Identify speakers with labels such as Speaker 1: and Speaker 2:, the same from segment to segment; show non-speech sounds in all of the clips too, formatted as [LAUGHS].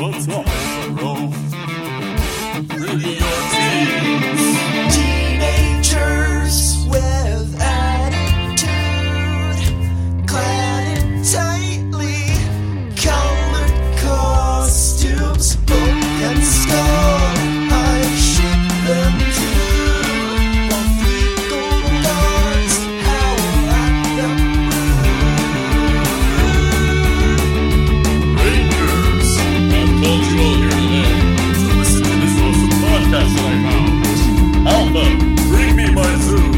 Speaker 1: What's up, Alpha?
Speaker 2: Bring your teens. Teenagers with attitude. Clad in tightly colored costumes. Book and skull. I ship them to. While fecal guards howl at the
Speaker 1: Rangers! Pop cultural here today. So listen to this awesome podcast that I found. Alpha, bring me my food.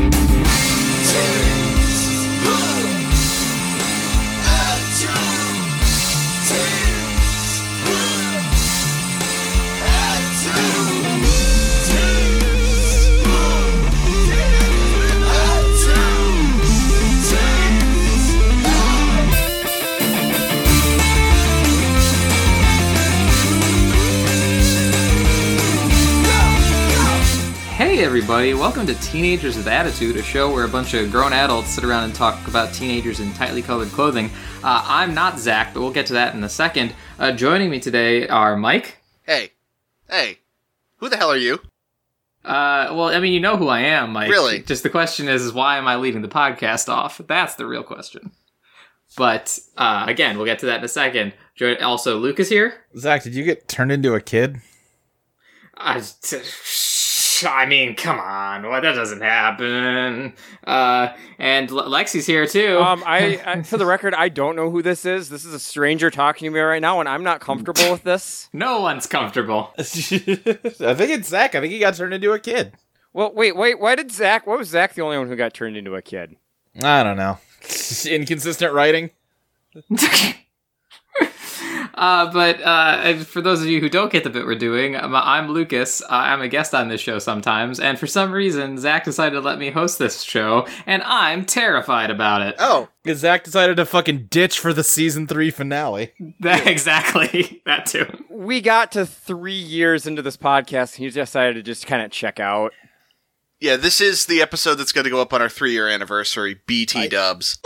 Speaker 3: Hey everybody, welcome to Teenagers with Attitude, a show where a bunch of grown adults sit around and talk about teenagers in tightly colored clothing. Uh, I'm not Zach, but we'll get to that in a second. Uh, joining me today are Mike.
Speaker 4: Hey, hey, who the hell are you?
Speaker 3: Uh, well, I mean, you know who I am, Mike.
Speaker 4: Really?
Speaker 3: Just the question is, is why am I leading the podcast off? That's the real question. But uh, again, we'll get to that in a second. Jo- Also, Luke is here.
Speaker 5: Zach, did you get turned into a kid?
Speaker 3: I, t- I mean, come on, what that doesn't happen. Uh, and Le- Lexi's here too.
Speaker 6: Um, I, I for the record, I don't know who this is. This is a stranger talking to me right now, and I'm not comfortable with this.
Speaker 3: no one's comfortable. [LAUGHS]
Speaker 5: I think it's Zach. I think he got turned into a kid.
Speaker 6: Well, wait, wait. Why did Zach? Why was Zach the only one who got turned into a kid?
Speaker 5: I don't know. [LAUGHS] Inconsistent writing.
Speaker 3: Uh, but uh, and for those of you who don't get the bit we're doing, I'm, I'm Lucas. Uh, I'm a guest on this show sometimes, and for some reason, Zach decided to let me host this show, and I'm terrified about it. [LAUGHS]
Speaker 4: Oh,
Speaker 5: Because Zach decided to fucking ditch for the season three finale. [LAUGHS]
Speaker 3: That, exactly, [LAUGHS] that too.
Speaker 6: We got to three years into this podcast, and he decided to just kind of check out.
Speaker 4: yeah, this is the episode that's going to go up on our three year anniversary, BT dubs.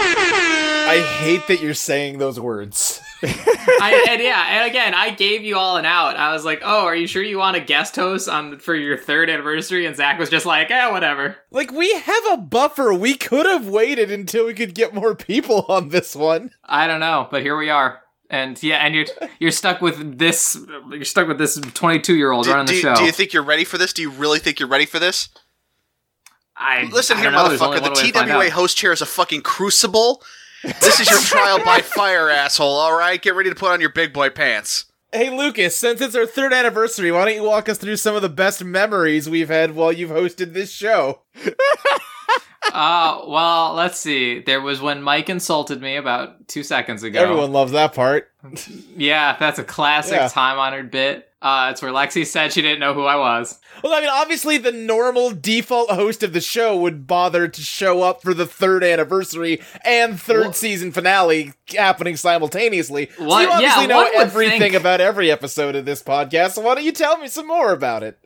Speaker 5: I hate that you're saying those words. [LAUGHS]
Speaker 3: I, and yeah, and again, I gave you all an out. I was like, "Oh, are you sure you want a guest host on for your third anniversary?" And Zach was just like, "Eh, whatever."
Speaker 5: Like, we have a buffer. We could have waited until we could get more people [LAUGHS] on this one.
Speaker 3: I don't know, but here we are. And yeah, and you're you're stuck with this. You're stuck with this 22 year old
Speaker 4: Do,
Speaker 3: running the
Speaker 4: do-
Speaker 3: show.
Speaker 4: do you think you're ready for this? Do you really think you're ready for this?
Speaker 3: I
Speaker 4: Listen
Speaker 3: I
Speaker 4: here,
Speaker 3: don't know, there's only
Speaker 4: motherfucker. The
Speaker 3: one way to find
Speaker 4: TWA
Speaker 3: out.
Speaker 4: host chair is a fucking crucible. This is your trial
Speaker 3: [LAUGHS]
Speaker 4: by fire, asshole. All right, get ready to put on your big boy pants.
Speaker 5: Hey, Lucas, since it's our third anniversary, why don't you walk us through some of the best memories we've had while you've hosted this show?
Speaker 3: Uh, well, let's see. There was when Mike insulted me about two seconds ago.
Speaker 5: Everyone loves that part.
Speaker 3: Yeah, that's a classic
Speaker 5: Yeah.
Speaker 3: time honored bit. Uh, it's where Lexi said she didn't know who I was.
Speaker 5: Well, I mean, obviously, the normal default host of the show would bother to show up for the third anniversary and third season finale happening simultaneously. so
Speaker 3: One-
Speaker 5: you obviously
Speaker 3: yeah,
Speaker 5: know
Speaker 3: one would
Speaker 5: everything
Speaker 3: think-
Speaker 5: about every episode of this podcast. So why don't you tell me some more about it?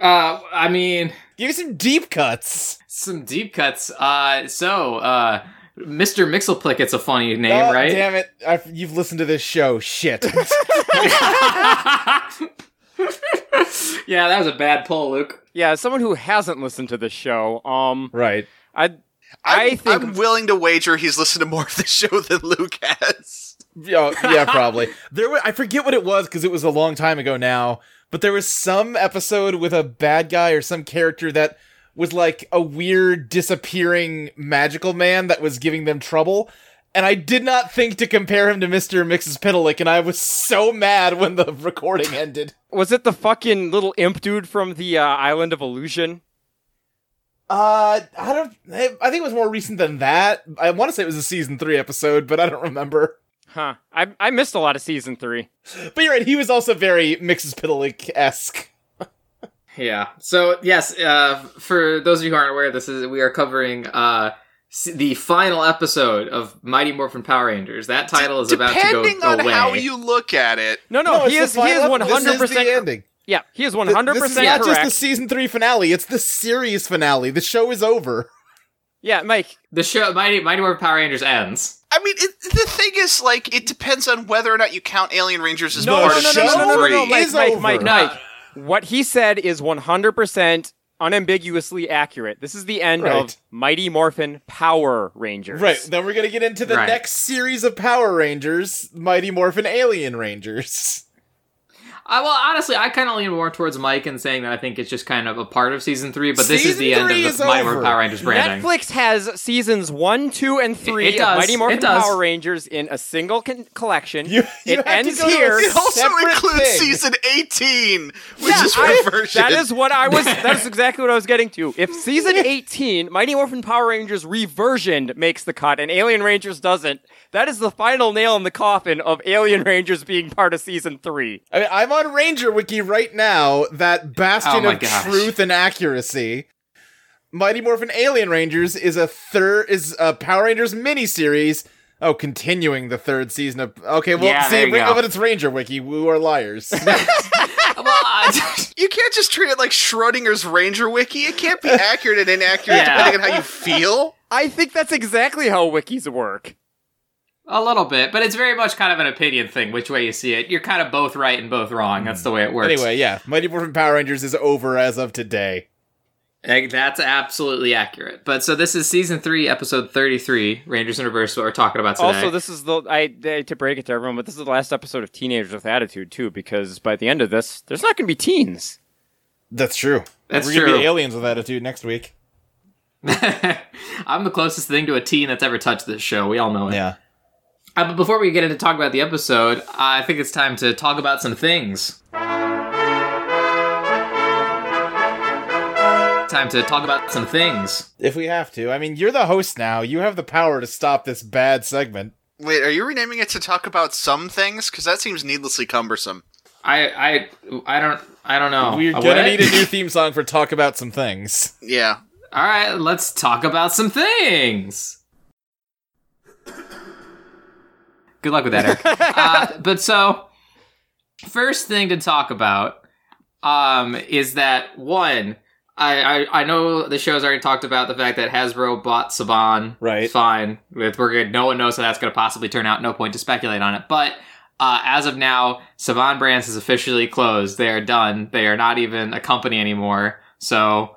Speaker 3: Uh, I mean,
Speaker 5: Give me some deep cuts.
Speaker 3: some deep cuts. Uh, so, uh, Mr. Mixelplicket's a funny name,
Speaker 5: Oh,
Speaker 3: right?
Speaker 5: Damn it! i you've listened to this show.
Speaker 3: [LAUGHS]
Speaker 5: Shit. [LAUGHS]
Speaker 3: yeah, that was a bad pull, Luke.
Speaker 6: Yeah, as someone who hasn't listened to this show, um,
Speaker 5: right.
Speaker 6: I,
Speaker 4: I'm,
Speaker 6: I think
Speaker 4: I'm willing to wager he's listened to more of the show than Luke has.
Speaker 5: Yeah, oh, yeah, probably. [LAUGHS] There, were, I forget what it was because it was a long time ago now. But there was some episode with a bad guy or some character that was like a weird disappearing magical man that was giving them trouble. And I did not think to compare him to Mister Mrs. Piddalick, and I was so mad when the recording ended.
Speaker 6: was it the fucking little imp dude from the uh, Island of Illusion?
Speaker 5: Uh, I don't. I I think it was more recent than that. I want to say it was a season three episode, but I don't remember.
Speaker 6: Huh. I I missed a lot of season three.
Speaker 5: But you're right. He was also very Mrs. Piddalick esque.
Speaker 3: Yeah. So yes, uh, for those of you who aren't aware, this is we are covering uh, s- the final episode of Mighty Morphin Power Rangers. That title is about to go
Speaker 4: Depending on
Speaker 3: away.
Speaker 4: how you look at it,
Speaker 6: No, no, he
Speaker 5: it's the
Speaker 6: is he
Speaker 5: final
Speaker 6: is one
Speaker 5: episode. This
Speaker 6: hundred
Speaker 5: is the
Speaker 6: percent.
Speaker 5: ending.
Speaker 6: Yeah, he is one
Speaker 5: Th-
Speaker 6: hundred
Speaker 5: This is
Speaker 6: percent
Speaker 5: not
Speaker 6: correct.
Speaker 5: just the season three finale; it's the series finale. The show is over.
Speaker 6: yeah, Mike.
Speaker 3: The show Mighty Mighty Morphin Power Rangers ends.
Speaker 4: I mean, it, the thing is, like, it depends on whether or not you count Alien Rangers as
Speaker 6: No,
Speaker 4: part
Speaker 6: no,
Speaker 4: of
Speaker 6: no, no,
Speaker 4: season
Speaker 6: no, no, no,
Speaker 4: three.
Speaker 6: no, Mike,
Speaker 5: is
Speaker 6: Mike,
Speaker 5: over.
Speaker 6: Mike,
Speaker 5: No.
Speaker 6: Mike. What he said is one hundred percent unambiguously accurate. This is the end
Speaker 5: Right.
Speaker 6: of Mighty Morphin Power
Speaker 5: [LAUGHS]
Speaker 6: Rangers.
Speaker 5: Right. Then we're gonna get into the
Speaker 3: Right.
Speaker 5: next series of Power Rangers, Mighty Morphin Alien Rangers.
Speaker 3: I well, honestly, I kind of lean more towards Mike in saying that I think it's just kind of a part of season three, but this is
Speaker 5: Season
Speaker 3: the end of
Speaker 5: three
Speaker 3: the
Speaker 5: is
Speaker 3: Mighty
Speaker 5: over.
Speaker 3: Morphin Power Rangers branding.
Speaker 6: Netflix has seasons one, two, and three
Speaker 3: It- it does.
Speaker 6: of Mighty Morphin
Speaker 3: It does.
Speaker 6: Power Rangers in a single con- collection.
Speaker 5: You- you
Speaker 6: it
Speaker 5: have to
Speaker 6: ends
Speaker 5: go to a
Speaker 6: here.
Speaker 4: It also
Speaker 5: Separate
Speaker 4: includes
Speaker 5: thing.
Speaker 4: season 18, which
Speaker 6: Yeah,
Speaker 4: is my
Speaker 6: I-
Speaker 4: version.
Speaker 6: That is what I was. That's exactly what I was getting to. If season eighteen, Mighty Morphin Power Rangers reversioned makes the cut, and Alien Rangers doesn't, that is the final nail in the coffin of Alien Rangers being part of season three.
Speaker 5: I mean, I'm on Ranger Wiki right now, that
Speaker 3: Oh
Speaker 5: bastion
Speaker 3: my
Speaker 5: of
Speaker 3: gosh.
Speaker 5: truth and accuracy. Mighty Morphin Alien Rangers is a third is a Power Rangers miniseries. Oh, continuing the third season of okay, well,
Speaker 3: Yeah, there
Speaker 5: see,
Speaker 3: you
Speaker 5: we-
Speaker 3: go.
Speaker 5: oh, but it's Ranger Wiki. We
Speaker 3: [LAUGHS]
Speaker 5: are liars.
Speaker 3: well, I- [LAUGHS]
Speaker 4: you can't just treat it like Schrodinger's Ranger Wiki. It can't be accurate and inaccurate
Speaker 3: Yeah.
Speaker 4: depending on how you feel.
Speaker 6: I think that's exactly how wikis work.
Speaker 3: a little bit, but it's very much kind of an opinion thing, which way you see it. You're kind of both right and both wrong. That's the way it works.
Speaker 5: anyway, yeah, Mighty Morphin Power Rangers is over as of today.
Speaker 3: Eh, That's absolutely accurate. But so this is season three, episode thirty-three, Rangers in Reverse. What we're talking about today.
Speaker 6: Also, this is the I, I to break it to everyone, but this is the last episode of Teenagers with Attitude too, because by the end of this, there's not going to be teens.
Speaker 5: That's true.
Speaker 3: That's
Speaker 5: We're gonna
Speaker 3: true.
Speaker 5: be aliens with attitude next week.
Speaker 3: [LAUGHS] I'm the closest thing to a teen that's ever touched this show. We all know it.
Speaker 5: Yeah.
Speaker 3: Uh, but before we get into talk about the episode, I think it's time to talk about some things. Time to talk about some things.
Speaker 5: If we have to. I mean, you're the host now. You have the power to stop this bad segment.
Speaker 4: Wait, are you renaming it to talk about some things? Because that seems needlessly cumbersome.
Speaker 3: I I I don't I don't know.
Speaker 5: We're
Speaker 3: Uh,
Speaker 5: gonna
Speaker 3: what?
Speaker 5: need a new theme song for Talk About Some Things.
Speaker 4: Yeah.
Speaker 3: All right, let's talk about some things. Good luck with that, Eric. uh, but so, first thing to talk about um, is that one. I, I I know the show's already talked about the fact that Hasbro bought Saban.
Speaker 5: Right.
Speaker 3: It's fine. With we're good. No one knows how that's going to possibly turn out. No point to speculate on it. But uh, as of now, Saban Brands is officially closed. They are done. They are not even a company anymore. So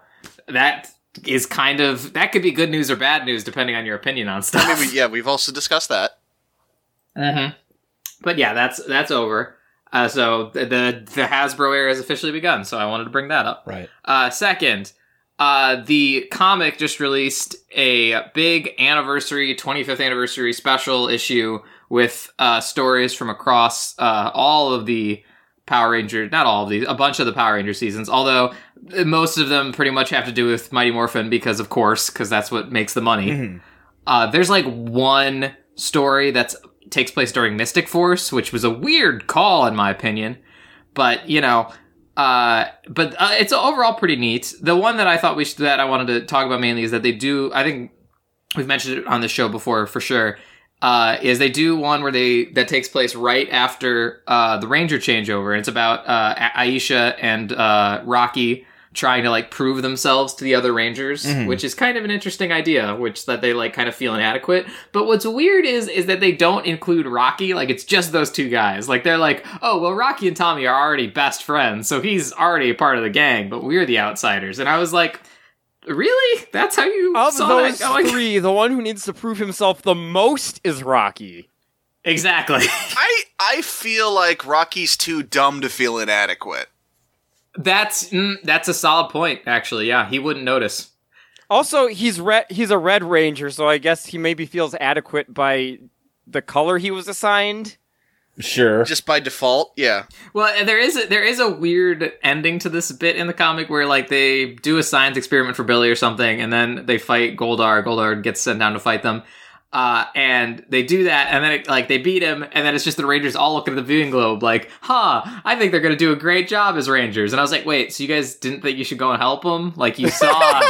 Speaker 3: that is kind of that could be good news or bad news depending on your opinion on stuff.
Speaker 4: [LAUGHS] I mean, we, yeah, we've also discussed that.
Speaker 3: Mhm. But yeah, that's that's over. Uh, so the, the the Hasbro era has officially begun. So I wanted to bring that up.
Speaker 5: [LAUGHS] Right.
Speaker 3: Uh, second, uh, the comic just released a big anniversary, 25th anniversary special issue with uh, stories from across uh, all of the Power Rangers, not all of these, a bunch of the Power Ranger seasons, although uh, most of them pretty much have to do with Mighty Morphin because, of course, because that's what makes the
Speaker 5: Mm-hmm.
Speaker 3: money. Uh, there's like one story that's takes place during Mystic Force, which was a weird call in my opinion, but you know, uh, but uh, it's overall pretty neat. The one that I thought we should, that I wanted to talk about mainly is that they do. I think we've mentioned it on the show before for sure. Uh, is they do one where they that takes place right after uh, the Ranger changeover. It's about uh, A- Aisha and uh, Rocky trying to like prove themselves to the other Rangers,
Speaker 6: Mm-hmm.
Speaker 5: Mhm.
Speaker 3: which is kind of an interesting idea. Which that they like kind of feel inadequate. But what's weird is is that they don't include Rocky. Like it's just those two guys. Like they're like, oh well, Rocky and Tommy are already best friends, so he's already a part of the gang, but we're the outsiders. And I was like, really? That's how you
Speaker 6: Of
Speaker 3: saw
Speaker 6: those
Speaker 3: that going? [LAUGHS]
Speaker 6: three, the one who needs to prove himself the most is Rocky.
Speaker 3: Exactly. [LAUGHS]
Speaker 4: I, I feel like Rocky's too dumb to feel inadequate.
Speaker 3: That's mm, that's a solid point, actually. Yeah, he wouldn't notice.
Speaker 6: Also, he's red. He's a Red Ranger, so I guess he maybe feels adequate by the color he was assigned.
Speaker 5: Sure.
Speaker 4: Just by default, yeah.
Speaker 3: Well, and there is a, there is a weird ending to this bit in the comic where like they do a science experiment for Billy or something, and then they fight Goldar. Goldar gets sent down to fight them. Uh, and they do that, and then it, like they beat him, and then it's just the Rangers all looking at the viewing globe, like, "Huh, I think they're gonna do a great job as Rangers." And I was like, "Wait, so you guys didn't think you should go and help them? Like you
Speaker 6: [LAUGHS]
Speaker 3: saw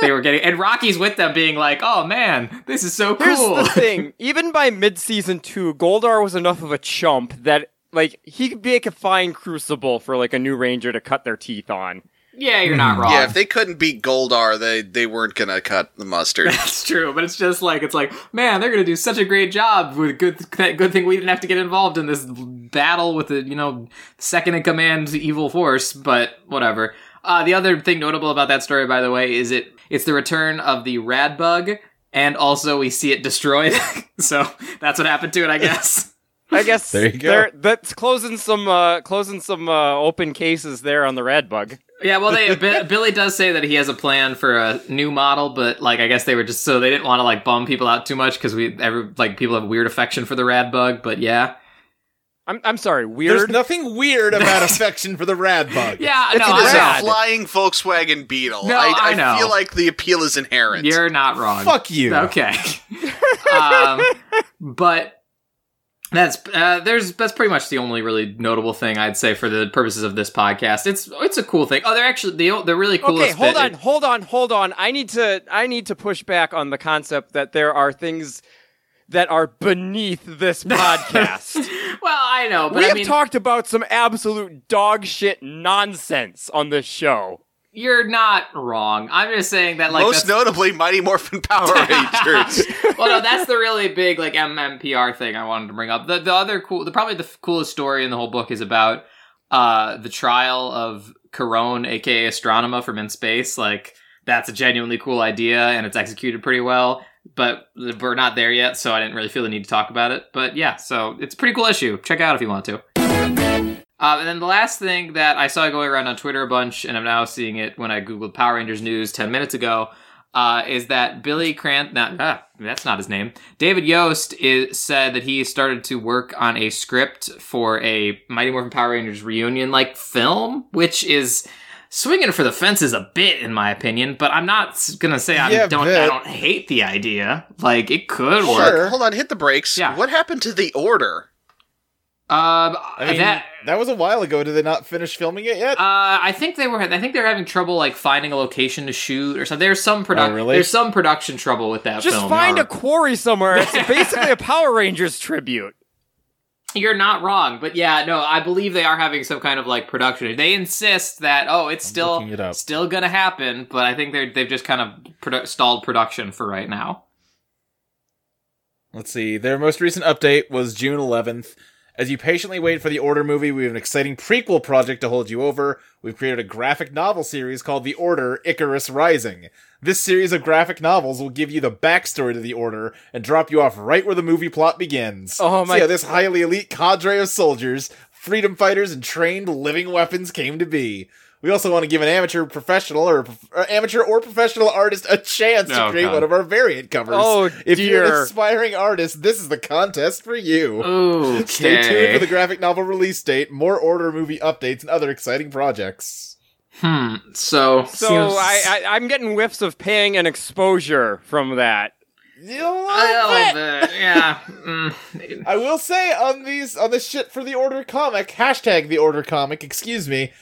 Speaker 3: they were getting?" And Rocky's with them, being like, "Oh man, this is so
Speaker 6: Here's
Speaker 3: cool."
Speaker 6: the thing: even by mid-season two, Goldar was enough of a chump that like he could make a fine crucible for like a new ranger to cut their teeth on.
Speaker 3: yeah, you're not wrong.
Speaker 4: Yeah, if they couldn't beat Goldar, they they weren't gonna cut the
Speaker 3: [LAUGHS]
Speaker 4: mustard.
Speaker 3: [LAUGHS] That's true, but it's just like it's like, man, they're gonna do such a great job with good. Th- good thing we didn't have to get involved in this battle with the you know second in command evil force. But whatever. Uh, the other thing notable about that story, by the way, is it it's the return of the rad bug, and also we see it destroyed. [LAUGHS] so that's what happened to it, I guess.
Speaker 5: [LAUGHS]
Speaker 6: I guess
Speaker 5: There you go.
Speaker 6: they're- That's closing some uh, closing some uh, open cases there on the rad bug.
Speaker 3: yeah, well, they
Speaker 6: [LAUGHS]
Speaker 3: Bi- Billy does say that he has a plan for a new model, but like I guess they were just so they didn't want to like bum people out too much because we every, like people have weird affection for the rad bug. But yeah.
Speaker 6: I'm I'm sorry,
Speaker 5: There's
Speaker 6: weird.
Speaker 3: [LAUGHS]
Speaker 5: nothing weird about affection for the rad bug.
Speaker 3: Oh, Yeah,
Speaker 6: It's
Speaker 3: no,
Speaker 6: a
Speaker 4: It is
Speaker 3: I'm
Speaker 4: a
Speaker 6: Rad.
Speaker 4: flying Volkswagen Beetle.
Speaker 3: No, I
Speaker 4: I,
Speaker 3: know.
Speaker 4: feel like the appeal is inherent.
Speaker 3: You're not wrong.
Speaker 5: Fuck you.
Speaker 6: [LAUGHS]
Speaker 3: Okay. um, but that's uh, there's that's pretty much the only really notable thing I'd say for the purposes of this podcast. It's it's a cool thing. Oh, they're actually the the really coolest.
Speaker 6: Okay, hold
Speaker 3: bit-
Speaker 6: on, hold on, hold on. I need to I need to push back on the concept that there are things that are beneath
Speaker 3: [LAUGHS]
Speaker 6: this podcast.
Speaker 3: Well, I know, but
Speaker 6: we
Speaker 3: I
Speaker 6: have
Speaker 3: mean,
Speaker 6: talked about some absolute dog shit nonsense on this show.
Speaker 3: you're not wrong. I'm just saying that like
Speaker 4: Most
Speaker 3: that's-
Speaker 4: notably, Mighty
Speaker 3: [LAUGHS]
Speaker 4: Morphin Power Rangers.
Speaker 3: well, no, that's the really big like MMPR thing I wanted to bring up. The the other cool, the probably the f- coolest story in the whole book is about uh the trial of Corone, aka Astronema from in space. Like that's a genuinely cool idea, and it's executed pretty well. But we're not there yet, so I didn't really feel the need to talk about it. But yeah, so it's a pretty cool issue. Check it out if you want to. Uh, and then the last thing that I saw going around on Twitter a bunch, and I'm now seeing it when I googled Power Rangers news 10 minutes ago, uh, is that Billy Crant? Not, ah, that's not his name. David Yost is said that he started to work on a script for a Mighty Morphin Power Rangers reunion like film, which is swinging for the fences a bit, in my opinion. But I'm not s- gonna say I
Speaker 5: Yeah,
Speaker 3: don't. I
Speaker 5: bit.
Speaker 3: don't hate the idea. Like it could
Speaker 4: hold,
Speaker 3: work.
Speaker 5: Sure.
Speaker 4: on, hold on, hit the brakes.
Speaker 3: Yeah.
Speaker 4: What happened to the order?
Speaker 3: Um,
Speaker 5: I mean,
Speaker 3: that
Speaker 5: that-, was a while ago. Did they not finish filming it yet?
Speaker 3: Uh, I think they were. I think they were having trouble like finding a location to shoot or something. There's some production.
Speaker 5: Oh, really?
Speaker 3: There's some production trouble with that.
Speaker 6: Just
Speaker 3: film,
Speaker 6: find
Speaker 3: or-
Speaker 6: a quarry somewhere.
Speaker 3: [LAUGHS]
Speaker 6: It's basically a Power Rangers tribute.
Speaker 3: You're not wrong, but yeah, no, I believe they are having some kind of like production. They insist that oh, it's still
Speaker 5: looking it up.
Speaker 3: still gonna happen, but I think they're they've just kind of produ- stalled production for right now.
Speaker 5: Let's see. Their most recent update was June 11th. As you patiently wait for the Order movie, we have an exciting prequel project to hold you over. We've created a graphic novel series called The Order Icarus Rising. This series of graphic novels will give you the backstory to the Order and drop you off right where the movie plot begins.
Speaker 6: Oh, my-
Speaker 5: See how this highly elite cadre of soldiers, freedom fighters, and trained living weapons came to be. We also want to give an amateur professional or, prof- or amateur or professional artist a chance
Speaker 3: Oh,
Speaker 5: to create
Speaker 3: God.
Speaker 5: one of our variant covers.
Speaker 6: Oh,
Speaker 5: if you're an
Speaker 6: dear.
Speaker 5: aspiring artist, this is the contest for you.
Speaker 3: Okay.
Speaker 5: Stay tuned for the graphic novel release date, more order movie updates, and other exciting projects.
Speaker 3: hmm. So
Speaker 6: So I, I I'm getting whiffs of paying an exposure from that. Oh,
Speaker 3: a little bit, yeah. Mm. [LAUGHS]
Speaker 5: I will say on these on the shit for the order comic hashtag the order comic excuse me,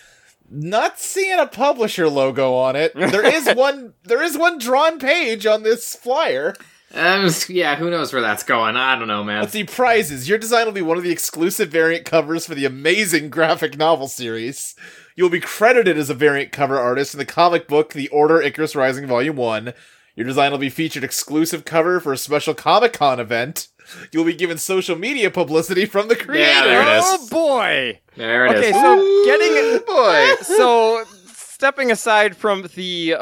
Speaker 5: not seeing a publisher logo on it. There [LAUGHS] is one there is one drawn page on this flyer.
Speaker 3: Um, yeah, who knows where that's going? I don't know, man.
Speaker 5: Let's see prizes. Your design will be one of the exclusive variant covers for the amazing graphic novel series. You'll be credited as a variant cover artist in the comic book The Order Icarus Rising Volume 1. Your design will be featured exclusive cover for a special Comic Con event. You'll be given social media publicity from the creator.
Speaker 3: there it is.
Speaker 6: Oh boy.
Speaker 3: There it is.
Speaker 6: Okay, so getting
Speaker 5: boy.
Speaker 6: [LAUGHS] so stepping aside from the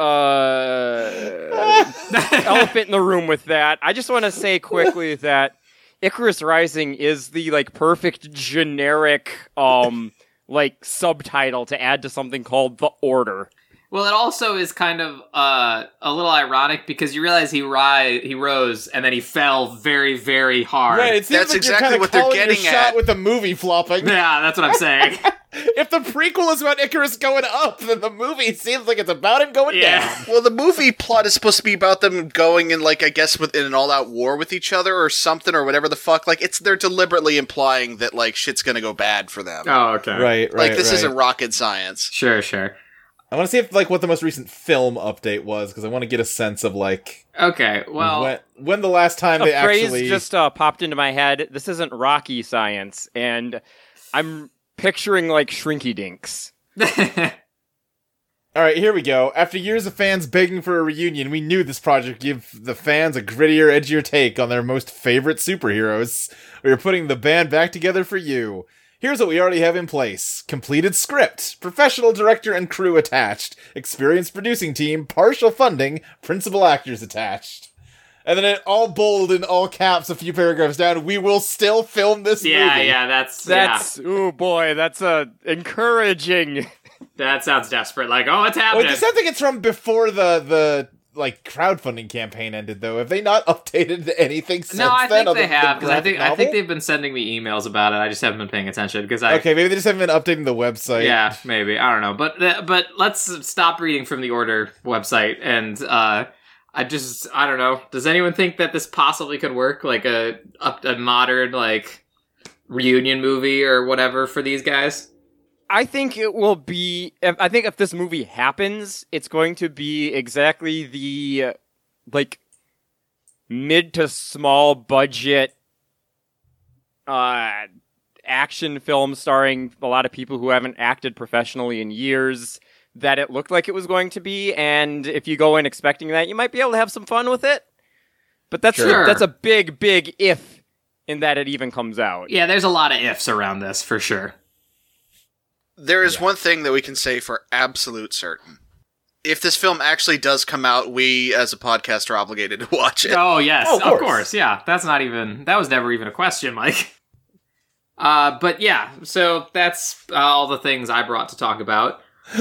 Speaker 6: [LAUGHS] uh, elephant in the room with that, I just want to say quickly that Icarus Rising is the like perfect generic um like subtitle to add to something called The Order.
Speaker 3: Well, it also is kind of uh, a little ironic because you realize he ri- he rose and then he fell very, very hard.
Speaker 5: Right, it
Speaker 3: [LAUGHS]
Speaker 5: seems
Speaker 4: That's
Speaker 5: like
Speaker 4: exactly
Speaker 5: you're kinda
Speaker 4: what they're
Speaker 5: calling your
Speaker 4: getting
Speaker 5: shot
Speaker 4: at. [LAUGHS]
Speaker 5: with the movie flopping.
Speaker 3: Yeah, that's what I'm saying.
Speaker 5: If the prequel is about Icarus going up, then the movie seems like it's about him going
Speaker 6: Yeah.
Speaker 4: [LAUGHS]
Speaker 5: down.
Speaker 4: Well, the movie plot is supposed to be about them going in, like, I guess, within an all-out war with each other or something or whatever the fuck. Like, it's they're deliberately implying that like shit's gonna go bad for them.
Speaker 3: Oh, okay.
Speaker 5: Right, right.
Speaker 4: like, this
Speaker 5: right.
Speaker 4: isn't rocket science.
Speaker 3: Sure, sure.
Speaker 5: I want to see if like what the most recent film update was because I want to get a sense of like
Speaker 3: Okay, well, [LAUGHS]
Speaker 5: when, when the last time they
Speaker 6: a phrase
Speaker 5: actually
Speaker 6: just uh, popped into my head. This isn't rocky science, and I'm picturing like Shrinky Dinks.
Speaker 5: All right, here we go. After years of fans begging for a reunion, we knew this project give the fans a grittier, edgier take on their most favorite superheroes. We are putting the band back together for you. Here's what we already have in place. Completed script, professional director and crew attached, experienced producing team, partial funding, principal actors attached. And then it all bold in all caps a few paragraphs down, we will still film this
Speaker 3: yeah,
Speaker 5: movie.
Speaker 3: yeah, that's that's
Speaker 6: That's oh boy, that's a encouraging.
Speaker 3: that sounds desperate. Like, oh, it's
Speaker 5: Wait,
Speaker 3: happening.
Speaker 5: this sounds like it's from before the the like crowdfunding campaign ended, though. Have they not [LAUGHS] updated anything since
Speaker 3: no, I
Speaker 5: then?
Speaker 3: think
Speaker 5: other
Speaker 3: they
Speaker 5: than
Speaker 3: have because I
Speaker 5: graphic
Speaker 3: think I think
Speaker 5: novel?
Speaker 3: they've been sending me emails about it. I just haven't been paying attention because I
Speaker 5: Okay, maybe they just haven't been updating the website.
Speaker 3: yeah maybe I don't know. But uh, but let's stop reading from the order website and uh, I just I don't know. Does anyone think that this possibly could work like a up a modern like reunion movie or whatever for these guys?
Speaker 6: I think it will be. if- I think if this movie happens, it's going to be exactly the uh, like mid to small budget uh, action film starring a lot of people who haven't acted professionally in years that it looked like it was going to be. And if you go in expecting that, you might be able to have some fun with it. But that's
Speaker 3: Sure.
Speaker 6: a, that's a big big if in that it even comes out.
Speaker 3: Yeah, there's a lot of ifs around this for sure.
Speaker 4: There is one thing that we can say for absolute certain. If this film actually does come out, we as a podcast are obligated to watch it.
Speaker 3: Oh yes,
Speaker 5: Oh,
Speaker 3: of,
Speaker 5: of
Speaker 3: course.
Speaker 5: course.
Speaker 3: Yeah, that's not even that was never even a question, Mike. Uh, but yeah, so that's uh, all the things I brought to talk about.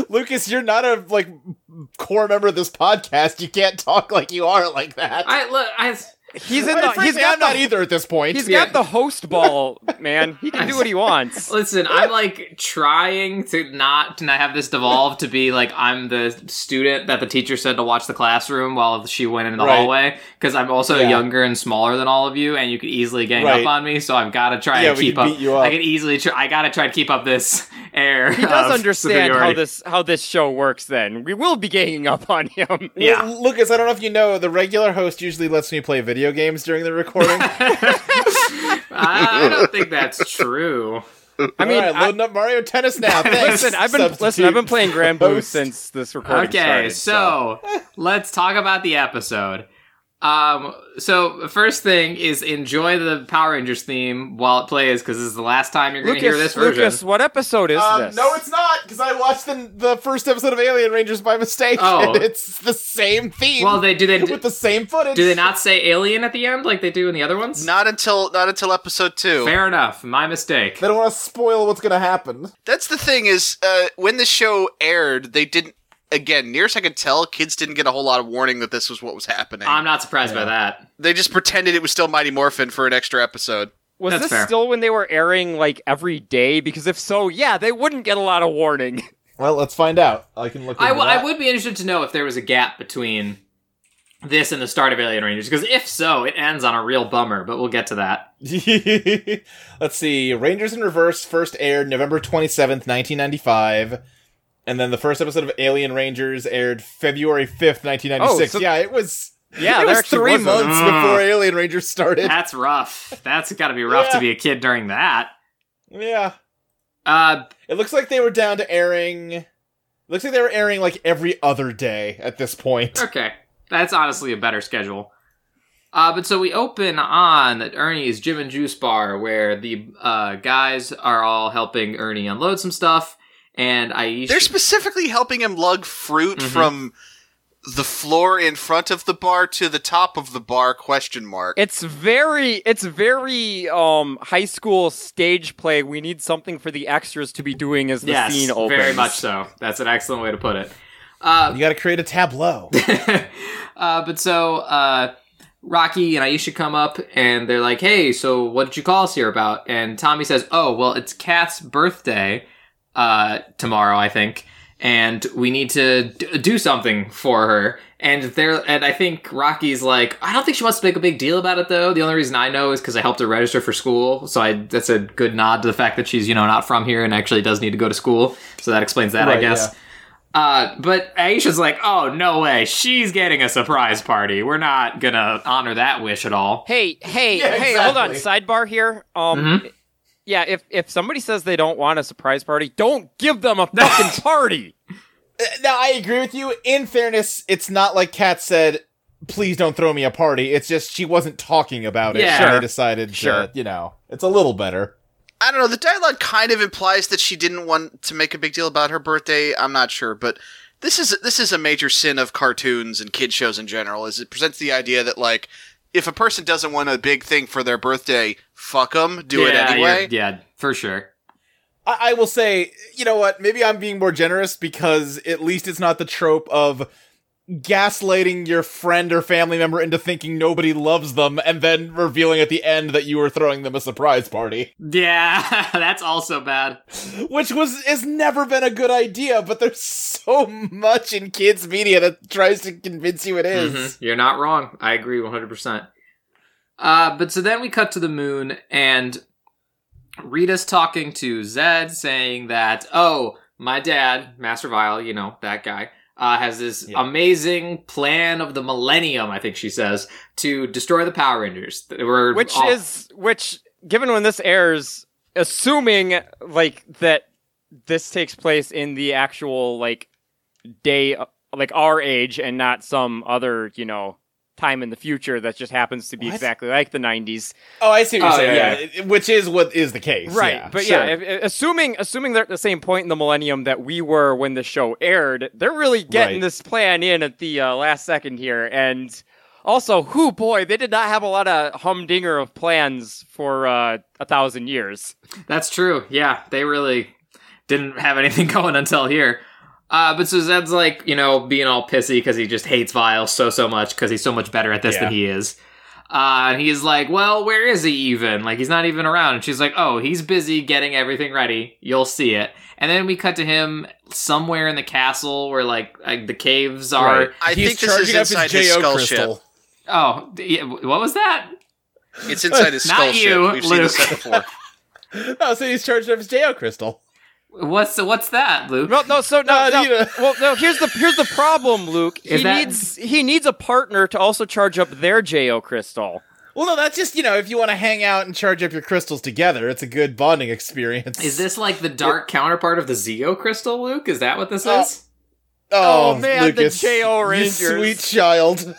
Speaker 5: Lucas, you're not a like core member of this podcast. You can't talk like you are like that.
Speaker 3: I look, I
Speaker 6: He's in
Speaker 5: Quite
Speaker 6: the,
Speaker 5: frankly,
Speaker 6: he's got
Speaker 5: I'm not
Speaker 6: the
Speaker 5: either at this point.
Speaker 6: He's
Speaker 3: Yeah.
Speaker 6: got the host [LAUGHS] ball, man. He can do what he wants.
Speaker 3: listen. I'm like trying to not to not have this devolve to be like I'm the student that the teacher said to watch the classroom while she went in the
Speaker 5: Right.
Speaker 3: hallway because I'm also
Speaker 5: Yeah.
Speaker 3: younger and smaller than all of you, and you could easily gang
Speaker 5: Right.
Speaker 3: up on me. So I've got to try
Speaker 5: Yeah,
Speaker 3: and
Speaker 5: we
Speaker 3: keep
Speaker 5: could
Speaker 3: up.
Speaker 5: beat you up.
Speaker 3: I can easily. Try, I got to try to keep up this [LAUGHS] air.
Speaker 6: He does understand how this how this show works. Then we will be ganging up on [LAUGHS] him.
Speaker 5: Lu- Lucas, I don't know if you know, the regular host usually lets me play video games during the recording.
Speaker 3: I I don't think that's true.
Speaker 6: [LAUGHS] I mean,
Speaker 5: All right,
Speaker 6: I-
Speaker 5: loading up Mario Tennis now. Thanks.
Speaker 6: [LAUGHS] listen, I've been listen, I've been playing Grand Boo
Speaker 5: Host.
Speaker 6: since this recording
Speaker 3: Okay,
Speaker 6: started.
Speaker 3: so let's talk about the episode. Um, so the first thing is enjoy the Power Rangers theme while it plays because this is the last time you're going to
Speaker 6: Lucas,
Speaker 3: hear this version.
Speaker 6: Lucas, what episode is
Speaker 5: Um,
Speaker 6: this?
Speaker 5: no, it's not because I watched the, the first episode of Alien Rangers by mistake,
Speaker 3: Oh.
Speaker 5: and it's the same theme.
Speaker 3: well, they do they
Speaker 5: [LAUGHS] with the same footage.
Speaker 3: do they not say alien at the end like they do in the other ones?
Speaker 4: Not until not until episode two.
Speaker 3: Fair enough. My mistake.
Speaker 5: They don't want to spoil what's going to happen.
Speaker 4: That's the thing is, uh, when the show aired, they didn't. Again, near as I could tell, kids didn't get a whole lot of warning that this was what was happening.
Speaker 3: I'm not surprised by that.
Speaker 4: they just pretended it was still Mighty Morphin for an extra episode.
Speaker 6: was
Speaker 3: that's
Speaker 6: this
Speaker 3: fair.
Speaker 6: still when they were airing like every day? Because if so, yeah, they wouldn't get a lot of warning. [LAUGHS]
Speaker 5: Well, let's find out. I can look.
Speaker 3: I,
Speaker 5: into
Speaker 3: w-
Speaker 5: that.
Speaker 3: I would be interested to know if there was a gap between this and the start of Alien Rangers because if so, it ends on a real bummer. But we'll get to that.
Speaker 5: [LAUGHS] Let's see. Rangers in Reverse first aired November 27th, 1995. And then the first episode of Alien Rangers aired February 5th, 1996.
Speaker 6: Oh, so-
Speaker 5: yeah, it was
Speaker 6: Yeah,
Speaker 5: it
Speaker 6: there
Speaker 5: was
Speaker 6: actually
Speaker 5: 3
Speaker 6: was a-
Speaker 5: months
Speaker 3: Mm.
Speaker 5: before Alien Rangers started.
Speaker 3: That's rough. That's got to be rough to
Speaker 5: Yeah.
Speaker 3: be a kid during that.
Speaker 5: yeah.
Speaker 3: Uh,
Speaker 5: It looks like they were down to airing Looks like they were airing like every other day at this point.
Speaker 3: okay, that's honestly a better schedule. Uh, but so we open on at Ernie's Gym and Juice Bar, where the uh, guys are all helping Ernie unload some stuff, and Aisha.
Speaker 4: They're specifically helping him lug fruit from the floor in front of the bar to the top of the bar? Question mark.
Speaker 6: It's very it's very um high school stage play. We need something for the extras to be doing as the
Speaker 3: yes,
Speaker 6: scene opens.
Speaker 3: very much so. That's an excellent way to put it. Uh,
Speaker 5: You got to create a tableau.
Speaker 3: [LAUGHS] uh, but so uh, Rocky and Aisha come up and they're like, "Hey, so what did you call us here about?" And Tommy says, "Oh, well, it's Kat's birthday." uh, tomorrow, I think, and we need to d- do something for her. And there, and I think Rocky's like, I don't think she wants to make a big deal about it though. The only reason I know is because I helped her register for school, so I that's a good nod to the fact that she's you know not from here and actually does need to go to school. So that explains that, I
Speaker 5: Right,
Speaker 3: guess. Uh, but Aisha's like, oh no way, she's getting a surprise party. We're not gonna honor that wish at all.
Speaker 6: Hey,
Speaker 5: [LAUGHS]
Speaker 6: hey,
Speaker 5: Yeah,
Speaker 6: hey, hold on.
Speaker 5: exactly.
Speaker 6: Sidebar here. Um yeah, if if somebody says they don't want a surprise party, don't give them a fucking party.
Speaker 5: [LAUGHS] Now I agree with you. In fairness, it's not like Kat said, "Please don't throw me a party." It's just she wasn't talking about it.
Speaker 3: Yeah.
Speaker 5: and
Speaker 6: Sure.
Speaker 5: they decided.
Speaker 6: Sure.
Speaker 5: to, you know, it's a little better.
Speaker 4: I don't know. The dialogue kind of implies that she didn't want to make a big deal about her birthday. I'm not sure, but this is this is a major sin of cartoons and kid shows in general. Is it presents the idea that like if a person doesn't want a big thing for their birthday, fuck them, do it
Speaker 3: Yeah, you're-
Speaker 4: anyway.
Speaker 3: Yeah, for sure.
Speaker 5: I, I will say, you know what? Maybe I'm being more generous because at least it's not the trope of gaslighting your friend or family member into thinking nobody loves them and then revealing at the end that you were throwing them a surprise party,
Speaker 3: Yeah, [LAUGHS] that's also bad.
Speaker 5: which was has never been a good idea. But there's so much in kids media that tries to convince you it is.
Speaker 3: Mhm. You're not wrong. I agree 100%. Uh, but so then we cut to the moon, and Rita's talking to Zed, saying that, oh, my dad, Master Vile, you know, that guy, uh, has this
Speaker 5: Yeah.
Speaker 3: amazing plan of the millennium, I think she says, to destroy the Power Rangers. They were
Speaker 6: Which
Speaker 3: all-
Speaker 6: is which given when this airs, assuming like that this takes place in the actual like day like our age and not some other, you know, time in the future that just happens to be
Speaker 5: What?
Speaker 6: exactly like the 90s.
Speaker 5: Oh, I see what you're
Speaker 3: Oh,
Speaker 5: saying.
Speaker 3: yeah,
Speaker 5: Yeah, it- which is what is the case,
Speaker 6: right
Speaker 5: Yeah,
Speaker 6: but
Speaker 5: sure.
Speaker 6: yeah if, if- assuming assuming they're at the same point in the millennium that we were when the show aired they're really getting
Speaker 5: Right.
Speaker 6: this plan in at the uh, last second here and also who boy they did not have a lot of humdinger of plans for uh, a thousand years
Speaker 3: That's true. Yeah, they really didn't have anything [LAUGHS] going until here. Uh, but so Zed's like, you know, being all pissy because he just hates Vile so, so much because he's so much better at this
Speaker 5: Yeah.
Speaker 3: than he is. Uh, and he's like, well, where is he even? Like, he's not even around. And she's like, oh, he's busy getting everything ready. You'll see it. And then we cut to him somewhere in the castle where, like, like the caves are.
Speaker 5: Right.
Speaker 4: I think
Speaker 5: He's
Speaker 4: this is
Speaker 5: charging up
Speaker 4: inside his
Speaker 5: JO
Speaker 4: skull
Speaker 5: crystal.
Speaker 3: Oh, d- yeah, what was that?
Speaker 4: It's inside his
Speaker 3: [LAUGHS] Not
Speaker 4: skull ship.
Speaker 3: you,
Speaker 4: We've seen this
Speaker 3: Luke.
Speaker 4: set before.
Speaker 5: [LAUGHS] No, Oh, so he's charging up his JO crystal.
Speaker 3: What's what's that, Luke?
Speaker 6: no no so no,
Speaker 5: Uh,
Speaker 6: no,
Speaker 5: you know.
Speaker 6: well no here's the here's the problem luke he
Speaker 3: Is that-
Speaker 6: needs he needs a partner to also charge up their jo crystal
Speaker 5: Well, no, that's just you know if you want to hang out and charge up your crystals together, it's a good bonding experience.
Speaker 3: Is this like the dark counterpart of the Zeo crystal, Luke? Is that what this
Speaker 5: Uh,
Speaker 3: is?
Speaker 5: Oh,
Speaker 6: Oh, man, the
Speaker 5: Lucas,
Speaker 6: JO
Speaker 5: you
Speaker 6: Rangers.
Speaker 5: sweet child.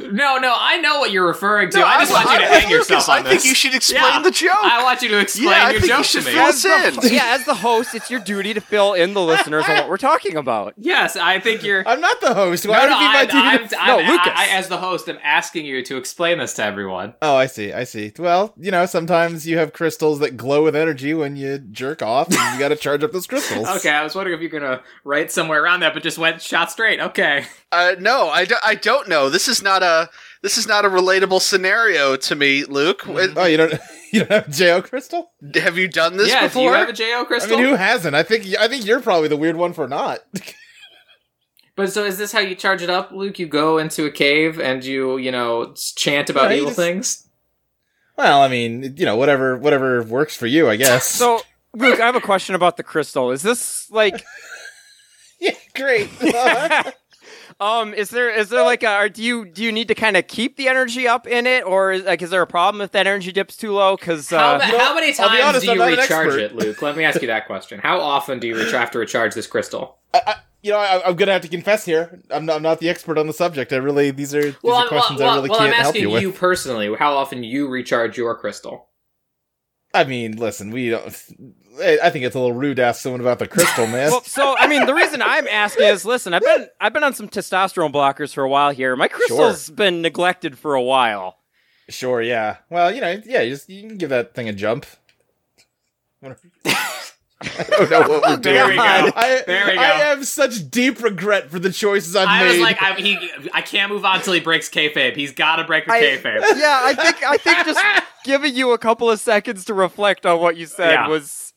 Speaker 3: No, no, I know what you're referring to. [LAUGHS]
Speaker 4: No,
Speaker 3: I just
Speaker 4: I'm-
Speaker 3: want you to
Speaker 4: I'm
Speaker 3: hang
Speaker 4: with
Speaker 3: yourself
Speaker 4: Lucas.
Speaker 3: on
Speaker 4: I
Speaker 3: this.
Speaker 4: think you should explain
Speaker 3: Yeah.
Speaker 4: the joke.
Speaker 3: I want you to explain
Speaker 4: Yeah, I
Speaker 3: your
Speaker 4: think you
Speaker 3: joke
Speaker 4: should
Speaker 3: to me.
Speaker 4: fill us
Speaker 6: as the,
Speaker 4: in.
Speaker 6: yeah as the host it's your duty to fill in the listeners on what we're talking about
Speaker 3: Yes, I think you're.
Speaker 5: I'm not the host. Why
Speaker 3: no,
Speaker 5: would
Speaker 3: no,
Speaker 5: it be my
Speaker 3: I'm,
Speaker 5: duty
Speaker 3: I'm,
Speaker 5: to-
Speaker 3: I'm-
Speaker 6: No, Lucas.
Speaker 3: I, I, as the host, am asking you to explain this to everyone.
Speaker 5: Oh, I see. I see. Well, you know, sometimes you have crystals that glow with energy when you jerk off, and you got to charge up those crystals.
Speaker 3: [LAUGHS] Okay, I was wondering if you're gonna write somewhere around that, but just went shot straight. Okay,
Speaker 4: Uh, no, I, do- I don't know. This is not a this is not a relatable scenario to me, Luke.
Speaker 3: Mm-hmm.
Speaker 4: Uh,
Speaker 5: Oh, you don't [LAUGHS] you don't have JO crystal?
Speaker 4: Have you done this
Speaker 3: yeah.
Speaker 4: before?
Speaker 3: Do you have a Jo
Speaker 5: I
Speaker 3: crystal?
Speaker 5: mean, who hasn't? I think I think you're probably the weird one for not.
Speaker 3: but so is this how you charge it up, Luke? You go into a cave and you, you know, chant about
Speaker 5: No, you
Speaker 3: evil
Speaker 5: just-
Speaker 3: things.
Speaker 5: Well, I mean, you know, whatever whatever works for you,
Speaker 3: [LAUGHS]
Speaker 5: I guess.
Speaker 6: So, Luke, I have a question about the crystal. Is this like,
Speaker 5: [LAUGHS] yeah, great. [LAUGHS]
Speaker 6: um, is there is there like a are, do you do you need to kind of keep the energy up in it, or is, like is there a problem if that energy dips too low? Because
Speaker 3: How,
Speaker 6: uh,
Speaker 3: ma- how many
Speaker 5: I'll be
Speaker 3: times
Speaker 5: honest,
Speaker 3: do
Speaker 5: I'm
Speaker 3: you
Speaker 5: not an
Speaker 3: recharge
Speaker 5: expert.
Speaker 3: it, Luke? Let me ask you that question. How often do you re- have to recharge this crystal?
Speaker 5: I, I, you know, I, I'm gonna have to confess here. I'm not, I'm not the expert on the subject. I really these are, these are
Speaker 3: Well,
Speaker 5: questions I really
Speaker 3: am
Speaker 5: can't help
Speaker 3: asking
Speaker 5: you with.
Speaker 3: personally how often you recharge your crystal.
Speaker 5: I mean, listen, we don't. I I think it's a little rude to ask someone about the
Speaker 3: [LAUGHS]
Speaker 5: crystal, man.
Speaker 6: well, so I mean, the reason I'm asking is, listen, I've been I've been on some testosterone blockers for a while here. My crystal's been neglected for a while.
Speaker 5: sure, yeah. Well, you know, yeah, you just you can give that thing a jump. [LAUGHS] I don't know what we're doing.
Speaker 3: [LAUGHS] There we go.
Speaker 5: I,
Speaker 3: There we go.
Speaker 5: I have such deep regret for the choices I've
Speaker 3: I
Speaker 5: made.
Speaker 3: was like, I, he, I can't move on till he breaks kayfabe. He's got to break the
Speaker 6: I-
Speaker 3: kayfabe.
Speaker 6: Yeah, I think I think just giving you a couple of seconds to reflect on what you said
Speaker 3: Yeah.
Speaker 6: was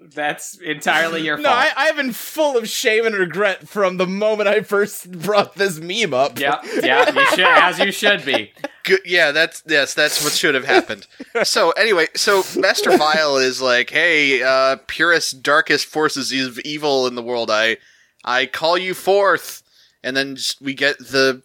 Speaker 3: That's entirely your fault.
Speaker 5: [LAUGHS] No, I, I've been full of shame and regret from the moment I first [LAUGHS] brought this meme up.
Speaker 3: Yep, yeah, you should, as you should be. [LAUGHS]
Speaker 4: Good, yeah, that's yes, that's what should have happened. so anyway, so Master Vile is like, hey, uh, purest, darkest forces of evil in the world. I, I call you forth, and then just, we get the,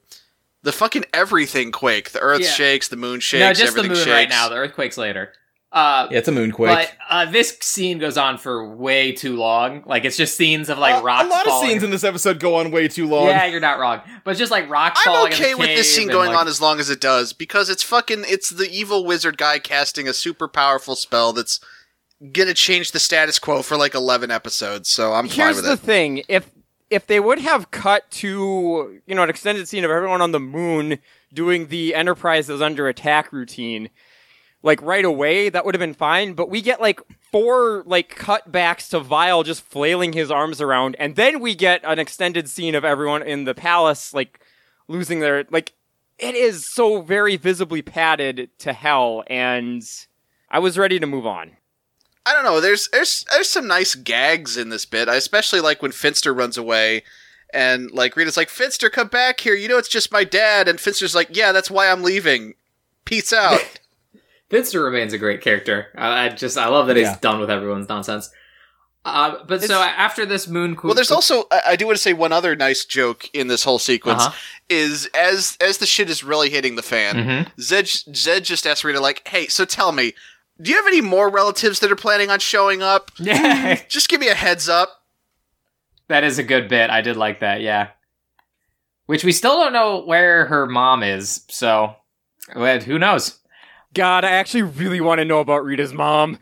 Speaker 4: the fucking everything quake. The earth
Speaker 3: Yeah.
Speaker 4: shakes, the moon shakes,
Speaker 3: no, just the
Speaker 4: everything
Speaker 3: moon
Speaker 4: shakes.
Speaker 3: right now. The earthquake's later. Uh,
Speaker 5: Yeah, it's a moonquake.
Speaker 3: but uh, this scene goes on for way too long. Like it's just scenes of like
Speaker 5: Uh,
Speaker 3: rocks.
Speaker 5: a lot
Speaker 3: falling.
Speaker 5: of scenes in this episode go on way too long.
Speaker 3: Yeah, you're not wrong. But it's just like rocks
Speaker 4: I'm
Speaker 3: falling. in
Speaker 4: okay
Speaker 3: the
Speaker 4: with
Speaker 3: cave
Speaker 4: this scene
Speaker 3: and,
Speaker 4: going
Speaker 3: like-
Speaker 4: on as long as it does because it's fucking it's the evil wizard guy casting a super powerful spell that's gonna change the status quo for like 11 episodes. So I'm fine
Speaker 6: Here's
Speaker 4: with
Speaker 6: the
Speaker 4: it.
Speaker 6: thing: if if they would have cut to you know an extended scene of everyone on the moon doing the Enterprise is under attack routine, like right away, that would have been fine. But we get like four like cutbacks to Vile just flailing his arms around, and then we get an extended scene of everyone in the palace like losing their like. It is so very visibly padded to hell, and I was ready to move on.
Speaker 4: I don't know. There's there's there's some nice gags in this bit. I especially like when Finster runs away and like Rita's like, "Finster, come back here. You know it's just my dad." And Finster's like, "Yeah, that's why I'm leaving. Peace out."
Speaker 3: Finster remains a great character. I, I just I love that
Speaker 5: Yeah.
Speaker 3: he's done with everyone's nonsense. Uh, but so
Speaker 6: It's-
Speaker 3: after this moon,
Speaker 4: Well, there's also I, I do want to say one other nice joke in this whole sequence
Speaker 3: Uh-huh. Mm-hmm.
Speaker 4: is as as the shit is really hitting the fan.
Speaker 5: Mm-hmm.
Speaker 4: Zed Zed just asked Rita like, "Hey, so tell me, do you have any more relatives that are planning on showing up?
Speaker 3: yeah,
Speaker 4: Just give me a heads up."
Speaker 3: [LAUGHS] that is a good bit. I did like that. Yeah, which we still don't know where her mom is. So well, who knows?
Speaker 6: God, I actually really want to know about Rita's mom.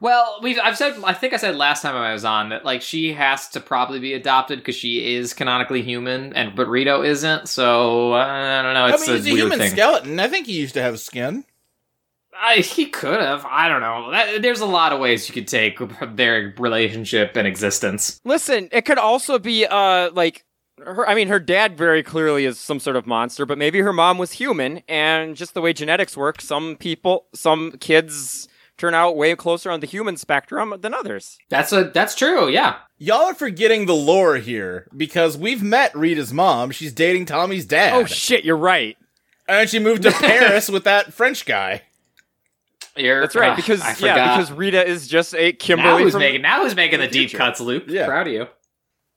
Speaker 3: Well, we've I've said I think I said last time I was on that like she has to probably be adopted because she is canonically human and but Rito isn't. So uh, I don't know.
Speaker 5: I
Speaker 3: It's
Speaker 5: mean,
Speaker 3: a
Speaker 5: he's a
Speaker 3: weird
Speaker 5: human
Speaker 3: thing.
Speaker 5: skeleton. I think he used to have skin.
Speaker 3: I, he could have. I don't know. That, there's a lot of ways you could take their relationship and existence.
Speaker 6: Listen, it could also be uh like her I mean her dad very clearly is some sort of monster, but maybe her mom was human and just the way genetics work, some people some kids turn out way closer on the human spectrum than others.
Speaker 3: That's a that's true. Yeah.
Speaker 5: Y'all are forgetting the lore here because we've met Rita's mom. She's dating Tommy's dad.
Speaker 6: Oh shit, you're right.
Speaker 5: and she moved [LAUGHS] to Paris with that French guy.
Speaker 3: You're,
Speaker 6: That's right,
Speaker 3: ah,
Speaker 6: because
Speaker 3: I forgot.
Speaker 6: yeah, because Rita is just a
Speaker 3: now
Speaker 6: Kimberly
Speaker 3: who's
Speaker 6: from
Speaker 3: making now who's making the,
Speaker 6: the
Speaker 3: deep
Speaker 6: future.
Speaker 3: cuts, Luke?
Speaker 5: Yeah.
Speaker 3: Proud of you.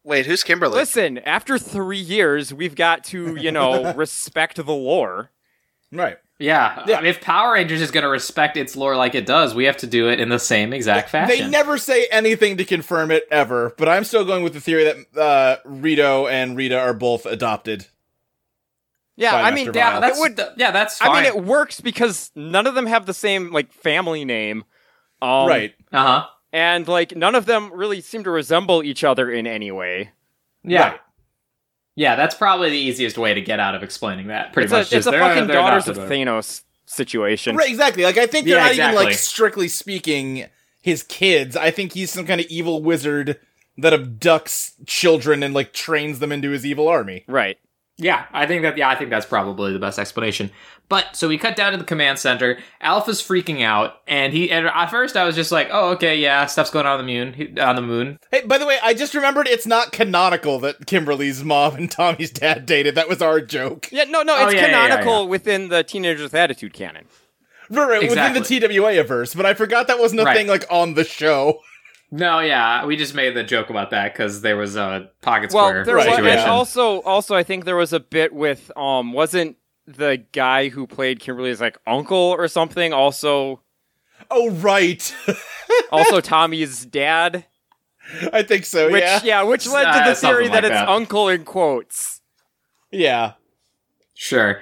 Speaker 4: Wait, who's Kimberly?
Speaker 6: Listen, after 3 years, we've got to,
Speaker 3: [LAUGHS]
Speaker 6: you know, respect the lore.
Speaker 5: Right.
Speaker 3: Yeah.
Speaker 5: Yeah.
Speaker 3: If Power Rangers is going to respect its lore like it does, we have to do it in the same exact fashion.
Speaker 5: They never say anything to confirm it ever, but I'm still going with the theory that uh, Rito and Rita are both adopted.
Speaker 6: Yeah,
Speaker 5: By
Speaker 6: I
Speaker 5: Mr.
Speaker 6: mean,
Speaker 5: Vile.
Speaker 3: yeah, that's
Speaker 6: It would-
Speaker 3: yeah, that's fine.
Speaker 6: I mean, it works because none of them have the same like family name, um,
Speaker 5: right.
Speaker 3: uh huh.
Speaker 6: And like none of them really seem to resemble each other in any way.
Speaker 3: Yeah.
Speaker 5: Right.
Speaker 3: Yeah, that's probably the easiest way to get out of explaining that. Pretty
Speaker 6: it's
Speaker 3: much,
Speaker 6: a, it's
Speaker 3: just
Speaker 6: a
Speaker 3: they're-
Speaker 6: fucking
Speaker 3: they're
Speaker 6: daughters
Speaker 3: not
Speaker 6: of
Speaker 3: the-
Speaker 6: Thanos situation.
Speaker 5: Right, exactly. Like I think they're
Speaker 3: Yeah,
Speaker 5: not even
Speaker 3: exactly.
Speaker 5: like strictly speaking his kids. I think he's some kind of evil wizard that abducts children and like trains them into his evil army.
Speaker 6: Right.
Speaker 3: Yeah, I think that yeah, I think that's probably the best explanation. But so we cut down to the command center. Alpha's freaking out, and he and at first I was just like, oh okay, yeah, stuff's going on the moon on the moon.
Speaker 5: Hey, by the way, I just remembered it's not canonical that Kimberly's mom and Tommy's dad dated. That was our joke.
Speaker 6: Yeah. No. No.
Speaker 3: Oh,
Speaker 6: It's
Speaker 3: yeah, yeah, yeah,
Speaker 6: canonical
Speaker 3: yeah.
Speaker 6: within the teenagers with attitude canon.
Speaker 5: Right, right,
Speaker 3: Exactly.
Speaker 5: within the TWA verse, but I forgot that wasn't a
Speaker 3: Right.
Speaker 5: thing like on the show.
Speaker 3: No, yeah, we just made the joke about that because there was a pocket
Speaker 6: Well,
Speaker 3: square
Speaker 6: there
Speaker 5: Right,
Speaker 6: was,
Speaker 3: situation.
Speaker 6: and also, also, I think there was a bit with um, wasn't the guy who played Kimberly's like uncle or something also
Speaker 5: Oh, right. [LAUGHS]
Speaker 3: [LAUGHS]
Speaker 6: also Tommy's dad,
Speaker 5: I think so.
Speaker 6: which
Speaker 5: yeah.
Speaker 6: yeah, which led to
Speaker 3: Uh,
Speaker 6: the theory
Speaker 3: something
Speaker 6: that
Speaker 3: like
Speaker 6: it's
Speaker 3: that.
Speaker 6: uncle in quotes.
Speaker 5: Yeah.
Speaker 3: Sure.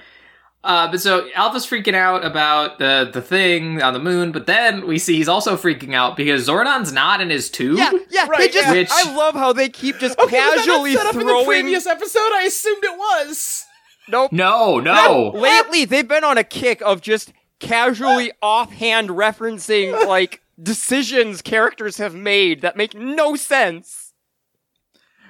Speaker 3: Uh, but so Alpha's freaking out about the the thing on the moon, but then we see he's also freaking out because Zordon's not in his tube.
Speaker 6: Yeah, yeah. They
Speaker 5: Right,
Speaker 6: just,
Speaker 3: yeah. Which-
Speaker 6: I love how they keep just
Speaker 5: Okay, was that not
Speaker 6: casually
Speaker 5: set up in the
Speaker 6: throwing.
Speaker 5: previous episode. I assumed it was.
Speaker 6: Nope.
Speaker 3: No,
Speaker 6: No,
Speaker 3: no.
Speaker 6: Lately, they've been on a kick of just casually offhand referencing like decisions characters have made that make no sense.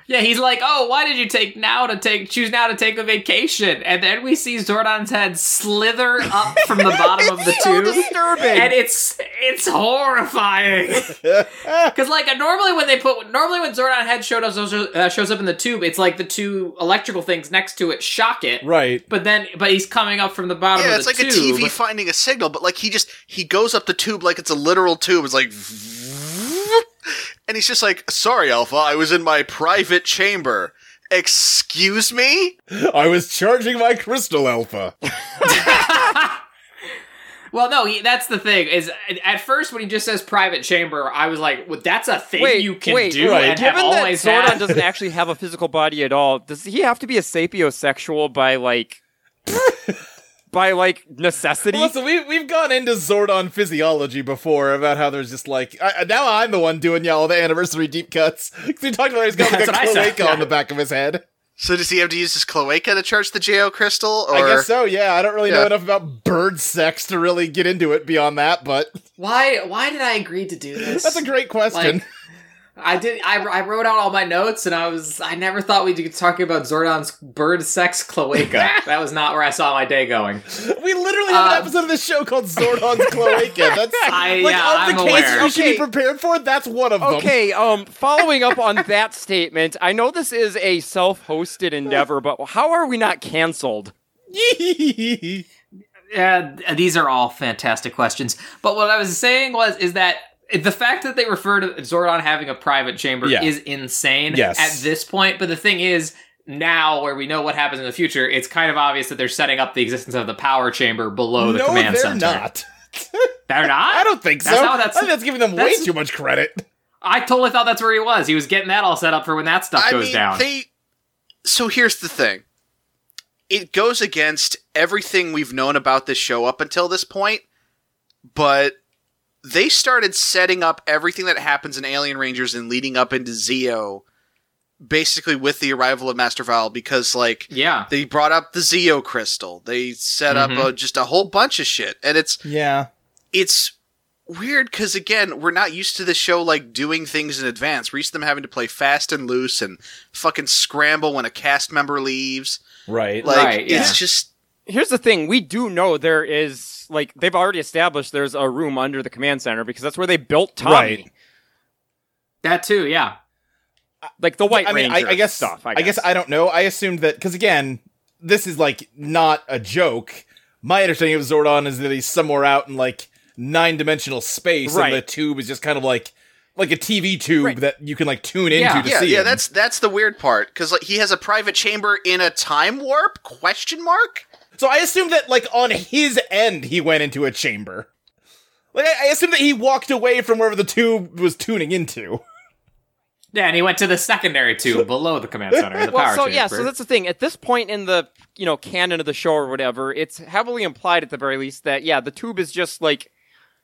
Speaker 3: Yeah, he's like, oh, why did you take now to take choose now to take a vacation? And then we see Zordon's head slither up from
Speaker 4: [LAUGHS]
Speaker 3: the bottom
Speaker 5: [LAUGHS]
Speaker 3: of the
Speaker 6: so
Speaker 3: tube.
Speaker 6: disturbing.
Speaker 3: And it's it's
Speaker 4: [LAUGHS]
Speaker 3: horrifying. Because like normally when they put normally when Zordon head showed us uh, shows up in the tube, it's like the two electrical things next to it shock it.
Speaker 5: [LAUGHS] Right.
Speaker 3: But then but he's coming up from the bottom.
Speaker 4: Yeah,
Speaker 3: of
Speaker 4: it's
Speaker 3: the
Speaker 4: like a
Speaker 3: tube.
Speaker 4: TV finding a signal, but like he just he goes up the tube like it's a literal tube. It's like, and he's just like, "Sorry, Alpha, I was in my private chamber." Excuse me?
Speaker 5: I was charging my crystal alpha.
Speaker 3: Well, no, he, that's the thing. Is at- at first when he just says private chamber, I was like, well, that's a thing
Speaker 6: Wait,
Speaker 3: you can
Speaker 6: wait,
Speaker 3: do.
Speaker 5: right.
Speaker 3: and have
Speaker 6: Given that
Speaker 3: always
Speaker 6: Zordon
Speaker 3: had.
Speaker 6: doesn't actually have a physical body at all, does he have to be a sapiosexual
Speaker 3: [LAUGHS]
Speaker 6: by like by like necessity?
Speaker 5: Listen, we we've gone into Zordon physiology before about how there's just like I, I- now I'm the one doing y'all the anniversary deep cuts [LAUGHS] 'Cause we talked about he's got like
Speaker 3: That's
Speaker 5: a
Speaker 3: what I said,
Speaker 5: cloaca
Speaker 3: yeah. [LAUGHS]
Speaker 5: on the back of his head.
Speaker 4: So does he have to use his cloaca to charge the Jo crystal? Or
Speaker 5: I guess so. Yeah, I don't really know
Speaker 4: Yeah.
Speaker 5: enough about bird sex to really get into it beyond that, but
Speaker 3: Why? Why did I agree to do this?
Speaker 5: that's a great question.
Speaker 3: Like, I did. I, I wrote out all my notes, and I was. I never thought we'd be talking about Zordon's bird sex cloaca. [LAUGHS] that was not where I saw my day going.
Speaker 5: [LAUGHS] we literally have an
Speaker 3: uh,
Speaker 5: episode of this show
Speaker 3: [LAUGHS]
Speaker 5: called Zordon's cloaca. That's
Speaker 3: I-
Speaker 5: like
Speaker 3: yeah,
Speaker 5: of
Speaker 3: I'm
Speaker 5: the cases
Speaker 3: aware.
Speaker 5: you should be
Speaker 6: Okay.
Speaker 5: prepared for. That's one of [LAUGHS] them.
Speaker 6: Okay, um following up on that statement, I know this is a self-hosted endeavor, but how are we not canceled?
Speaker 5: Okay.
Speaker 3: Yeah, th- these are all fantastic questions. But what I was saying was is that the fact that they refer to Zordon having a private chamber
Speaker 5: Yeah.
Speaker 3: is insane
Speaker 5: Yes.
Speaker 3: at this point. But the thing is, now where we know what happens in the future, it's kind of obvious that they're setting up the existence of the power chamber below the
Speaker 5: no,
Speaker 3: command
Speaker 5: they're
Speaker 3: center.
Speaker 5: not.
Speaker 3: They're not.
Speaker 5: I don't think
Speaker 3: That's
Speaker 5: so.
Speaker 3: how that's-
Speaker 5: I think that's giving them way
Speaker 3: that's-
Speaker 5: too much credit.
Speaker 3: I totally thought that's where he was. He was getting that all set up for when that stuff
Speaker 4: I
Speaker 3: goes
Speaker 4: mean,
Speaker 3: down.
Speaker 4: they. So here's the thing. It goes against everything we've known about this show up until this point, but they started setting up everything that happens in Alien Rangers and leading up into Zeo, basically with the arrival of Master Vile, because like
Speaker 3: yeah.
Speaker 4: they brought up the Zeo crystal, they set up
Speaker 3: Mhm.
Speaker 4: a, just a whole bunch of shit, and it's
Speaker 5: Yeah.
Speaker 4: it's weird because again we're not used to the show like doing things in advance we're used to them having to play fast and loose and fucking scramble when a cast member leaves
Speaker 5: Right.
Speaker 4: like
Speaker 3: Right, yeah.
Speaker 4: it's just
Speaker 6: Here's the thing, we do know there is like they've already established there's a room under the command center because that's where they built Tommy.
Speaker 5: Right.
Speaker 3: That too, yeah.
Speaker 6: Like the White
Speaker 5: I mean, I,
Speaker 6: Ranger
Speaker 5: I guess
Speaker 6: stuff.
Speaker 5: I guess I don't know. I assumed that because again, this is like not a joke. My understanding of Zordon is that he's somewhere out in like nine dimensional space,
Speaker 6: Right.
Speaker 5: and the tube is just kind of like like a TV tube
Speaker 6: Right.
Speaker 5: that you can like tune into
Speaker 3: Yeah.
Speaker 5: to
Speaker 4: yeah
Speaker 5: see.
Speaker 4: yeah
Speaker 5: him.
Speaker 4: that's that's the weird part because like he has a private chamber in a time warp question mark
Speaker 5: so. I assumed that like on his end, he went into a chamber. Like I, I assumed that he walked away from wherever the tube was tuning into.
Speaker 3: Yeah, and he went to the secondary
Speaker 6: [LAUGHS]
Speaker 3: tube below the command center, the power
Speaker 6: well, so
Speaker 3: chamber.
Speaker 6: yeah, so that's the thing. At this point in the you know canon of the show or whatever, it's heavily implied at the very least that yeah, the tube is just like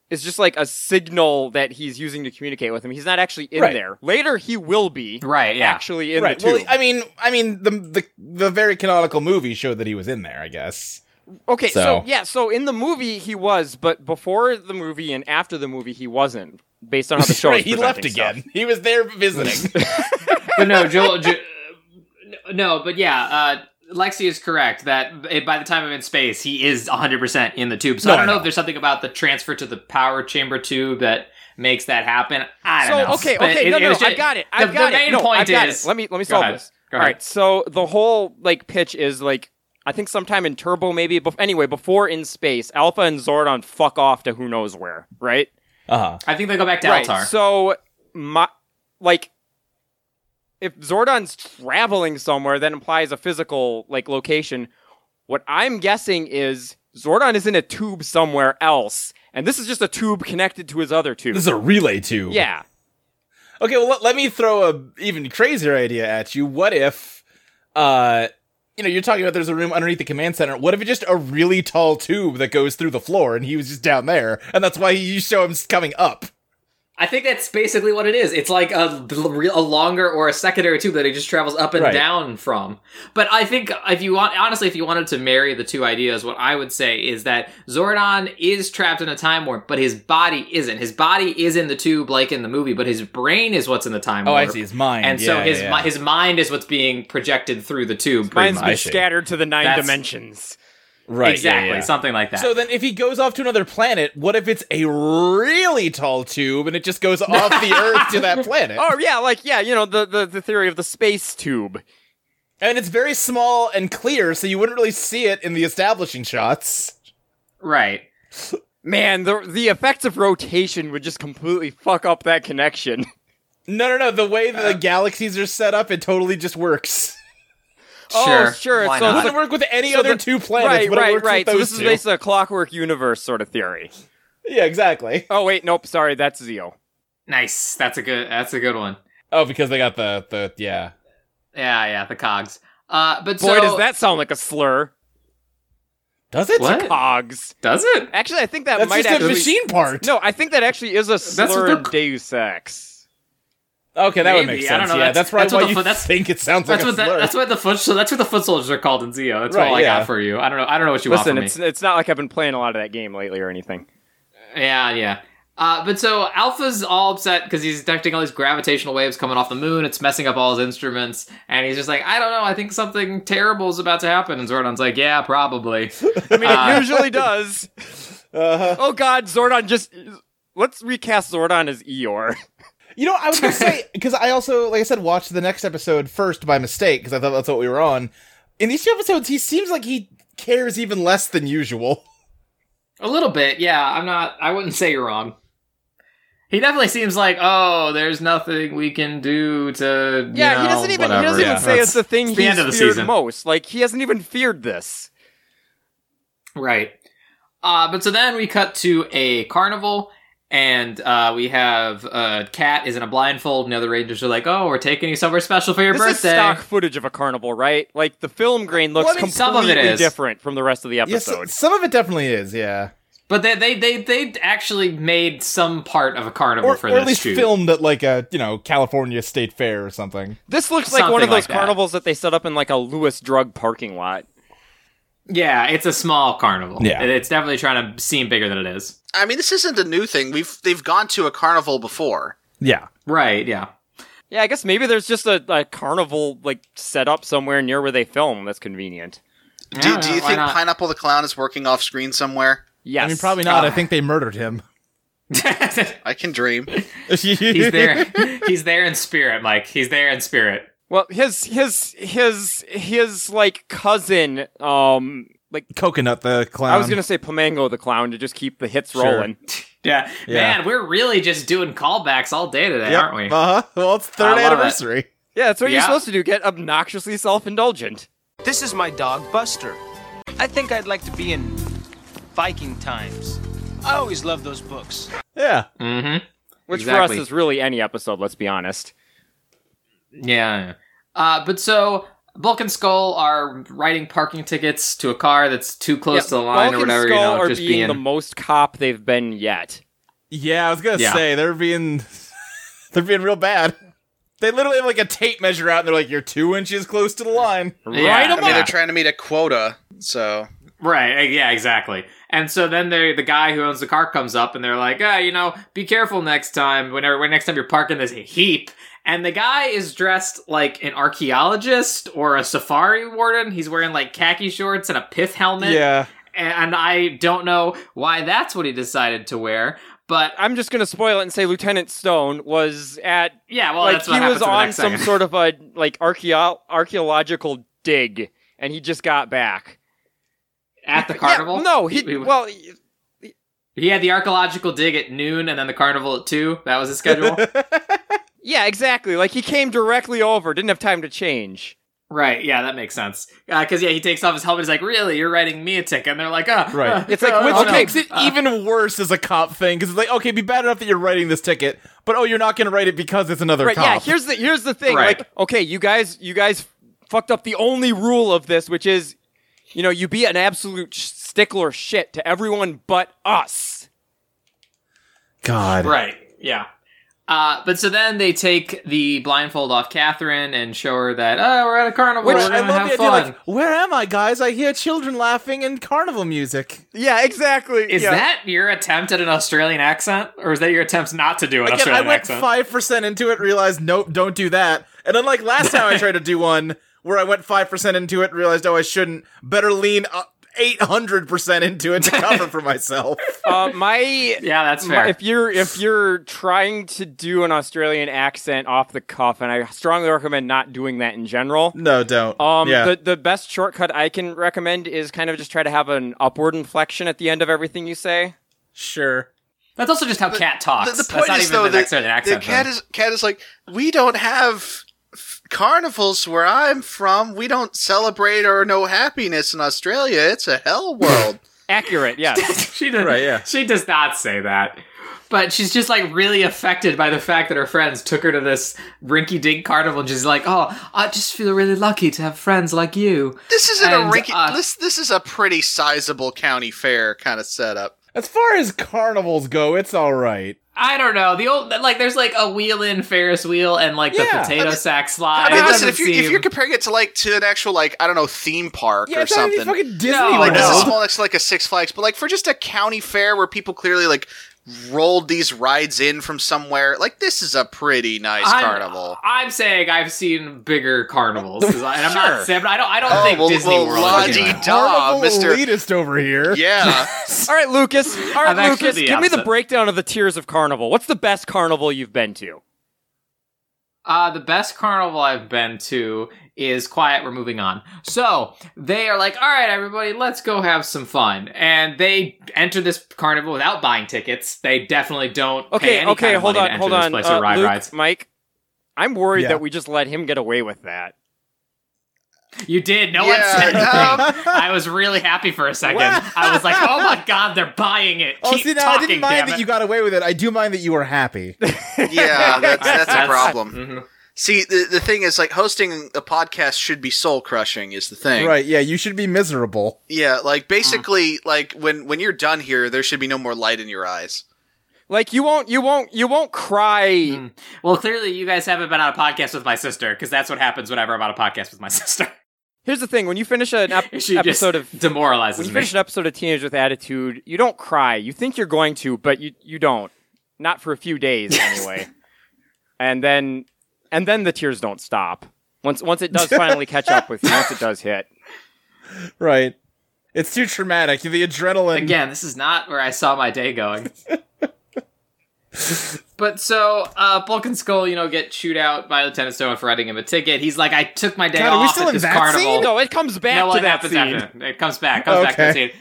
Speaker 6: is just like a signal that he's using to communicate with him. He's not actually in
Speaker 5: Right.
Speaker 6: there. Later, he will be
Speaker 3: right, yeah.
Speaker 6: [LAUGHS] actually in
Speaker 5: right.
Speaker 6: the tube.
Speaker 5: Well, I mean, I mean, the the the very canonical movie showed that he was in there. I guess.
Speaker 6: okay, so.
Speaker 5: so-
Speaker 6: yeah, so in the movie he was, but before the movie and after the movie he wasn't.
Speaker 3: [LAUGHS]
Speaker 6: Based on how the show,
Speaker 5: Right,
Speaker 6: is
Speaker 5: he left
Speaker 6: presenting stuff.
Speaker 5: again. He was there visiting.
Speaker 3: but no, Joel. Jo- no, but yeah, uh, Lexi is correct that by the time I'm in space, he is 100% in the tube. So
Speaker 5: No,
Speaker 3: I don't
Speaker 5: I
Speaker 3: know
Speaker 5: know.
Speaker 3: if there's something about the transfer to the power chamber tube that makes that happen. I don't
Speaker 6: so
Speaker 3: know.
Speaker 6: okay,
Speaker 3: But
Speaker 6: okay,
Speaker 3: it-
Speaker 6: no,
Speaker 3: it
Speaker 6: no,
Speaker 3: was
Speaker 6: no,
Speaker 3: ju-
Speaker 6: I got it.
Speaker 3: the-
Speaker 6: I got
Speaker 3: the
Speaker 6: it.
Speaker 3: main
Speaker 6: no,
Speaker 3: point
Speaker 6: I got
Speaker 3: is-
Speaker 6: it. Let me let me
Speaker 3: Go
Speaker 6: solve
Speaker 3: ahead.
Speaker 6: this.
Speaker 3: Go
Speaker 6: All
Speaker 3: ahead.
Speaker 6: right, so the whole like pitch is like I think sometime in Turbo, maybe. But anyway, before in space, Alpha and Zordon fuck off to who knows where, right?
Speaker 5: [LAUGHS] Uh-huh.
Speaker 3: I think they go back to
Speaker 6: right.
Speaker 3: Altar.
Speaker 6: So my like. If Zordon's traveling somewhere, that implies a physical like location. What I'm guessing is Zordon is in a tube somewhere else, and this is just a tube connected to his other tube.
Speaker 5: This is a relay [LAUGHS] tube.
Speaker 6: Yeah,
Speaker 5: Okay, well let, let me throw a even crazier idea at you. What if uh you know, you're talking about there's a room underneath the command center. What if it's just a really tall tube that goes through the floor and he was just down there and that's why you show him coming up?
Speaker 3: I think that's basically what it is. It's like a, a longer or a secondary tube that he just travels up and
Speaker 5: Right.
Speaker 3: down from. But I think if you want, honestly, if you wanted to marry the two ideas, what I would say is that Zordon is trapped in a time warp, but his body isn't. His body is in the tube like in the movie, but his brain is what's in the time
Speaker 5: Oh, I
Speaker 3: warp.
Speaker 5: see. His mind.
Speaker 3: And so
Speaker 5: Yeah,
Speaker 3: his
Speaker 5: yeah,
Speaker 3: mi-
Speaker 5: yeah.
Speaker 3: his mind is what's being projected through the tube. pretty
Speaker 6: Mine's
Speaker 3: much.
Speaker 5: I
Speaker 6: been
Speaker 5: see.
Speaker 6: scattered to the nine
Speaker 3: That's-
Speaker 6: dimensions.
Speaker 5: right. yeah,
Speaker 3: exactly,
Speaker 5: yeah.
Speaker 3: something like that.
Speaker 5: So then, if he goes off to another planet, what if it's a really tall tube and it just goes off [LAUGHS] the Earth to that planet?
Speaker 6: Oh yeah, like yeah, you know the, the the theory of the space tube.
Speaker 5: And it's very small and clear, so you wouldn't really see it in the establishing shots.
Speaker 3: right.
Speaker 6: Man, the the effects of rotation would just completely fuck up that connection. [LAUGHS]
Speaker 5: No, no, no. The way that the galaxies are set up, it totally just works.
Speaker 6: Oh
Speaker 3: Sure.
Speaker 6: sure,
Speaker 3: Why
Speaker 6: it's,
Speaker 5: [LAUGHS]
Speaker 6: so
Speaker 5: It
Speaker 3: not?
Speaker 6: it's
Speaker 5: doesn't
Speaker 6: like-
Speaker 5: work with any
Speaker 6: so
Speaker 5: other
Speaker 6: the-
Speaker 5: two planets,
Speaker 6: right,
Speaker 5: but it
Speaker 6: right,
Speaker 5: works
Speaker 6: right.
Speaker 5: with
Speaker 6: so
Speaker 5: those
Speaker 6: this is
Speaker 5: two.
Speaker 6: basically a clockwork universe sort of theory.
Speaker 5: yeah, exactly.
Speaker 6: Oh wait, nope, sorry, that's Zeo.
Speaker 3: Nice. That's a good. That's a good one.
Speaker 5: Oh, because they got the the yeah.
Speaker 3: Yeah, yeah. The cogs. Uh, but
Speaker 6: Boy,
Speaker 3: so,
Speaker 6: does that sound like a slur.
Speaker 5: Does it?
Speaker 3: What?
Speaker 6: Cogs.
Speaker 3: Does it?
Speaker 6: Actually, I think that
Speaker 5: That's
Speaker 6: might
Speaker 5: just the
Speaker 6: actually
Speaker 5: machine part.
Speaker 6: No, I think that actually is a
Speaker 3: what
Speaker 6: slur
Speaker 3: they're
Speaker 6: in
Speaker 3: c-
Speaker 6: Deus Ex.
Speaker 5: Okay, that would
Speaker 3: Maybe,
Speaker 5: make
Speaker 3: I
Speaker 5: sense.
Speaker 3: don't know,
Speaker 5: yeah,
Speaker 3: that's-
Speaker 5: that's, probably
Speaker 3: that's what
Speaker 5: why
Speaker 3: the
Speaker 5: you
Speaker 3: fu- that's-
Speaker 5: [LAUGHS] think it sounds
Speaker 3: That's
Speaker 5: like
Speaker 3: what
Speaker 5: a
Speaker 3: that,
Speaker 5: slur.
Speaker 3: that's what the foot so that's what the foot soldiers are called in Zio. That's
Speaker 5: Right,
Speaker 3: all I
Speaker 5: yeah.
Speaker 3: got for you. I don't know. I don't know what you
Speaker 6: Listen,
Speaker 3: want
Speaker 6: it's
Speaker 3: from
Speaker 6: it's not like I've been playing a lot of that game lately or anything.
Speaker 3: me. Yeah, yeah. Uh, but so Alpha's all upset because he's detecting all these gravitational waves coming off the moon. It's messing up all his instruments, and he's just like, I don't know. I think something terrible is about to happen. And Zordon's like, Yeah,
Speaker 6: [LAUGHS]
Speaker 3: probably.
Speaker 6: I mean,
Speaker 3: Uh,
Speaker 6: it usually does.
Speaker 5: Uh-huh.
Speaker 6: [LAUGHS] Oh God, Zordon just let's recast Zordon as Eeyore.
Speaker 5: You know, I was gonna [LAUGHS] say because I also, like I said, watched the next episode first by mistake because I thought that's what we were on. In these two episodes, he seems like he cares even less than usual.
Speaker 3: A little bit, yeah. I'm not. I wouldn't say you're wrong. He definitely seems like, oh, there's nothing we can do to. you
Speaker 6: Yeah, he
Speaker 3: know,
Speaker 6: doesn't even
Speaker 3: whatever."
Speaker 6: he doesn't
Speaker 5: Yeah,
Speaker 6: even say it's the thing
Speaker 3: the
Speaker 6: he's
Speaker 3: end of the
Speaker 6: feared
Speaker 3: season.
Speaker 6: most. Like he hasn't even feared this.
Speaker 3: Right. Uh, but so then we cut to a carnival, and uh, we have uh, Cat is in a blindfold, and the other Rangers are like, "Oh, we're taking you somewhere special for your
Speaker 6: this
Speaker 3: birthday."
Speaker 6: is stock footage of a carnival, right? Like the film grain looks
Speaker 3: Well, I mean, some of it
Speaker 6: completely
Speaker 3: is.
Speaker 6: different from the rest of the
Speaker 5: Yes,
Speaker 6: episode.
Speaker 5: some of it definitely is. Yeah,
Speaker 3: But they, they they they actually made some part of a carnival
Speaker 5: or,
Speaker 3: for
Speaker 5: or
Speaker 3: this
Speaker 5: at least
Speaker 3: shoot.
Speaker 5: filmed at like a you know California State Fair or something.
Speaker 6: This looks like one
Speaker 3: Something
Speaker 6: of
Speaker 3: like
Speaker 6: those
Speaker 3: that.
Speaker 6: carnivals that they set up in like a Lewis drug parking lot.
Speaker 3: Yeah, it's a small carnival.
Speaker 5: Yeah.
Speaker 3: And it's definitely trying to seem bigger than it is.
Speaker 4: I mean, this isn't a new thing. We've they've gone to a carnival before.
Speaker 5: Yeah,
Speaker 3: Right. Yeah.
Speaker 6: Yeah, I guess maybe there's just a, a carnival like set up somewhere near where they film that's convenient.
Speaker 4: Do,
Speaker 3: Yeah,
Speaker 4: do you
Speaker 3: why
Speaker 4: think
Speaker 3: not?
Speaker 4: Pineapple the Clown is working off screen somewhere?
Speaker 6: Yes.
Speaker 5: I mean probably not. I
Speaker 3: Ah.
Speaker 5: think they murdered him.
Speaker 4: I can dream.
Speaker 3: [LAUGHS]
Speaker 5: He's
Speaker 3: He's
Speaker 5: [LAUGHS]
Speaker 3: there. He's there in spirit, Mike. He's there in spirit.
Speaker 6: Well, his his his his like cousin um like
Speaker 5: Coconut the clown.
Speaker 6: I was going to say Pomango the clown to just keep the hits
Speaker 5: Um, Sure. [LAUGHS]
Speaker 6: rolling.
Speaker 3: Yeah.
Speaker 5: Yeah.
Speaker 3: man, we're really just doing callbacks all day today, aren't we?
Speaker 5: Uh huh. Well, it's third
Speaker 3: I love it.
Speaker 5: anniversary.
Speaker 6: Yeah, that's what you're
Speaker 3: Yeah.
Speaker 6: supposed to do, get obnoxiously self-indulgent.
Speaker 2: This is my dog, Buster. I think I'd like to be in Viking times. I always loved those books.
Speaker 5: Yeah.
Speaker 3: mm-hmm.
Speaker 6: Which
Speaker 3: Exactly.
Speaker 6: for us is really any episode, let's be honest.
Speaker 3: Yeah. Uh, but so Bulk and Skull are writing parking tickets to a car that's too close to the line
Speaker 6: Bulk
Speaker 3: or whatever.
Speaker 6: and
Speaker 3: You
Speaker 6: Skull
Speaker 3: know,
Speaker 6: are
Speaker 3: just
Speaker 6: being, the most cop they've been yet.
Speaker 5: Yeah, I was gonna
Speaker 3: Yeah.
Speaker 5: say they're being [LAUGHS] they're being real bad. They literally have like a tape measure out, and they're like, "You're two inches close to the line."
Speaker 3: Yeah. I
Speaker 6: Right
Speaker 4: I mean,
Speaker 6: about
Speaker 4: they're trying to meet a quota, so
Speaker 3: right. uh, Yeah, exactly. And so then they, the guy who owns the car comes up and they're like, ah, you know, be careful next time. Whenever, when next time you're parking this heap. And the guy is dressed like an archaeologist or a safari warden. He's wearing like khaki shorts and a pith helmet.
Speaker 5: Yeah,
Speaker 3: And I don't know why that's what he decided to wear. But
Speaker 6: I'm just going to spoil it and say Lieutenant Stone was at
Speaker 3: yeah, well,
Speaker 6: like
Speaker 3: Oh, that's what
Speaker 6: he
Speaker 3: happens
Speaker 6: was
Speaker 3: in the
Speaker 6: on
Speaker 3: next
Speaker 6: some
Speaker 3: second.
Speaker 6: sort of a like archeo- archaeological dig and he just got back.
Speaker 3: at the
Speaker 6: Yeah,
Speaker 3: carnival.
Speaker 6: no, he, well
Speaker 3: He had the archaeological dig at noon and then the carnival at 2. That was his schedule.
Speaker 6: yeah, exactly. Like he came directly over, didn't have time to change.
Speaker 3: right, yeah, that makes sense. Because, yeah, he takes off his helmet. He's like, Really? You're writing me a ticket? And they're like, Oh.
Speaker 5: Right.
Speaker 3: [LAUGHS] uh,
Speaker 6: It's like,
Speaker 3: oh,
Speaker 5: which
Speaker 3: oh, no."
Speaker 5: makes it
Speaker 3: Uh,
Speaker 5: even worse as a cop thing because it's like, okay, be bad enough that you're writing this ticket, but oh, you're not gonna write it because it's another
Speaker 6: right
Speaker 5: cop.
Speaker 6: yeah here's the here's the thing
Speaker 3: Right.
Speaker 6: like okay you guys you guys fucked up the only rule of this which is you know you be an absolute sh- stickler shit to everyone but us
Speaker 5: God.
Speaker 3: Right, yeah. Uh, but so then they take the blindfold off Catherine and show her that oh we're at a carnival
Speaker 5: Which
Speaker 3: we're
Speaker 5: I
Speaker 3: gonna have
Speaker 5: love the idea,
Speaker 3: fun.
Speaker 5: like, where am I, guys? I hear children laughing and carnival music.
Speaker 6: Yeah, exactly.
Speaker 3: is [LAUGHS]
Speaker 6: yeah.
Speaker 3: that your attempt at an Australian accent, or is that your attempt not to do an
Speaker 5: Again, I
Speaker 3: Australian
Speaker 5: went
Speaker 3: accent?
Speaker 5: five percent into it, realized nope, don't do that. And unlike last time I tried to do one where I went five percent into it, realized oh I shouldn't. Better lean eight hundred percent
Speaker 3: [LAUGHS]
Speaker 5: into it to cover for myself.
Speaker 6: Uh, my
Speaker 3: yeah, that's
Speaker 6: My-
Speaker 3: fair.
Speaker 6: If you're if you're trying to do an Australian accent off the cuff, and I strongly recommend not doing that in general.
Speaker 5: No, don't.
Speaker 6: Um,
Speaker 5: yeah.
Speaker 6: the the best shortcut I can recommend is kind of just try to have an upward inflection at the end of everything you say.
Speaker 5: sure.
Speaker 3: that's also just how cat talks.
Speaker 4: The, the
Speaker 3: that's
Speaker 4: point
Speaker 3: not
Speaker 4: is
Speaker 3: even
Speaker 4: though
Speaker 3: an
Speaker 4: that
Speaker 3: Australian accent.
Speaker 4: the cat
Speaker 3: thing.
Speaker 4: is cat is like we don't have f- carnivals where I'm from. We don't celebrate or know happiness in Australia. It's a
Speaker 3: [LAUGHS]
Speaker 4: hell world.
Speaker 6: Accurate, yes.
Speaker 3: she does,
Speaker 5: Right, yeah.
Speaker 3: She does not say that. But she's just like really affected by the fact that her friends took her to this rinky dink carnival and she's like, Oh, I just feel really lucky to have friends like you.
Speaker 4: this isn't
Speaker 3: And,
Speaker 4: a rinky.
Speaker 3: uh,
Speaker 4: this this is a pretty sizable county fair kind of setup.
Speaker 5: As far as carnivals go, it's all right.
Speaker 3: I don't know. The old like there's like a wheel in Ferris wheel and like
Speaker 5: Yeah,
Speaker 3: the potato
Speaker 4: I mean-
Speaker 3: sack slide.
Speaker 4: I mean,
Speaker 3: Uh, It
Speaker 4: listen,
Speaker 3: doesn't
Speaker 4: if you're, if
Speaker 3: seem-
Speaker 4: you're comparing it to like to an actual like I don't know theme park
Speaker 5: Yeah,
Speaker 4: or
Speaker 5: it's not
Speaker 4: something,
Speaker 5: even fucking Disney.
Speaker 3: No,
Speaker 4: like
Speaker 5: World.
Speaker 4: this is
Speaker 3: No.
Speaker 4: small next to like a Six Flags, but like for just a county fair where people clearly like rolled these rides in from somewhere, like this is a pretty nice
Speaker 3: I'm-
Speaker 4: carnival.
Speaker 3: I'm saying I've seen bigger carnivals, 'cause I- and I'm not saying, but I don't. I
Speaker 4: Oh,
Speaker 3: don't think Disney World.
Speaker 4: la
Speaker 3: is
Speaker 4: di
Speaker 3: bigger.
Speaker 4: da,
Speaker 5: Carnival
Speaker 4: Mister.
Speaker 5: elitist over here. [LAUGHS]
Speaker 4: Yeah,
Speaker 6: All right, Lucas. All
Speaker 3: I'm
Speaker 6: right,
Speaker 3: actually
Speaker 6: Lucas.
Speaker 3: the
Speaker 6: Give me the
Speaker 3: opposite.
Speaker 6: breakdown of the tiers of carnival. What's the best carnival you've been to?
Speaker 3: Uh, the best carnival I've been to is Quiet, We're Moving On. So they are like, all right, everybody, let's go have some fun. And they enter this carnival without buying tickets. They definitely don't. pay
Speaker 6: Okay,
Speaker 3: any
Speaker 6: okay,
Speaker 3: kind of
Speaker 6: hold
Speaker 3: money
Speaker 6: on,
Speaker 3: to
Speaker 6: hold
Speaker 3: enter
Speaker 6: on.
Speaker 3: This place or
Speaker 6: Uh,
Speaker 3: ride
Speaker 6: Luke,
Speaker 3: rides.
Speaker 6: Mike, I'm worried
Speaker 5: Yeah.
Speaker 6: that we just let him get away with that.
Speaker 3: You did. No
Speaker 4: Yeah,
Speaker 3: one said anything.
Speaker 5: no.
Speaker 3: I was really happy for a second.
Speaker 6: [LAUGHS]
Speaker 5: Wow.
Speaker 3: I was like, oh my god, they're buying it.
Speaker 5: Oh,
Speaker 3: Keep
Speaker 5: see, now I
Speaker 3: talking,
Speaker 5: didn't mind
Speaker 3: damn
Speaker 5: that
Speaker 3: it.
Speaker 5: you got away with it. I do mind that you
Speaker 3: [LAUGHS]
Speaker 5: were happy.
Speaker 4: yeah, that's, that's a
Speaker 3: That's-
Speaker 4: problem.
Speaker 3: Mhm.
Speaker 4: See, the, the thing is, like, hosting a podcast should be soul crushing, is the thing.
Speaker 5: right? Yeah, you should be miserable.
Speaker 4: Yeah, like, basically, like, when, when you're done here, there should be no more light in your eyes.
Speaker 6: Like you won't, you won't, you won't cry.
Speaker 3: Mm. Well, clearly you guys haven't been on a podcast with my sister because that's what happens whenever I'm on a podcast with my sister. [LAUGHS]
Speaker 6: Here's the thing: when you finish an ep-
Speaker 3: she [LAUGHS]
Speaker 6: episode
Speaker 3: just
Speaker 6: of
Speaker 3: demoralizes
Speaker 6: when you
Speaker 3: me.
Speaker 6: finish an episode of Teenage with Attitude, you don't cry. You think you're going to, but you you don't. Not for a few days anyway. and then and then the tears don't stop. Once once
Speaker 3: [LAUGHS]
Speaker 6: it does finally catch up with you, once it does hit.
Speaker 5: Right? It's too traumatic. The adrenaline.
Speaker 3: Again, this is not where I saw my day going. but so uh, Bulk and Skull, you know, get chewed out by Lieutenant Stone for writing him a ticket. He's like, I took my day
Speaker 5: God, are we
Speaker 3: off
Speaker 5: still
Speaker 3: at
Speaker 5: in
Speaker 3: this
Speaker 5: that
Speaker 3: carnival.
Speaker 5: scene? Oh,
Speaker 6: No, it comes back
Speaker 3: no,
Speaker 6: to
Speaker 3: it
Speaker 6: that
Speaker 3: happens
Speaker 6: scene.
Speaker 3: after. It comes back. Comes back to the
Speaker 5: Okay.
Speaker 3: scene.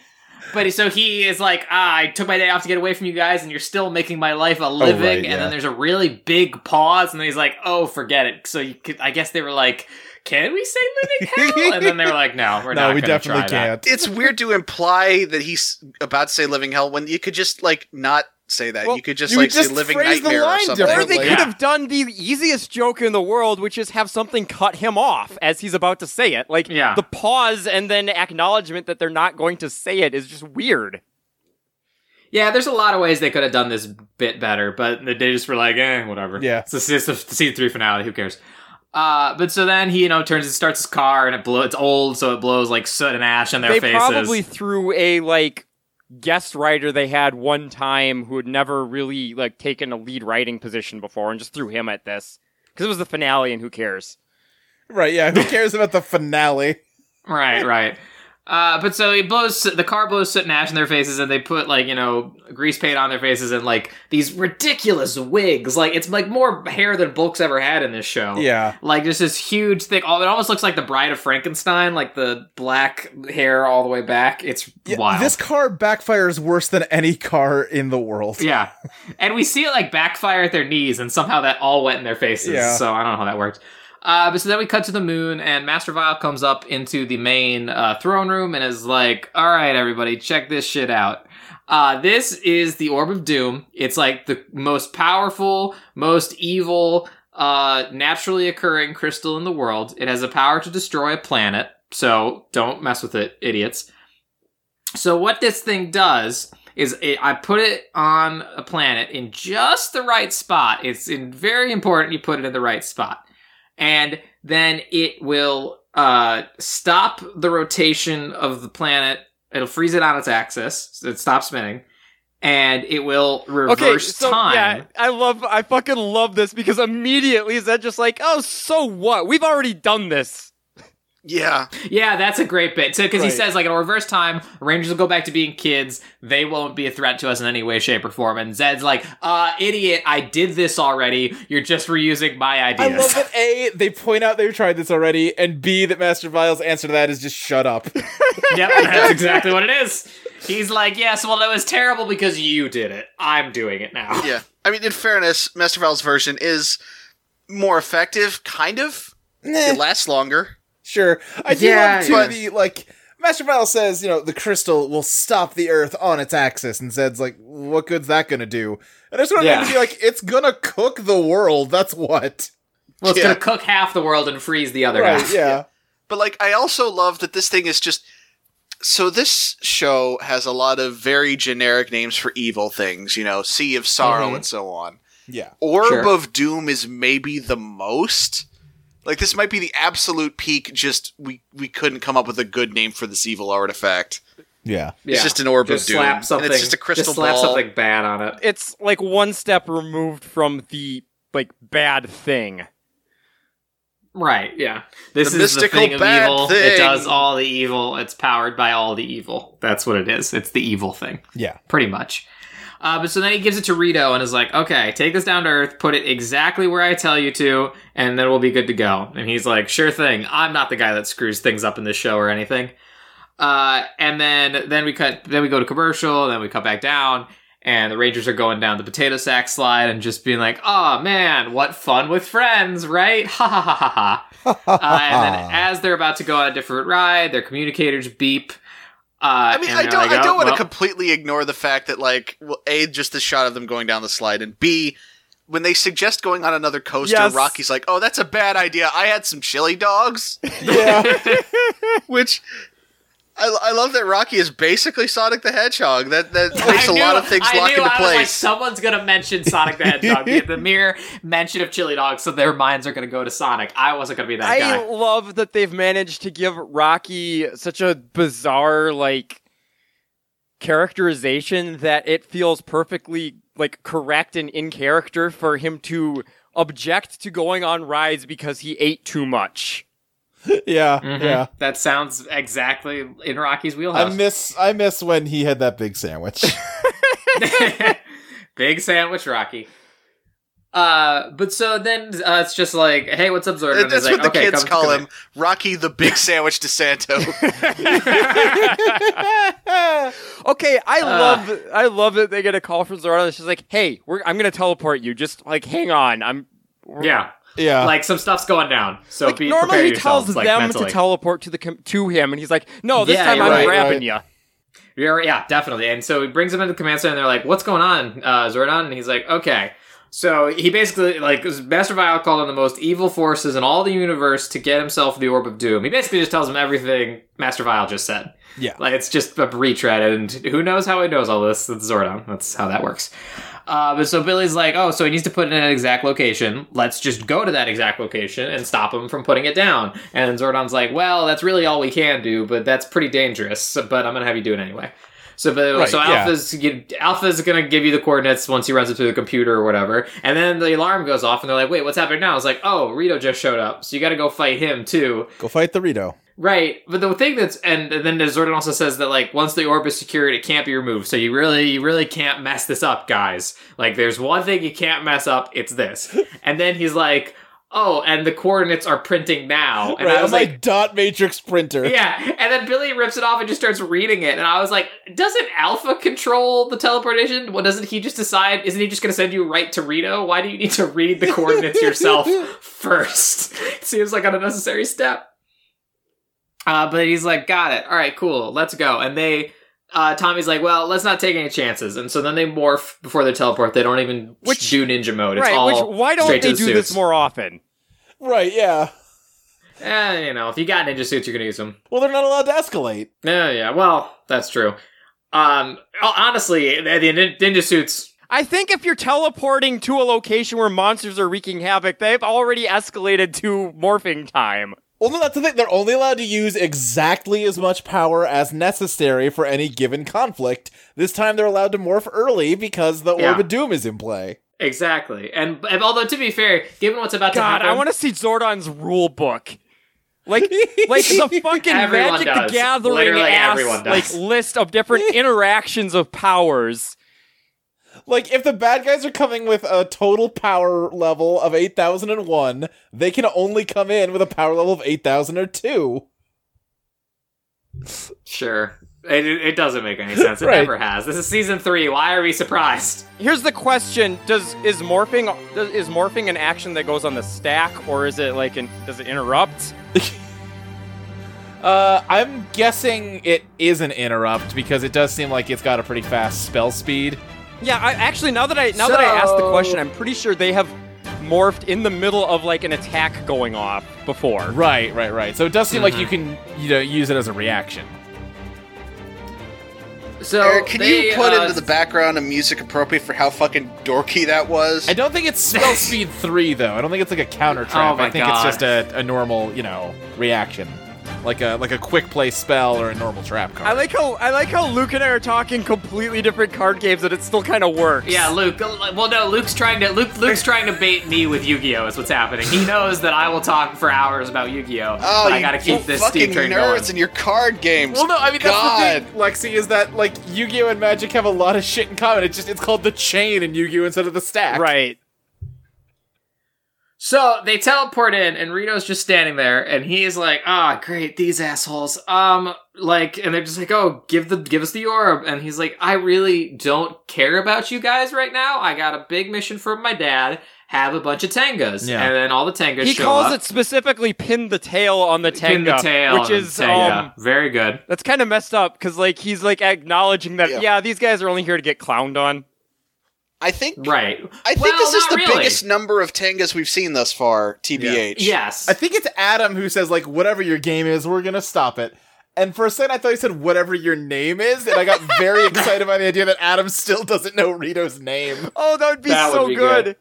Speaker 3: But he, so he is like, ah, I took my day off to get away from you guys, and you're still making my life a living.
Speaker 5: Oh, right,
Speaker 3: and
Speaker 5: yeah.
Speaker 3: then there's a really big pause, and then he's like, oh, forget it. So you could, I guess they were like, can we say living hell? and then they were like, no, we're
Speaker 5: [LAUGHS] no,
Speaker 3: not.
Speaker 5: we
Speaker 3: gonna
Speaker 5: definitely
Speaker 3: try that."
Speaker 5: can't.
Speaker 4: It's weird to imply that he's about to say living hell when you could just, like, not say that.
Speaker 6: Well,
Speaker 4: you could just,
Speaker 5: you
Speaker 4: like,
Speaker 5: just
Speaker 4: say living
Speaker 5: phrase the
Speaker 4: nightmare or
Speaker 5: line
Speaker 4: something.
Speaker 6: Or
Speaker 5: differently.
Speaker 6: they
Speaker 4: Like,
Speaker 6: could
Speaker 3: Yeah.
Speaker 6: have done the easiest joke in the world, which is have something cut him off as he's about to say it. Like
Speaker 3: Yeah.
Speaker 6: the pause and then acknowledgement that they're not going to say it is just weird.
Speaker 3: Yeah, there's a lot of ways they could have done this bit better, but they just were like, eh, whatever.
Speaker 5: Yeah.
Speaker 3: it's the, it's the season three finale. Who cares? Uh, but so then he, you know, turns and starts his car, and it blows. It's old, so it blows like soot and ash on their
Speaker 6: they
Speaker 3: faces.
Speaker 6: probably [LAUGHS] threw a like guest writer they had one time who had never really like taken a lead writing position before and just threw him at this because it was the finale and who cares
Speaker 5: Right? Yeah. Who cares about the finale?
Speaker 3: [LAUGHS] Right, right. Uh, but so he blows the car blows soot and ash in their faces, and they put like you know grease paint on their faces and like these ridiculous wigs. Like it's like more hair than Bulk's ever had in this show.
Speaker 5: Yeah.
Speaker 3: like just this huge thing. Oh, it almost looks like the Bride of Frankenstein, like the black hair all the way back. It's
Speaker 5: Yeah,
Speaker 3: wild.
Speaker 5: This car backfires worse than any car in the world.
Speaker 3: yeah, and we see it like backfire at their knees, and somehow that all went in their faces.
Speaker 5: Yeah.
Speaker 3: So I don't know how that worked. Uh, but so then we cut to the moon, and Master Vile comes up into the main uh, throne room and is like, "All right, everybody, check this shit out. Uh, this is the Orb of Doom. It's like the most powerful, most evil, uh, naturally occurring crystal in the world. It has the power to destroy a planet. So don't mess with it, idiots." So what this thing does is it, I put it on a planet in just the right spot. It's in, very important you put it in the right spot. And then it will uh, stop the rotation of the planet. It'll freeze it on its axis. So it stops spinning. And it will reverse
Speaker 6: Okay, so
Speaker 3: time.
Speaker 6: yeah, I love, I fucking love this because immediately is that just like, oh, so what? We've already done this.
Speaker 4: Yeah.
Speaker 3: Yeah, that's a great bit. So, because he
Speaker 5: Right.
Speaker 3: says, like, in reverse time, Rangers will go back to being kids. They won't be a threat to us in any way, shape, or form. And Zed's like, uh, idiot, I did this already. You're just reusing my
Speaker 5: I love
Speaker 3: ideas.
Speaker 5: that A, they point out they've tried this already, and B, that Master Vile's answer to that is just shut up.
Speaker 3: [LAUGHS] yep, that's exactly what it is. He's like, yes, well, that was terrible because you did it. I'm doing it now.
Speaker 4: Yeah. I mean, in fairness, Master Val's version is more effective, kind of. It
Speaker 5: Nah,
Speaker 4: lasts longer.
Speaker 5: sure. I do
Speaker 3: Yeah,
Speaker 5: love too
Speaker 4: yeah.
Speaker 5: the like Master Vile says, you know, the crystal will stop the earth on its axis, and Zed's like, what good's that gonna do? And I just wanted
Speaker 3: Yeah.
Speaker 5: him to be like, it's gonna cook the world, that's what.
Speaker 3: Well, it's
Speaker 4: Yeah.
Speaker 3: going to cook half the world and freeze the other half.
Speaker 5: Right, yeah.
Speaker 4: But like, I also love that this thing is just. So this show has a lot of very generic names for evil things, you know, Sea of Sorrow
Speaker 3: Mhm.
Speaker 4: and so on.
Speaker 5: Yeah.
Speaker 4: Orb
Speaker 3: Sure.
Speaker 4: of Doom is maybe the most. Like this might be the absolute peak. Just we we couldn't come up with a good name for this evil artifact.
Speaker 5: Yeah.
Speaker 4: It's just an orb
Speaker 3: Just
Speaker 4: of doom.
Speaker 3: slap
Speaker 4: And it's
Speaker 3: something.
Speaker 4: just a crystal
Speaker 3: slap
Speaker 4: ball.
Speaker 3: something bad on it.
Speaker 6: It's like one step removed from the like bad thing.
Speaker 3: Right, yeah. This
Speaker 4: The
Speaker 3: is the
Speaker 4: mystical
Speaker 3: thing of
Speaker 4: bad
Speaker 3: evil. It
Speaker 4: thing.
Speaker 3: does all the evil. It's powered by all the evil. That's what it is. It's the evil thing,
Speaker 5: Yeah.
Speaker 3: pretty much. Uh, but so then he gives it to Rito and is like, okay, take this down to Earth, put it exactly where I tell you to, and then we'll be good to go. And he's like, sure thing. I'm not the guy that screws things up in this show or anything. Uh, and then then we cut then we go to commercial, then we cut back down, and the Rangers are going down the potato sack slide and just being like, oh man, what fun with friends, right? [LAUGHS] Ha ha ha ha ha. Uh, and
Speaker 4: [LAUGHS]
Speaker 3: then as they're about to go on a different ride, their communicators beep. Uh,
Speaker 4: I mean,
Speaker 3: and
Speaker 4: I
Speaker 3: they're
Speaker 4: don't,
Speaker 3: like,
Speaker 4: I
Speaker 3: "Oh,
Speaker 4: don't want to [LAUGHS]
Speaker 3: well."
Speaker 4: completely ignore the fact that, like, well, a just the shot of them going down the slide, and b when they suggest going on another coaster,
Speaker 6: Yes.
Speaker 4: Rocky's like, "Oh, that's a bad idea. I had some chili dogs,"
Speaker 5: Yeah.
Speaker 4: [LAUGHS] which. I, I love that Rocky is basically Sonic the Hedgehog. That that
Speaker 3: [LAUGHS]
Speaker 4: makes
Speaker 3: I
Speaker 4: a
Speaker 3: knew-
Speaker 4: lot of things
Speaker 3: I
Speaker 4: lock
Speaker 3: knew,
Speaker 4: into
Speaker 3: I was like,
Speaker 4: place.
Speaker 3: someone's gonna mention Sonic the
Speaker 4: [LAUGHS]
Speaker 3: Hedgehog. the, the mere mention of chili dogs, so their minds are gonna go to Sonic. I wasn't gonna be that
Speaker 6: I
Speaker 3: guy.
Speaker 6: love that they've managed to give Rocky such a bizarre like characterization that it feels perfectly like correct and in character for him to object to going on rides because he ate too much.
Speaker 5: yeah. Yeah.
Speaker 3: Mm-hmm. That sounds exactly in Rocky's
Speaker 5: I
Speaker 3: wheelhouse.
Speaker 5: miss I miss when he had that
Speaker 3: [LAUGHS]
Speaker 5: big sandwich.
Speaker 3: Big sandwich, Rocky. Uh, but so then uh, it's just like, hey, what's up, Zordon?
Speaker 4: That-
Speaker 3: And it's
Speaker 4: That's what
Speaker 3: like,
Speaker 4: the
Speaker 3: "Okay,
Speaker 4: kids
Speaker 3: come-
Speaker 4: call
Speaker 3: come
Speaker 4: him, Rocky the
Speaker 3: [LAUGHS]
Speaker 4: Big Sandwich DeSanto.
Speaker 6: Okay, I
Speaker 3: Ugh.
Speaker 6: love I love that they get a call from Zorana. She's like, "Hey, we're, I'm gonna teleport you. Just like hang on. I'm
Speaker 3: in." Yeah,
Speaker 5: [LAUGHS] yeah.
Speaker 3: like some stuff's going down. So
Speaker 6: like
Speaker 3: be
Speaker 6: normally
Speaker 3: prepare
Speaker 6: he
Speaker 3: yourselves,
Speaker 6: tells
Speaker 3: like,
Speaker 6: them
Speaker 3: mentally.
Speaker 6: to teleport to the com- to him, and he's like, "No, this
Speaker 3: Yeah,
Speaker 6: time
Speaker 3: you're
Speaker 6: I'm
Speaker 3: right,
Speaker 6: grabbing
Speaker 5: right.
Speaker 6: ya."
Speaker 3: Yeah, yeah, definitely. And so he brings him into the command center, and they're like, "What's going on, uh, Zordon?" And he's like, "Okay." So he basically like Master Vile called on the most evil forces in all the universe to get himself the Orb of Doom. He basically just tells him everything Master Vile just said.
Speaker 5: Yeah.
Speaker 3: like it's just a retread, and who knows how he knows all this? It's Zordon. That's how that works. Uh, but so Billy's like, oh, so he needs to put it in an exact location. Let's just go to that exact location and stop him from putting it down. And Zordon's like, well, that's really all we can do, but that's pretty dangerous. so- But I'm gonna have you do it anyway. So, but,
Speaker 5: Right,
Speaker 3: so
Speaker 5: yeah.
Speaker 3: Alpha's you- Alpha's gonna give you the coordinates once he runs it through the computer or whatever, and then the alarm goes off, and they're like, "Wait, what's happening now?" It's like, "Oh, Rito just showed up, so you got to go fight him too."
Speaker 5: Go fight the Rito.
Speaker 3: Right, but the thing that's and, and then Zordon also says that like once the orb is secured, it can't be removed. So you really, you really can't mess this up, guys. Like, there's one thing you can't mess up. It's this. and then he's like, "Oh, and the coordinates are printing now." And
Speaker 5: right,
Speaker 3: I was like,
Speaker 5: dot matrix printer.
Speaker 3: yeah, and then Billy rips it off and just starts reading it, and I was like, "Doesn't Alpha control the teleportation? Well, doesn't he just decide? Isn't he just going to send you right to Rito? Why do you need to read the coordinates
Speaker 6: [LAUGHS]
Speaker 3: yourself first? [LAUGHS] It seems like an unnecessary step." Uh, but he's like, "Got it. All right, cool. Let's go." And they, uh, Tommy's like, "Well, let's not take any chances." And so then they morph before they teleport. They don't even
Speaker 6: Which-
Speaker 3: do ninja mode. It's
Speaker 6: right?
Speaker 3: all
Speaker 6: Which why don't
Speaker 3: straight to
Speaker 6: they
Speaker 3: the
Speaker 6: do this
Speaker 3: suits.
Speaker 6: more often?
Speaker 5: Right, yeah.
Speaker 3: Eh, you know, if you got ninja suits, you're going to use them.
Speaker 5: Well, they're not allowed to escalate.
Speaker 3: Yeah, yeah. Well, that's true. Um, honestly, the the ninja suits.
Speaker 6: I think if you're teleporting to a location where monsters are wreaking havoc, they've already escalated to morphing time.
Speaker 5: Well, no, that's the thing. They're only allowed to use exactly as much power as necessary for any given conflict. This time they're allowed to morph early because the
Speaker 3: Yeah.
Speaker 5: Orb of Doom is in play.
Speaker 3: Exactly, and, and although to be fair, given what's about to
Speaker 6: God,
Speaker 3: happen,
Speaker 6: I want to see Zordon's rule book. Like, like
Speaker 3: [LAUGHS]
Speaker 6: the fucking
Speaker 3: Everyone
Speaker 6: Magic
Speaker 3: does.
Speaker 6: the Gathering
Speaker 3: Literally
Speaker 6: ass,
Speaker 3: everyone does.
Speaker 6: like list of
Speaker 3: [LAUGHS]
Speaker 6: different interactions of powers.
Speaker 5: Like, if the bad guys are coming with a total power level of 8,001, they can only come in with a power level of 8,002.
Speaker 3: Sure. It, it doesn't make any
Speaker 6: [LAUGHS]
Speaker 3: sense. It
Speaker 5: Right.
Speaker 3: never has. This is season three. Why are we surprised?
Speaker 6: Here's the question: Does is morphing does, is morphing an action that goes on the stack, or is it like an does it interrupt?
Speaker 5: Uh, I'm guessing it is an interrupt because it does seem like it's got a pretty fast spell speed.
Speaker 6: Yeah, I, actually, now that I now that I asked the
Speaker 3: So-
Speaker 6: question, I'm pretty sure they have morphed in the middle of like an attack going off before.
Speaker 5: Right, right, right. So it does seem like you can, you know, use it as a reaction.
Speaker 3: So
Speaker 4: Eric, can
Speaker 3: they,
Speaker 4: you put
Speaker 3: uh,
Speaker 4: into the background a music appropriate for how fucking dorky that was?
Speaker 5: I don't think it's spell speed three though. I don't think it's like a counter trap.
Speaker 3: my
Speaker 5: I think
Speaker 3: God.
Speaker 5: it's just a, a normal, you know, reaction, like a like a quick play spell or a normal trap card.
Speaker 6: I like how I like how Luke and I are talking completely different card games, and it still kind of works.
Speaker 3: Yeah, Luke. Well, no, Luke's trying to Luke. Luke's trying to bait me with Yu-Gi-Oh. Is what's happening. He knows that I will talk for hours about Yu-Gi-Oh.
Speaker 4: oh,
Speaker 3: but I
Speaker 4: you
Speaker 3: gotta keep
Speaker 4: two
Speaker 3: this steam
Speaker 4: fucking
Speaker 3: train
Speaker 4: nerds
Speaker 3: going.
Speaker 4: and your card games.
Speaker 5: Well, no, I mean
Speaker 4: God.
Speaker 5: that's the thing, Lexi, is that like Yu-Gi-Oh and Magic have a lot of shit in common. It's just it's called the chain in Yu-Gi-Oh instead of the stack.
Speaker 6: Right.
Speaker 3: So they teleport in, and Rito's just standing there, and he is like, "Ah, great, these assholes." Um, like, and they're just like, "Oh, give the give us the orb," and he's like, "I really don't care about you guys right now. I got a big mission from my dad. Have a bunch of tangas,
Speaker 5: Yeah.
Speaker 3: and then all the tangas
Speaker 6: He
Speaker 3: show
Speaker 6: calls
Speaker 3: up.
Speaker 6: it specifically "pin the tail on the
Speaker 3: Pin
Speaker 6: tanga,"
Speaker 3: the tail,
Speaker 6: which
Speaker 3: and
Speaker 6: is
Speaker 3: tanga.
Speaker 6: um,
Speaker 3: very good.
Speaker 6: that's kind of messed up because like he's like acknowledging that yeah.
Speaker 4: Yeah.
Speaker 6: these guys are only here to get clowned on.
Speaker 4: I think
Speaker 3: Right.
Speaker 4: I think
Speaker 3: Well,
Speaker 4: this is
Speaker 3: not
Speaker 4: the
Speaker 3: really.
Speaker 4: biggest number of tangas we've seen thus far. Tbh.
Speaker 3: Yes.
Speaker 5: I think it's Adam who says like whatever your game is, we're gonna stop it. And for a second, I thought he said whatever your name is, and I got [LAUGHS] very excited by the idea that Adam still doesn't know Rito's name.
Speaker 6: Oh, that would be
Speaker 3: That would
Speaker 6: so
Speaker 3: be
Speaker 6: good.
Speaker 3: good.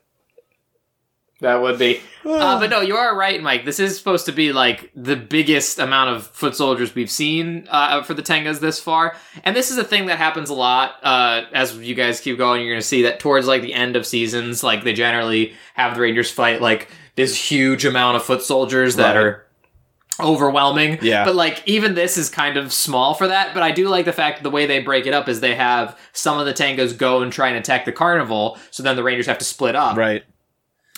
Speaker 3: That would be. uh, but no, you are right, Mike. This is supposed to be like the biggest amount of foot soldiers we've seen uh, for the Tengas this far, and this is a thing that happens a lot. Uh, as you guys keep going, you're going to see that towards like the end of seasons, like they generally have the Rangers fight like this huge amount of foot soldiers that
Speaker 5: Right.
Speaker 3: are overwhelming.
Speaker 5: Yeah.
Speaker 3: But like even this is kind of small for that. But I do like the fact that the way they break it up is they have some of the tangos go and try and attack the carnival, so then the Rangers have to split up.
Speaker 5: Right.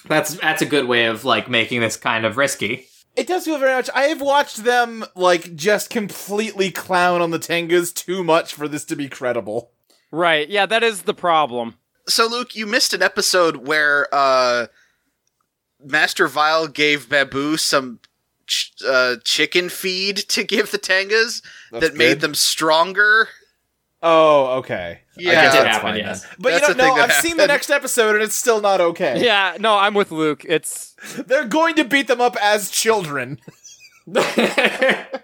Speaker 3: That's that's a good way of like making this kind of
Speaker 6: [LAUGHS]
Speaker 3: risky.
Speaker 5: It does feel very much. I have watched them like just completely clown on the Tengas too much for this to be credible.
Speaker 6: Right. Yeah, that is the problem.
Speaker 4: So Luke, you missed an episode where uh, Master Vile gave Babu some ch- uh, chicken feed to give the tangas that made them stronger.
Speaker 5: Oh, okay.
Speaker 4: Yeah. That did
Speaker 5: that's
Speaker 3: happen,
Speaker 5: fine
Speaker 3: yes.
Speaker 5: then. But
Speaker 4: That's
Speaker 5: you
Speaker 4: a
Speaker 5: know,
Speaker 4: thing
Speaker 5: no, I've
Speaker 4: that
Speaker 5: seen the
Speaker 4: happened.
Speaker 5: next episode and it's still not okay.
Speaker 6: Yeah. No, I'm with Luke. It's
Speaker 5: [LAUGHS] They're going to beat them up as children.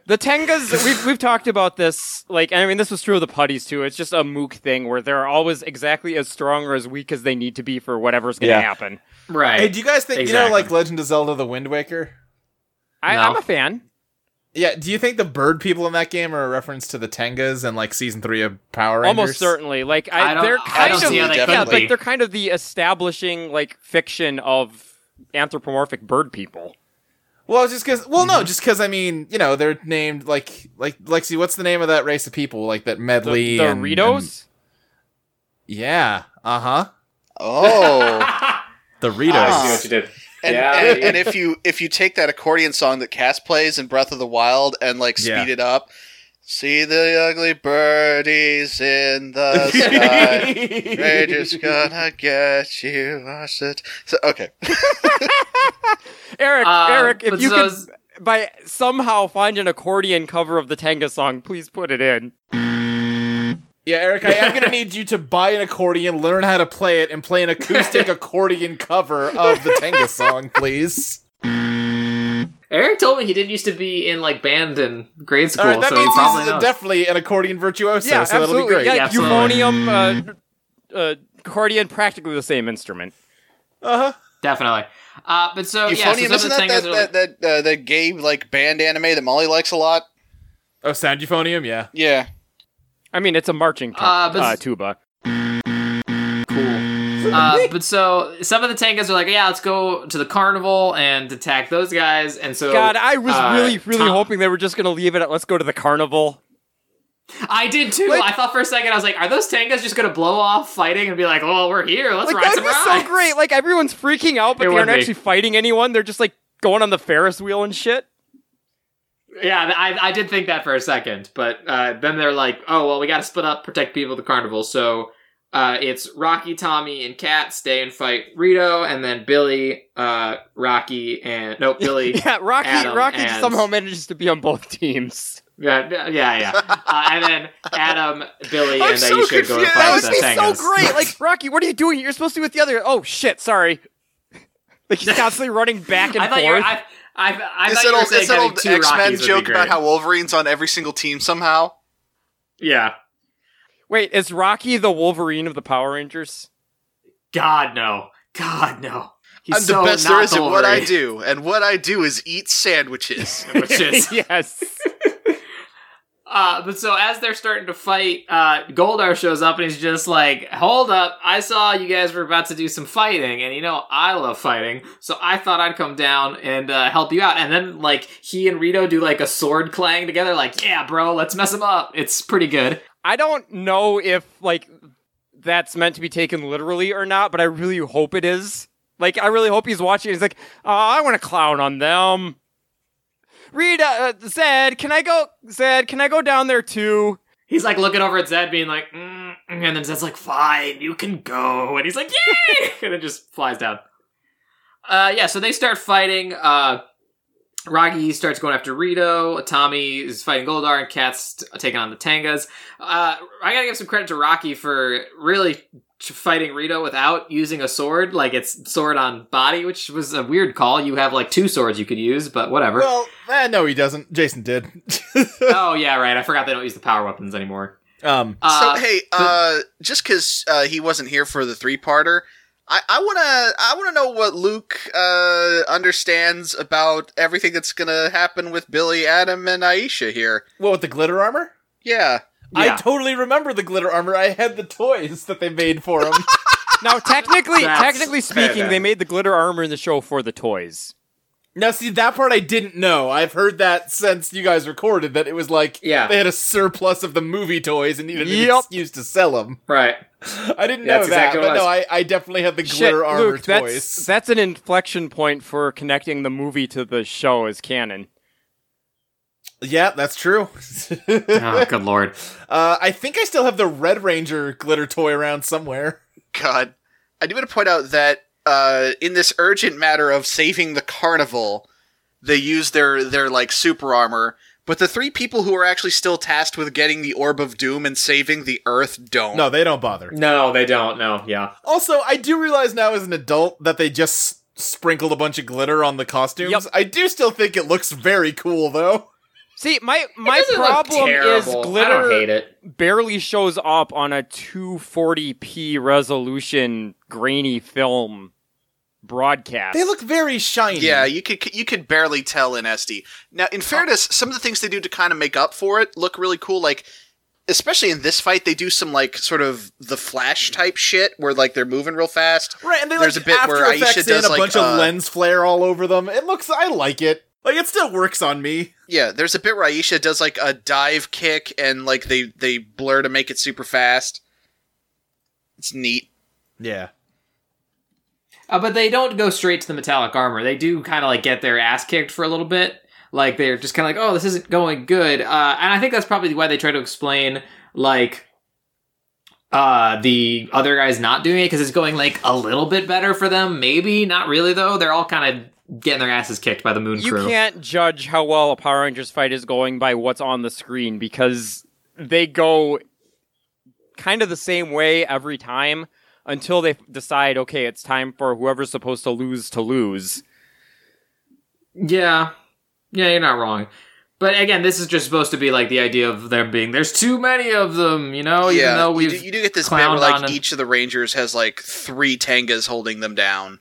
Speaker 6: The Tengas, [LAUGHS] we've, we've talked about this, like, and I mean, this was true of the putties too. It's just a mook thing where they're always exactly as strong or as weak as they need to be for whatever's going to
Speaker 5: Yeah.
Speaker 6: happen.
Speaker 3: Right.
Speaker 5: Hey, do you guys think you
Speaker 3: Exactly.
Speaker 5: know like Legend of Zelda the Wind Waker?
Speaker 6: I,
Speaker 3: No.
Speaker 6: I'm a fan.
Speaker 5: Yeah, do you think the bird people in that game are a reference to the Tengas and like season three of Power Rangers?
Speaker 6: Almost certainly. Like, I,
Speaker 3: I don't-
Speaker 6: they're
Speaker 3: I
Speaker 6: kind
Speaker 4: don't
Speaker 6: of,
Speaker 4: see how they
Speaker 6: yeah,
Speaker 4: couldn't
Speaker 6: like,
Speaker 3: be.
Speaker 6: they're kind of the establishing, like, fiction of anthropomorphic bird people.
Speaker 5: Well, just because. Well, no, just because I mean, you know, they're named like like Lexi. What's the name of that race of people? Like that
Speaker 6: The,
Speaker 5: medley.
Speaker 6: the
Speaker 5: and- and-
Speaker 6: Ritos?
Speaker 5: yeah. Uh huh.
Speaker 4: [LAUGHS] Oh,
Speaker 5: The Ritos.
Speaker 4: Ah.
Speaker 3: you did.
Speaker 4: and,
Speaker 3: Yeah,
Speaker 4: and,
Speaker 3: yeah.
Speaker 4: and if you if you take that accordion song that Cass plays in Breath of the Wild and like speed
Speaker 5: Yeah.
Speaker 4: it up, see the ugly birdies in [LAUGHS] the sky. They're just gonna get you. I said. So okay.
Speaker 6: Eric,
Speaker 3: Um,
Speaker 6: Eric, if
Speaker 3: but
Speaker 6: you
Speaker 3: so
Speaker 6: could
Speaker 3: is-
Speaker 6: by somehow find an accordion cover of the Tenga song, please put it in.
Speaker 5: Yeah, Eric, I am gonna need you to buy an accordion, learn how to play it, and play an acoustic accordion cover of the Tenga song, please.
Speaker 3: Eric told me he did used to be in like band in grade school,
Speaker 5: All right, that
Speaker 3: so he
Speaker 5: means
Speaker 3: probably
Speaker 5: he's
Speaker 3: knows.
Speaker 5: definitely an accordion virtuoso,
Speaker 6: yeah,
Speaker 5: so that'll be
Speaker 6: absolutely.
Speaker 5: great.
Speaker 6: Yeah,
Speaker 3: Yeah, absolutely.
Speaker 6: euphonium, uh, uh, accordion, practically the same instrument.
Speaker 3: definitely. Uh, but so yeah, so
Speaker 4: Euphonium,
Speaker 3: some of the
Speaker 4: isn't that
Speaker 3: things
Speaker 4: that,
Speaker 3: are, like-
Speaker 4: that, that, uh, that gay like band anime that Molly likes a lot?
Speaker 5: Oh, sound euphonium, yeah.
Speaker 4: Yeah.
Speaker 6: I mean, it's a marching tu-
Speaker 3: Uh, but-
Speaker 6: uh, tuba.
Speaker 3: cool. Uh, but so some of the tangas are like, yeah, let's go to the carnival and attack those guys. And so
Speaker 6: God, I was
Speaker 3: uh,
Speaker 6: really, really
Speaker 3: Tom-
Speaker 6: hoping they were just going to leave it at let's go to the carnival.
Speaker 3: I did too.
Speaker 6: Like-
Speaker 3: I thought for a second, I was like, are those tangas just gonna blow off fighting and be like, oh, we're here, let's
Speaker 6: Like,
Speaker 3: ride
Speaker 6: that'd
Speaker 3: some
Speaker 6: be
Speaker 3: rides.
Speaker 6: so great. Like, everyone's freaking out, but
Speaker 3: It
Speaker 6: they
Speaker 3: would
Speaker 6: aren't
Speaker 3: be.
Speaker 6: actually fighting anyone. They're just, like, going on the Ferris wheel and shit.
Speaker 3: Yeah, th- I, I did think that for a second, but uh, then they're like, oh, well, we got to split up, protect people at the carnival. So uh, it's Rocky, Tommy, and Kat stay and fight Rito, and then Billy, uh, Rocky, and. Nope,
Speaker 4: [LAUGHS]
Speaker 3: Billy.
Speaker 6: Yeah, Rocky,
Speaker 3: Adam
Speaker 6: Rocky
Speaker 3: and-
Speaker 6: somehow manages to be on both teams.
Speaker 3: yeah, yeah, yeah. Uh, and then Adam, Billy,
Speaker 4: I'm
Speaker 3: and
Speaker 4: so
Speaker 3: Aisha go and
Speaker 4: confused.
Speaker 3: fight
Speaker 4: That
Speaker 6: That
Speaker 4: would
Speaker 6: would
Speaker 3: the
Speaker 6: be so
Speaker 3: tangas. [LAUGHS]
Speaker 6: great. Like, Rocky, what are you doing? You're supposed to be with the other. Oh, shit, sorry. [LAUGHS]
Speaker 3: [LAUGHS]
Speaker 6: Like, he's constantly running back and
Speaker 3: I thought
Speaker 6: forth.
Speaker 3: you were. I, I, I
Speaker 4: It's
Speaker 3: thought
Speaker 4: that
Speaker 3: you were
Speaker 4: old,
Speaker 3: saying
Speaker 4: it's that
Speaker 3: having
Speaker 4: old
Speaker 3: two
Speaker 4: X Men
Speaker 3: Rockies would be
Speaker 4: joke about
Speaker 3: great.
Speaker 4: how Wolverine's on every single team somehow.
Speaker 3: Yeah.
Speaker 6: Wait, is Rocky the Wolverine of the
Speaker 3: [LAUGHS]
Speaker 6: Power Rangers?
Speaker 3: God, no. God, no. He's
Speaker 4: I'm the
Speaker 3: so
Speaker 4: best
Speaker 3: not
Speaker 4: there is at what I
Speaker 3: Wolverine,
Speaker 4: do, and what I do is eat sandwiches.
Speaker 3: [LAUGHS] Which is.
Speaker 6: [LAUGHS] yes.
Speaker 3: Uh, but so as they're starting to fight, uh, Goldar shows up and he's just like, "Hold up! I saw you guys were about to do some fighting, and you know I love fighting, so I thought I'd come down and uh, help you out." And then like he and Rito do like a sword clang together, like, "Yeah, bro, let's mess him up." It's pretty good.
Speaker 6: I don't know if like that's meant to be taken literally or not, but I really hope it is. Like, I really hope he's watching. He's like, oh, I want to clown on them. Rita, uh, Zed, can I go? Zed, can I go down there too?
Speaker 3: He's like looking over at Zed, being like, mm, mm," and then Zed's like, "Fine, you can go," and he's like, "Yay!" [LAUGHS] and then just flies down. Uh, yeah, so they start fighting. Uh, Rocky starts going after Rito. Tommy is fighting Goldar, and Kat's t- taking on the Tangas. Uh, I gotta give some credit to Rocky for really t- fighting Rito without using a sword. Like it's sword on body, which was a weird call. You have like two swords you could use, but whatever.
Speaker 5: Well, eh, no, he doesn't. Jason did. [LAUGHS]
Speaker 3: oh yeah, right. I forgot they don't use the power weapons anymore.
Speaker 5: um,
Speaker 3: Uh,
Speaker 4: so hey, uh, just because uh, he wasn't here for the three parter, I, I wanna I wanna know what Luke uh, understands about everything that's gonna happen with Billy, Adam, and Aisha here.
Speaker 5: what with the glitter armor?
Speaker 4: Yeah,
Speaker 3: yeah.
Speaker 5: I totally remember the glitter armor. I had the toys that they made for him.
Speaker 6: Now, technically,
Speaker 3: That's
Speaker 6: technically speaking,
Speaker 3: bad.
Speaker 6: they made the glitter armor in the show for the toys.
Speaker 5: now, see that part I didn't know. I've heard that since you guys recorded that it was like
Speaker 3: Yeah.
Speaker 5: they had a surplus of the movie toys and needed an
Speaker 6: Yep.
Speaker 5: excuse to sell them.
Speaker 3: right.
Speaker 5: I didn't
Speaker 3: Yeah,
Speaker 5: know
Speaker 3: that's
Speaker 5: that,
Speaker 3: exactly
Speaker 5: but
Speaker 3: what I
Speaker 5: no, I, I definitely had the glitter
Speaker 6: Shit,
Speaker 5: armor
Speaker 6: Luke,
Speaker 5: toys.
Speaker 6: that's that's an inflection point for connecting the movie to the show as canon.
Speaker 5: yeah, that's true. [LAUGHS]
Speaker 3: oh, good lord.
Speaker 5: Uh, I think I still have the Red Ranger glitter toy around somewhere.
Speaker 4: God, I do want to point out that uh, in this urgent matter of saving the carnival, they use their their like super armor. But the three people who are actually still tasked with getting the orb of doom and saving the Earth don't.
Speaker 5: No, they don't bother.
Speaker 3: No, they don't. No, yeah.
Speaker 5: Also, I do realize now as an adult that they just s- sprinkled a bunch of glitter on the costumes.
Speaker 6: Yep.
Speaker 5: I do still think it looks very cool though.
Speaker 6: See, my my problem is glitter
Speaker 3: I don't hate it.
Speaker 6: barely shows up on a 240p resolution grainy film broadcast.
Speaker 5: They look very shiny.
Speaker 4: Yeah,
Speaker 3: Mm-hmm.
Speaker 4: you could you could barely tell in SD. Now, in fairness, some of the things they do to kind of make up for it look really cool. Like, especially in this fight, they do some like sort of the Flash type shit where like they're moving real fast.
Speaker 5: Right, and they
Speaker 4: There's
Speaker 5: like
Speaker 4: a bit
Speaker 5: After
Speaker 4: where Aisha
Speaker 5: Effects in
Speaker 4: does,
Speaker 5: a
Speaker 4: like,
Speaker 5: bunch
Speaker 4: uh,
Speaker 5: of lens flare all over them. It looks I like it. Like it still works on me.
Speaker 4: Yeah, there's a bit where Aisha does like a dive kick and like they they blur to make it super fast. It's neat.
Speaker 5: Yeah.
Speaker 3: Uh, but they don't go straight to the metallic armor. They do kind of like get their ass kicked for a little bit. Like they're just kind of like, oh, this isn't going good. Uh, and I think that's probably why they try to explain like uh, the other guys not doing it because it's going like a little bit better for them. Maybe not really though. They're all kind of getting their asses kicked by the moon
Speaker 6: you
Speaker 3: crew.
Speaker 6: can't judge how well a Power Rangers fight is going by what's on the screen because they go kind of the same way every time until they decide okay, it's time for whoever's supposed to lose to lose.
Speaker 3: Yeah. Yeah, you're not wrong. But again, this is just supposed to be like the idea of there being there's too many of them, you know. Oh, even though
Speaker 4: you
Speaker 3: we've
Speaker 4: do, you do get this bit where
Speaker 3: clowned on
Speaker 4: like
Speaker 3: and-
Speaker 4: each of the Rangers has like three tangas holding them down,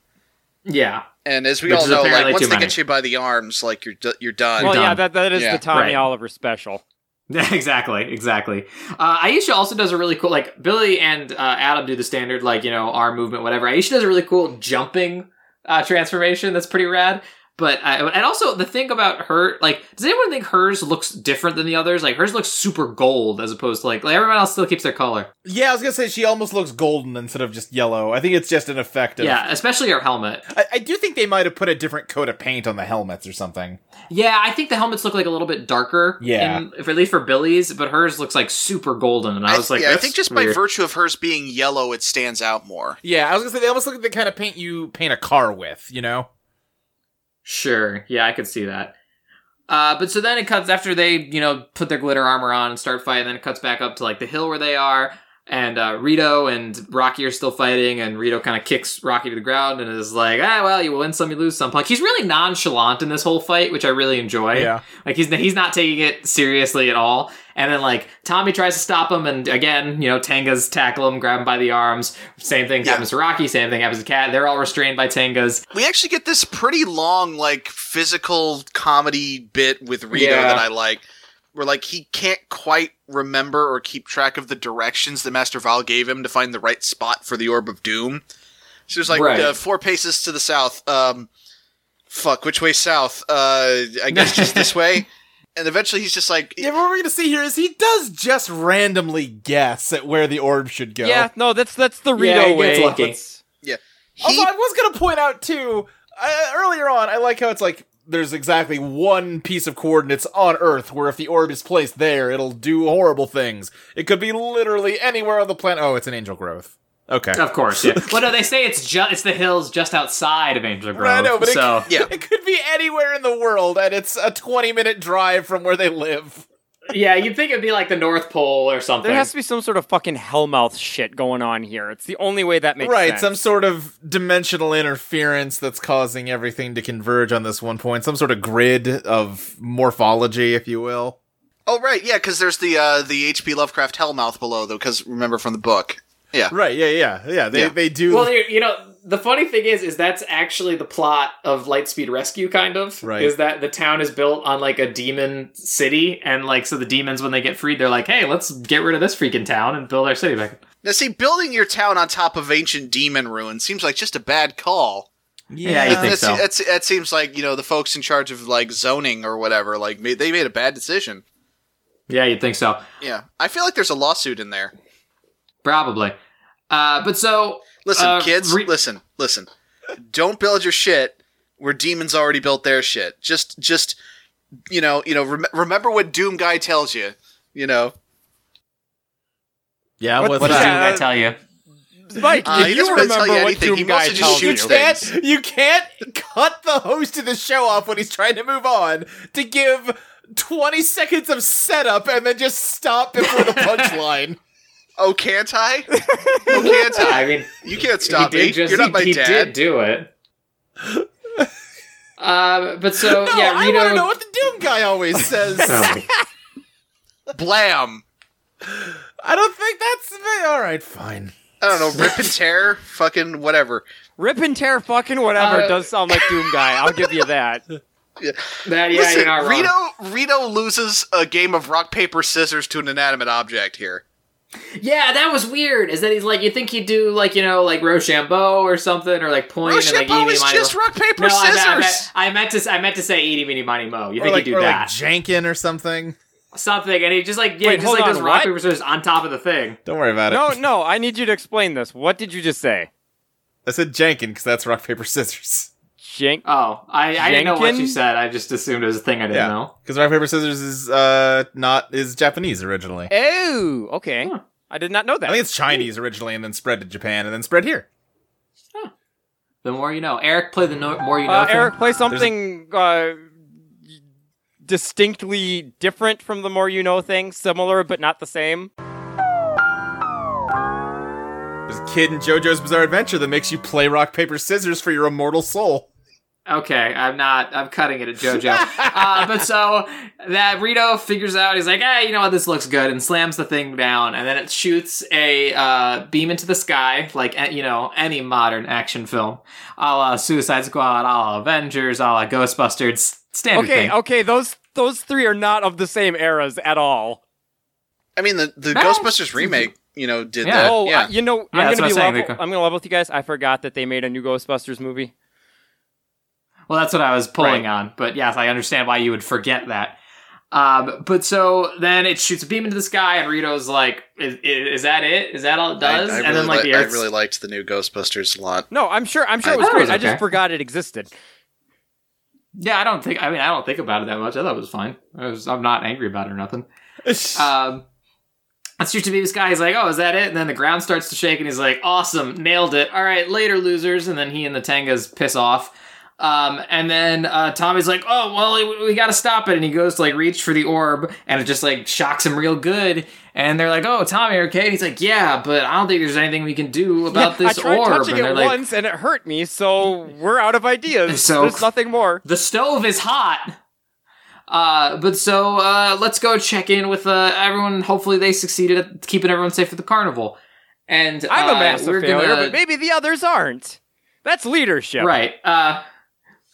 Speaker 3: yeah, [LAUGHS]
Speaker 4: and as we
Speaker 3: Which
Speaker 4: all
Speaker 3: is
Speaker 4: know, like
Speaker 3: apparently
Speaker 4: once
Speaker 3: too
Speaker 4: they
Speaker 3: many.
Speaker 4: get you by the arms, like you're d- you're done.
Speaker 6: well, yeah,
Speaker 3: done.
Speaker 6: that, that is
Speaker 4: Yeah.
Speaker 6: the Tommy
Speaker 3: Right.
Speaker 6: Oliver special.
Speaker 3: exactly, exactly. Uh, Aisha also does a really cool like Billy and uh, Adam do the standard like you know arm movement, whatever. Aisha does a really cool jumping uh, transformation that's pretty rad. But uh, and also the thing about her, like, does anyone think hers looks different than the others? Like hers looks super gold as opposed to like, like everyone else still keeps their color.
Speaker 5: Yeah, I was gonna say she almost looks golden instead of just yellow. I think it's just an effect of.
Speaker 3: Yeah, especially her helmet.
Speaker 5: I, I do think they might have put a different coat of paint on the helmets or something.
Speaker 3: Yeah, I think the helmets look like a little bit darker.
Speaker 5: Yeah.
Speaker 3: in, if at least for Billy's, but hers looks like super golden, and I was
Speaker 4: I,
Speaker 3: like,
Speaker 4: yeah, I
Speaker 3: "That's
Speaker 4: think just by
Speaker 3: weird."
Speaker 4: virtue of hers being yellow, it stands out more.
Speaker 5: Yeah, I was gonna say they almost look like the kind of paint you paint a car with. You know.
Speaker 3: sure, yeah, I could see that. Uh, but so then it cuts after they, you know, put their glitter armor on and start fighting. Then it cuts back up to like the hill where they are, and uh, Rito and Rocky are still fighting, and Rito kind of kicks Rocky to the ground and is like, "Ah, well, you win some, you lose some." Like he's really nonchalant in this whole fight, which I really enjoy. Like he's he's not taking it seriously at all. And then like Tommy tries to stop him, and again, you know, Tangas tackle him, grab him by the arms. Same thing
Speaker 4: Yeah.
Speaker 3: happens to Rocky. Same thing happens to Cat. They're all restrained by Tangas.
Speaker 4: We actually get this pretty long, like physical comedy bit with Rito
Speaker 3: Yeah.
Speaker 4: that I like, where like he can't quite remember or keep track of the directions that Master Val gave him to find the right spot for the Orb of Doom. So there's like
Speaker 3: Right.
Speaker 4: uh, four paces to the south. Um, fuck, which way south? Uh, I guess just this way. And eventually he's just like,
Speaker 5: Yeah, what we're gonna see here is he does just randomly guess at where the orb should go.
Speaker 6: Yeah, no, that's that's the Rito
Speaker 3: Yeah, he
Speaker 6: way.
Speaker 3: gets lucky.
Speaker 6: Let's-
Speaker 4: he
Speaker 5: Although I was gonna point out too uh, earlier on, I like how it's like there's exactly one piece of coordinates on Earth where if the orb is placed there, it'll do horrible things. It could be literally anywhere on the planet. Oh, it's an angel growth. Okay.
Speaker 3: Of course, yeah. well, no, they say it's just it's the hills just outside of Angel Grove.
Speaker 5: I know, but it,
Speaker 3: so
Speaker 5: yeah. it could be anywhere in the world, and it's a 20 minute drive from where they live.
Speaker 3: yeah, you'd think it'd be like the North Pole or something.
Speaker 6: There has to be some sort of fucking hellmouth shit going on here. It's the only way that makes
Speaker 5: right,
Speaker 6: sense.
Speaker 5: some sort of dimensional interference that's causing everything to converge on this one point, some sort of grid of morphology, if you will.
Speaker 4: oh right, yeah, because there's the uh, the H.P. Lovecraft Hellmouth below though, because remember from the book. Yeah,
Speaker 5: Right, yeah, yeah, yeah. They,
Speaker 4: Yeah.
Speaker 5: they do.
Speaker 3: Well, you, you know, the funny thing is, is that's actually the plot of Lightspeed Rescue, kind of.
Speaker 5: Right.
Speaker 3: Is that the town is built on like a demon city, and like so the demons when they get freed, they're like, hey, let's get rid of this freaking town and build our city back.
Speaker 4: Now, see, building your town on top of ancient demon ruins seems like just a bad call.
Speaker 3: Yeah, you think
Speaker 4: That, se-
Speaker 3: so?
Speaker 4: that se- that seems like you know the folks in charge of like zoning or whatever. Like ma- they made a bad decision.
Speaker 3: Yeah, you'd think so.
Speaker 4: Yeah, I feel like there's a lawsuit in there.
Speaker 3: Probably. Uh, but so
Speaker 4: Listen,
Speaker 3: Uh,
Speaker 4: kids,
Speaker 3: re-
Speaker 4: listen, listen. Don't build your shit where demons already built their shit. Just, just you know, you know. Rem- remember what Doom Guy tells you. You know,
Speaker 5: yeah,
Speaker 6: What-
Speaker 5: with
Speaker 3: what
Speaker 6: what
Speaker 3: did
Speaker 6: does
Speaker 5: that.
Speaker 6: Yeah,
Speaker 3: I
Speaker 6: uh,
Speaker 3: tell you?
Speaker 6: Mike,
Speaker 4: Uh, he
Speaker 6: if you
Speaker 4: doesn't really tell
Speaker 6: remember
Speaker 4: you
Speaker 6: what
Speaker 4: anything.
Speaker 6: Doom
Speaker 4: He
Speaker 6: Guy
Speaker 4: mostly just
Speaker 6: tells you.
Speaker 4: shoots things.
Speaker 5: can't you can't cut the host of the show off when he's trying to move on to give 20 seconds of setup and then just stop before the [LAUGHS] punchline.
Speaker 4: oh, can't
Speaker 3: [LAUGHS]
Speaker 4: I? oh, can't I?
Speaker 3: I mean,
Speaker 4: You can't stop me. You're
Speaker 3: he-
Speaker 4: not my
Speaker 3: he did
Speaker 4: dad.
Speaker 3: do [LAUGHS] it. Uh, but so
Speaker 5: No,
Speaker 3: yeah,
Speaker 5: I
Speaker 3: Rito.
Speaker 5: want to know what the Doom guy [LAUGHS] always says.
Speaker 3: Oh.
Speaker 4: Blam!
Speaker 5: I don't think that's all right. Fine.
Speaker 4: I don't know. Rip and tear. Fucking whatever.
Speaker 6: Rip and tear fucking whatever
Speaker 3: Uh,
Speaker 6: does sound like Doom Guy. I'll give
Speaker 3: [LAUGHS]
Speaker 6: you that.
Speaker 3: that, [LAUGHS] yeah,
Speaker 4: Listen,
Speaker 3: you're not wrong.
Speaker 4: Rito Rito loses a game of rock paper scissors to an inanimate object here.
Speaker 3: Yeah, that was weird. Is that he's like you think he'd do like you know like Rochambeau or something or like point and
Speaker 4: Rochambeau
Speaker 3: like eeny
Speaker 4: is
Speaker 3: miny
Speaker 4: just
Speaker 3: mo.
Speaker 4: rock paper
Speaker 3: No, I meant, I, meant,
Speaker 4: scissors.
Speaker 3: I meant to s- I meant to say eeny meeny miny mo. You
Speaker 5: Or
Speaker 3: think
Speaker 5: like,
Speaker 3: he'd do
Speaker 5: or like
Speaker 3: that
Speaker 5: Jankin or something.
Speaker 3: something? And he just like yeah,
Speaker 6: Wait,
Speaker 3: just
Speaker 6: hold
Speaker 3: like
Speaker 6: on,
Speaker 3: does rock
Speaker 6: what?
Speaker 3: paper scissors on top of the thing.
Speaker 5: Don't worry about it.
Speaker 6: No, no, I need you to explain this. What did you just say?
Speaker 5: I said Jankin because that's rock paper scissors.
Speaker 6: Jink.
Speaker 3: Oh, I, I didn't know what you
Speaker 6: Jenkin?
Speaker 3: said. I just assumed it was a thing I didn't
Speaker 5: Yeah.
Speaker 3: know.
Speaker 5: Because rock paper scissors is uh not is Japanese originally.
Speaker 6: Oh, okay.
Speaker 3: Huh.
Speaker 6: I did not know that.
Speaker 5: I think it's Chinese originally, and then spread to Japan, and then spread here.
Speaker 3: The more you know, Eric. Play the no- more you know.
Speaker 6: uh,
Speaker 3: thing.
Speaker 6: Eric, play something uh, distinctly different from the more you know thing, similar but not the same.
Speaker 5: There's a kid in JoJo's Bizarre Adventure that makes you play rock paper scissors for your immortal
Speaker 3: Oh,
Speaker 5: soul.
Speaker 3: Okay, I'm not. I'm cutting it at
Speaker 4: [LAUGHS]
Speaker 3: JoJo. uh, but so that Rito figures out, he's like, "Hey, you know what? This looks good," and slams the thing down, and then it shoots a uh, beam into the sky, like eh, you know any modern action film, a la Suicide Squad, a la Avengers, a la Ghostbusters, standard
Speaker 6: Okay,
Speaker 3: thing.
Speaker 6: okay, those those three are not of the same eras at all.
Speaker 4: I mean, the the
Speaker 3: No.
Speaker 4: Ghostbusters remake, you know, did
Speaker 3: Yeah.
Speaker 4: that.
Speaker 6: oh,
Speaker 4: yeah.
Speaker 6: I- you know,
Speaker 3: Yeah,
Speaker 6: I'm
Speaker 3: that's
Speaker 6: gonna be
Speaker 3: what I'm saying,
Speaker 6: level,
Speaker 3: Nico.
Speaker 6: I'm gonna level with you guys. I forgot that they made a new Ghostbusters movie.
Speaker 3: Well, that's what I was pulling
Speaker 6: Right.
Speaker 3: on, but yes, I understand why you would forget that. Um, but so then it shoots a beam into the sky, and Rito's like, "Is, is that it? Is that all it
Speaker 4: I-
Speaker 3: does?"
Speaker 4: I,
Speaker 3: and
Speaker 4: really
Speaker 3: then like
Speaker 4: li-
Speaker 3: the
Speaker 4: I
Speaker 3: Earth's
Speaker 4: really liked the new Ghostbusters a lot.
Speaker 6: No, I'm sure. I'm sure
Speaker 4: I
Speaker 6: it was
Speaker 3: thought it
Speaker 6: great.
Speaker 3: was
Speaker 6: I just
Speaker 3: okay.
Speaker 6: forgot it existed.
Speaker 3: Yeah, I don't think. I mean, I don't think about it that much. I thought it was fine. I was, I'm not angry about it or nothing.
Speaker 5: Uh,
Speaker 3: Um, it shoots a beam in the sky. He's like, "Oh, is that it?" And then the ground starts to shake, and he's like, "Awesome, nailed it! All right, later, losers." And then he and the Tengas piss off. Um, and then uh, Tommy's like, "Oh, well, we, we got to stop it." And he goes to like reach for the orb, and it just like shocks him real good. And they're like, "Oh, Tommy, you're okay?" And he's like, "Yeah, but I don't think there's anything we can do about
Speaker 6: Yeah,
Speaker 3: this
Speaker 6: I tried
Speaker 3: orb."
Speaker 6: touching
Speaker 3: and they're
Speaker 6: it
Speaker 3: like,
Speaker 6: once and it hurt me, so we're out of
Speaker 3: [LAUGHS]
Speaker 6: ideas.
Speaker 3: So-
Speaker 6: There's nothing more.
Speaker 3: The stove is hot. Uh, but so uh, let's go check in with uh, everyone. Hopefully, they succeeded at keeping everyone safe at the carnival. And
Speaker 6: I'm
Speaker 3: uh,
Speaker 6: a massive
Speaker 3: we're
Speaker 6: failure,
Speaker 3: gonna-
Speaker 6: but maybe the others aren't. That's leadership.
Speaker 3: right, uh,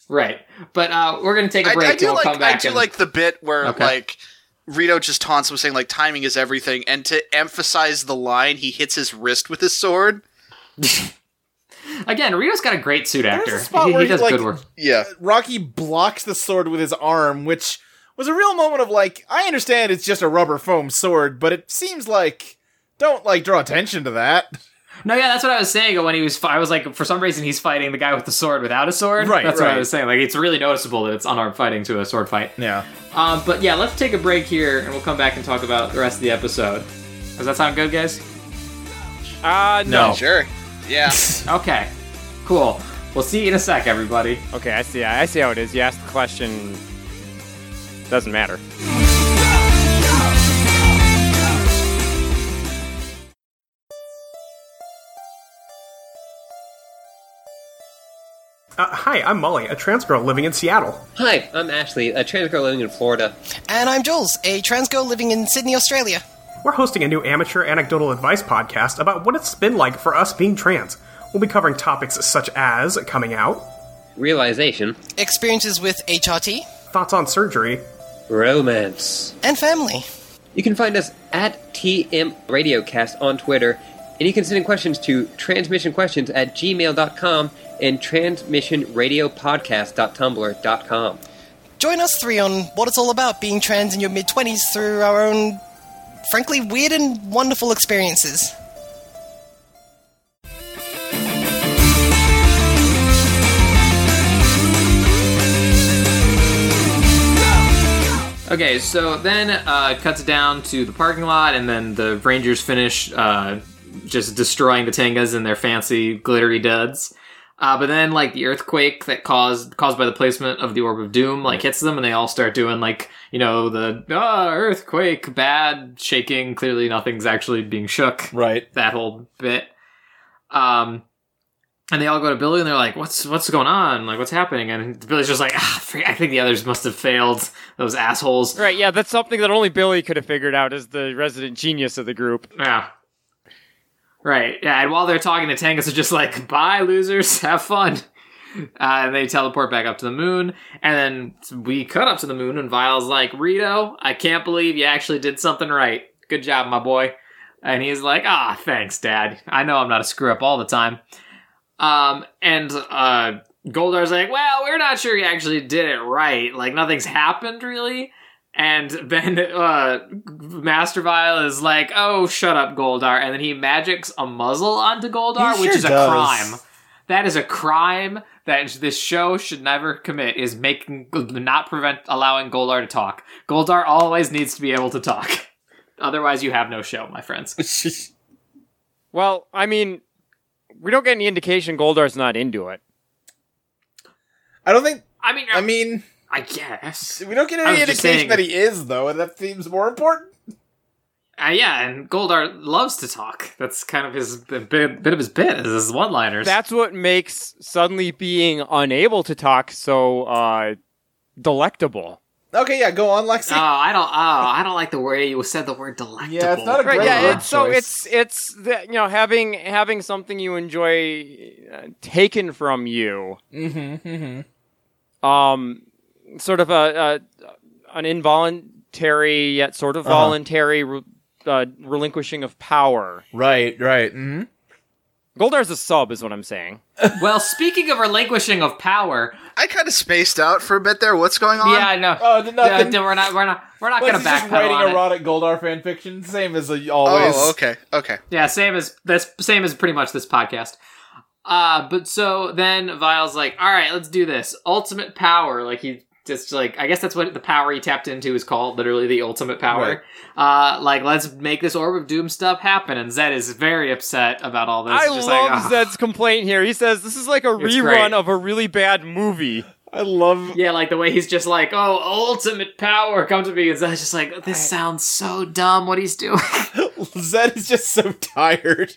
Speaker 3: right. But uh, we're gonna take a
Speaker 4: I,
Speaker 3: break.
Speaker 4: I
Speaker 3: and
Speaker 4: do
Speaker 3: we'll
Speaker 4: like
Speaker 3: come back
Speaker 4: I do
Speaker 3: and-
Speaker 4: like the bit where
Speaker 3: Okay.
Speaker 4: like Rito just taunts him saying like timing is everything, and to emphasize the line, he hits his wrist with his sword.
Speaker 3: again. Rito's got a great suit actor.
Speaker 5: a spot
Speaker 3: He,
Speaker 5: where
Speaker 3: he
Speaker 5: he,
Speaker 3: does
Speaker 5: like-
Speaker 3: good work.
Speaker 4: Yeah,
Speaker 5: Rocky blocks the sword with his arm, which was a real moment of like, I understand it's just a rubber foam sword, but it seems like don't like draw attention to that.
Speaker 3: No, yeah, that's what I was saying. When he was, fi- I was like, for some reason, he's fighting the guy with the sword without a sword.
Speaker 5: Right,
Speaker 3: That's what I
Speaker 5: right.
Speaker 3: was saying. Like, it's really noticeable that it's unarmed fighting to a sword fight.
Speaker 5: [LAUGHS] Yeah.
Speaker 3: Um, but yeah, let's take a break here, and we'll come back and talk about the rest of the episode. Does that sound good, guys?
Speaker 6: Uh, no.
Speaker 4: sure. Yeah,
Speaker 3: Okay, cool. We'll see you in a sec, everybody.
Speaker 6: Okay, I see. I see how it is. You ask the question. Doesn't matter.
Speaker 7: Uh, hi, I'm Molly, a trans girl living in Seattle.
Speaker 8: Hi, I'm Ashley, a trans girl living in Florida.
Speaker 9: And I'm Jules, a trans girl living in Sydney, Australia.
Speaker 7: We're hosting a new amateur anecdotal advice podcast about what it's been like for us being trans. We'll be covering topics such as coming out,
Speaker 8: Realization,
Speaker 9: Experiences with HRT
Speaker 7: thoughts on surgery,
Speaker 8: romance.
Speaker 9: and family.
Speaker 8: You can find us at TM Radiocast on Twitter, and you can send in questions to transmissionquestions at gmail.com and transmissionradiopodcast.tumblr.com.
Speaker 9: Join us three on what it's all about being trans in your mid 20s through our own, frankly, weird and wonderful experiences.
Speaker 3: Okay, so then uh, it cuts down to the parking lot, and then the Rangers finish uh, just destroying the Tangas in their fancy glittery duds. Uh, but then, like the earthquake that caused caused by the placement of the Orb of Doom, like hits them, and they all start doing like you know the ah, earthquake, bad shaking. Clearly, nothing's actually being shook.
Speaker 5: Right.
Speaker 3: that whole bit. Um, and they all go to Billy and they're like, "What's what's going on? Like, what's happening?" And Billy's just like, ah, fr- "I think the others must have failed. Those assholes."
Speaker 6: Right. Yeah, that's something that only Billy could have figured out as the resident genius of the group.
Speaker 3: Yeah. Right. Yeah. And while they're talking, the Tangas are just like, "Bye, losers. [LAUGHS] Have fun." Uh, and they teleport back up to the moon, and then we cut up to the moon, and Vile's like, "Rito, I can't believe you actually did something right. Good job, my boy." And he's like, "Ah, thanks, Dad. I know I'm not a screw up all the time." Um, and uh, Goldar's like, "Well, we're not sure you actually did it right. Like, nothing's happened really." And [LAUGHS] then uh, Master Vile is like, "Oh, shut up, Goldar!" And then he magics a muzzle onto Goldar,
Speaker 5: He
Speaker 3: which
Speaker 5: sure
Speaker 3: is
Speaker 5: does.
Speaker 3: a crime. That is a crime that this show should never commit. Is making not prevent allowing Goldar to talk. Goldar always needs to be able to talk. [LAUGHS] Otherwise, you have no show, my friends.
Speaker 5: [LAUGHS]
Speaker 6: Well, I mean, we don't get any indication Goldar's not into it.
Speaker 5: I don't think.
Speaker 3: I mean,
Speaker 5: I mean,
Speaker 3: I guess.
Speaker 5: we don't get
Speaker 3: I
Speaker 5: any
Speaker 3: was just
Speaker 5: indication
Speaker 3: saying-
Speaker 5: that he is though, and that seems more important.
Speaker 3: Uh, yeah, and Goldar loves to talk. That's kind of his bit, bit of his bit is his one-liners.
Speaker 6: That's what makes suddenly being unable to talk so uh, delectable.
Speaker 5: Okay, yeah, go on, Lexi.
Speaker 3: Oh, I don't. Oh, I don't like the way you said the word delectable.
Speaker 5: Yeah, it's not a
Speaker 6: Right?
Speaker 5: great
Speaker 6: Yeah.
Speaker 5: word
Speaker 6: It's, so
Speaker 5: choice.
Speaker 6: it's it's the, you know having having something you enjoy uh, taken from you. Mm-hmm, Um, sort of a, a an involuntary yet sort of voluntary re- uh, relinquishing of power.
Speaker 5: right, right. Mm-hmm.
Speaker 6: Goldar's a sub, is what I'm saying.
Speaker 3: Well, speaking of relinquishing of power,
Speaker 4: I kind of spaced out for a bit there. What's going on?
Speaker 3: yeah, I know.
Speaker 5: Oh, nothing.
Speaker 3: Yeah, no, we're not. We're not. We're not going
Speaker 5: Lexi's
Speaker 3: to
Speaker 5: just
Speaker 3: backpedal
Speaker 5: writing
Speaker 3: on it.
Speaker 5: erotic Goldar fan fiction, same as uh, always.
Speaker 4: Oh, okay, okay.
Speaker 3: Yeah, same as that's same as pretty much this podcast. Uh, but so then Vile's like, all right, let's do this. Ultimate power. Like he just like I guess that's what the power he tapped into is called, literally the ultimate power. Uh like let's make this orb of doom stuff happen. And Zed is very upset about all this.
Speaker 6: I
Speaker 3: He's
Speaker 6: love
Speaker 3: just like, "Ah."
Speaker 6: Zed's complaint here. He says this is like a
Speaker 3: It's
Speaker 6: rerun
Speaker 3: great.
Speaker 6: of a really bad movie.
Speaker 5: I love.
Speaker 3: Yeah, like the way he's just like, oh, ultimate power, come to me. And Zed's just like, this sounds so dumb what he's doing. [LAUGHS]
Speaker 5: Zed is just so tired.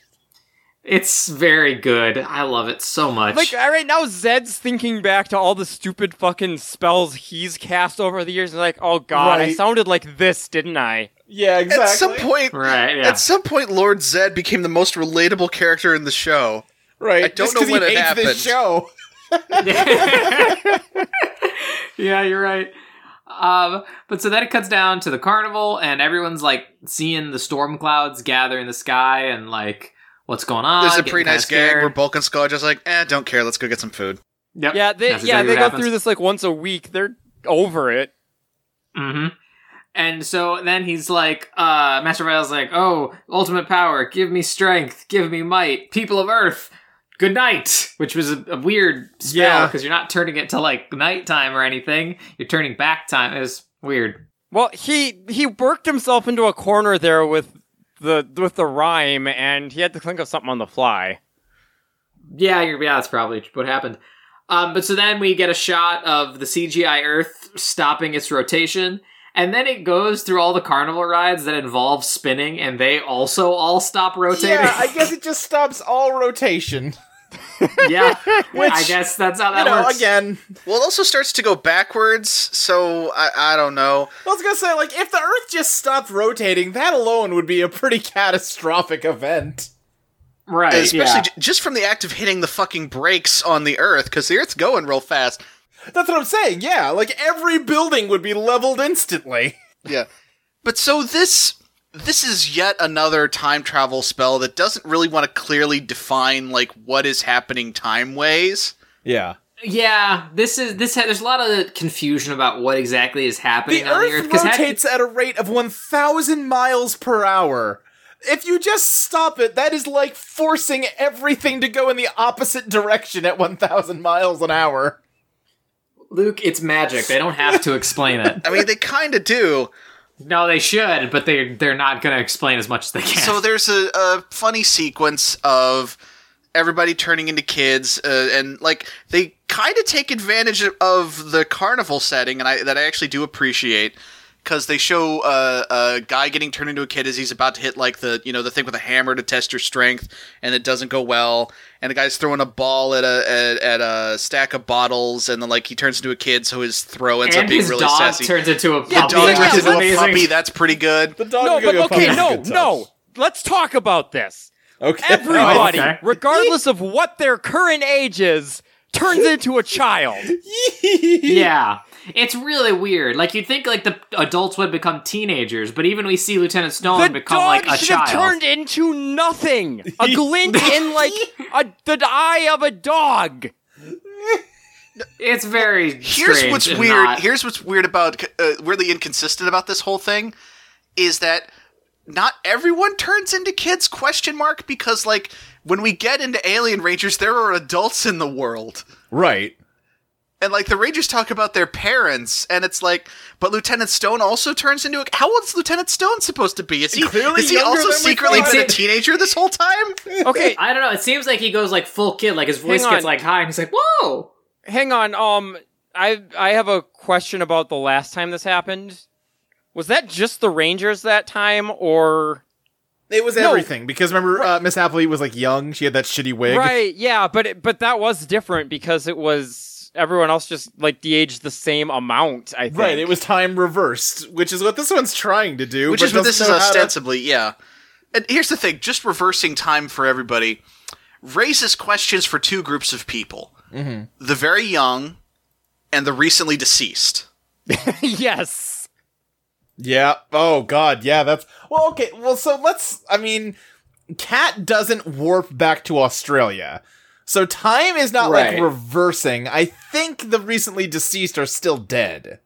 Speaker 3: it's very good. I love it so much.
Speaker 6: Like all right now, Zed's thinking back to all the stupid fucking spells he's cast over the years, and like, oh god, I
Speaker 5: Right.
Speaker 6: sounded like this, didn't I?
Speaker 5: Yeah, exactly.
Speaker 4: At some point,
Speaker 3: right, yeah.
Speaker 4: at some point, Lord Zed became the most relatable character in the show.
Speaker 5: right?
Speaker 4: I don't
Speaker 5: just
Speaker 4: know
Speaker 5: 'cause
Speaker 4: when
Speaker 5: he
Speaker 4: it
Speaker 5: hates
Speaker 4: happened.
Speaker 5: This show.
Speaker 3: [LAUGHS] yeah, you're right. Um, but so then it cuts down to the carnival, and everyone's like seeing the storm clouds gather in the sky, and like what's going on.
Speaker 4: There's a
Speaker 3: Ah, getting
Speaker 4: pretty
Speaker 3: kinda
Speaker 4: nice gag
Speaker 3: scared.
Speaker 4: where Bulk and Skull are just like, eh, don't care. Let's go get some food.
Speaker 3: Yep.
Speaker 6: Yeah, they
Speaker 3: That's
Speaker 6: yeah
Speaker 3: exactly
Speaker 6: they
Speaker 3: what
Speaker 6: go
Speaker 3: happens.
Speaker 6: through this like once a week. They're over it.
Speaker 3: hmm And so then he's like, uh, Master Vile's like, oh, ultimate power, give me strength, give me might, people of Earth, good night. Which was a, a weird spell
Speaker 5: Yeah.
Speaker 3: because you're not turning it to like nighttime or anything. You're turning back time. It was weird.
Speaker 6: Well, he he worked himself into a corner there with the with the rhyme, and he had to think of something on the fly.
Speaker 3: Yeah, you're, yeah, that's probably what happened. Um, but so then we get a shot of the CGI Earth stopping its rotation, and then it goes through all the carnival rides that involve spinning, and they also all stop rotating.
Speaker 5: Yeah, I guess it just stops all
Speaker 4: [LAUGHS]
Speaker 5: rotation.
Speaker 3: [LAUGHS] yeah,
Speaker 5: [LAUGHS] Which,
Speaker 3: I guess that's how that
Speaker 5: You know,
Speaker 3: works.
Speaker 5: again,
Speaker 4: Well, it also starts to go backwards, so I, I don't know.
Speaker 5: I was gonna say, like, if the Earth just stopped rotating, that alone would be a pretty [LAUGHS] catastrophic event.
Speaker 3: right?
Speaker 4: Especially
Speaker 3: yeah.
Speaker 4: j- just from the act of hitting the fucking brakes on the Earth, because the Earth's going real fast.
Speaker 5: That's what I'm saying. Yeah, like every building would be leveled instantly.
Speaker 4: Yeah. But so this this is yet another time travel spell that doesn't really want to clearly define like what is happening time ways.
Speaker 5: Yeah.
Speaker 3: yeah, this is this. Ha- there's a lot of confusion about what exactly is happening
Speaker 5: The
Speaker 3: on the
Speaker 5: Earth
Speaker 3: Earth because
Speaker 5: rotates at a rate of 1,000 miles per hour. If you just stop it, that is like forcing everything to go in the opposite direction at 1,000 miles an hour.
Speaker 3: Luke, it's magic. They don't have to explain it.
Speaker 5: [LAUGHS]
Speaker 4: I mean, they kind of do.
Speaker 3: No, they should, but they they're not going to explain as much as they can.
Speaker 4: So there's a, a funny sequence of everybody turning into kids, uh, and like they kind of take advantage of the carnival setting, and I that I actually do appreciate because they show uh, a guy getting turned into a kid as he's about to hit like the you know the thing with a hammer to test your strength, and it doesn't go well, and the guy's throwing a ball at a at, at a stack of bottles, and then like he turns into a kid, so his throw ends up
Speaker 3: and
Speaker 4: being
Speaker 3: his
Speaker 4: really
Speaker 3: dog
Speaker 4: sassy.
Speaker 3: turns into a puppy.
Speaker 4: the dog
Speaker 3: That
Speaker 4: turns
Speaker 3: was
Speaker 4: into a
Speaker 3: amazing.
Speaker 4: puppy. That's pretty good.
Speaker 5: The dog
Speaker 6: no,
Speaker 5: would go
Speaker 6: but okay,
Speaker 5: fucking
Speaker 6: no,
Speaker 5: good
Speaker 6: no. Let's talk about this.
Speaker 5: times. Okay.
Speaker 6: Everybody,
Speaker 3: okay.
Speaker 6: regardless of what their current age is, turns into a child.
Speaker 3: yeah, it's really weird. Like you'd think like the adults would become teenagers, but even we see Lieutenant Stone
Speaker 6: The
Speaker 3: become
Speaker 6: dog
Speaker 3: like a
Speaker 6: should
Speaker 3: child.
Speaker 6: have turned into nothing. A glint in like a, the eye of a dog.
Speaker 3: it's very
Speaker 4: here's
Speaker 3: strange
Speaker 4: what's
Speaker 3: and
Speaker 4: weird
Speaker 3: not-
Speaker 4: here's what's weird about uh, really inconsistent about this whole thing is that not everyone turns into kids question mark because like when we get into alien rangers there are adults in the world
Speaker 5: Right.
Speaker 4: and like the rangers talk about their parents and it's like but lieutenant stone also turns into a how old is lieutenant stone supposed to be is he
Speaker 5: Clearly
Speaker 4: is he
Speaker 5: younger
Speaker 4: also
Speaker 5: than we
Speaker 4: secretly
Speaker 5: thought.
Speaker 4: been a teenager this whole time
Speaker 6: Okay,
Speaker 3: [LAUGHS] I don't know. It seems like he goes like full kid. Like his voice
Speaker 6: Hang
Speaker 3: gets
Speaker 6: on.
Speaker 3: like high, and he's like, "Whoa!"
Speaker 6: hang on. Um, I I have a question about the last time this happened. Was that just the Rangers that time, or
Speaker 5: It was everything because remember uh, Miss Appley was like young. She had that shitty wig.
Speaker 6: right? Yeah, but it, but that was different because it was everyone else just like de-aged the same amount. I think.
Speaker 5: Right, it was time reversed, which is what this one's trying to do.
Speaker 4: Which
Speaker 5: but
Speaker 4: is what
Speaker 5: doesn't
Speaker 4: this is
Speaker 5: know how to-
Speaker 4: ostensibly, yeah. And here's the thing: just reversing time for everybody raises questions for two groups of people: the very young and the recently deceased.
Speaker 6: [LAUGHS] yes.
Speaker 5: Yeah. Oh god, yeah, that's Well, okay. Well, so let's I mean, Cat doesn't warp back to Australia. So time is not
Speaker 3: Right.
Speaker 5: like reversing. I think the recently deceased are still dead.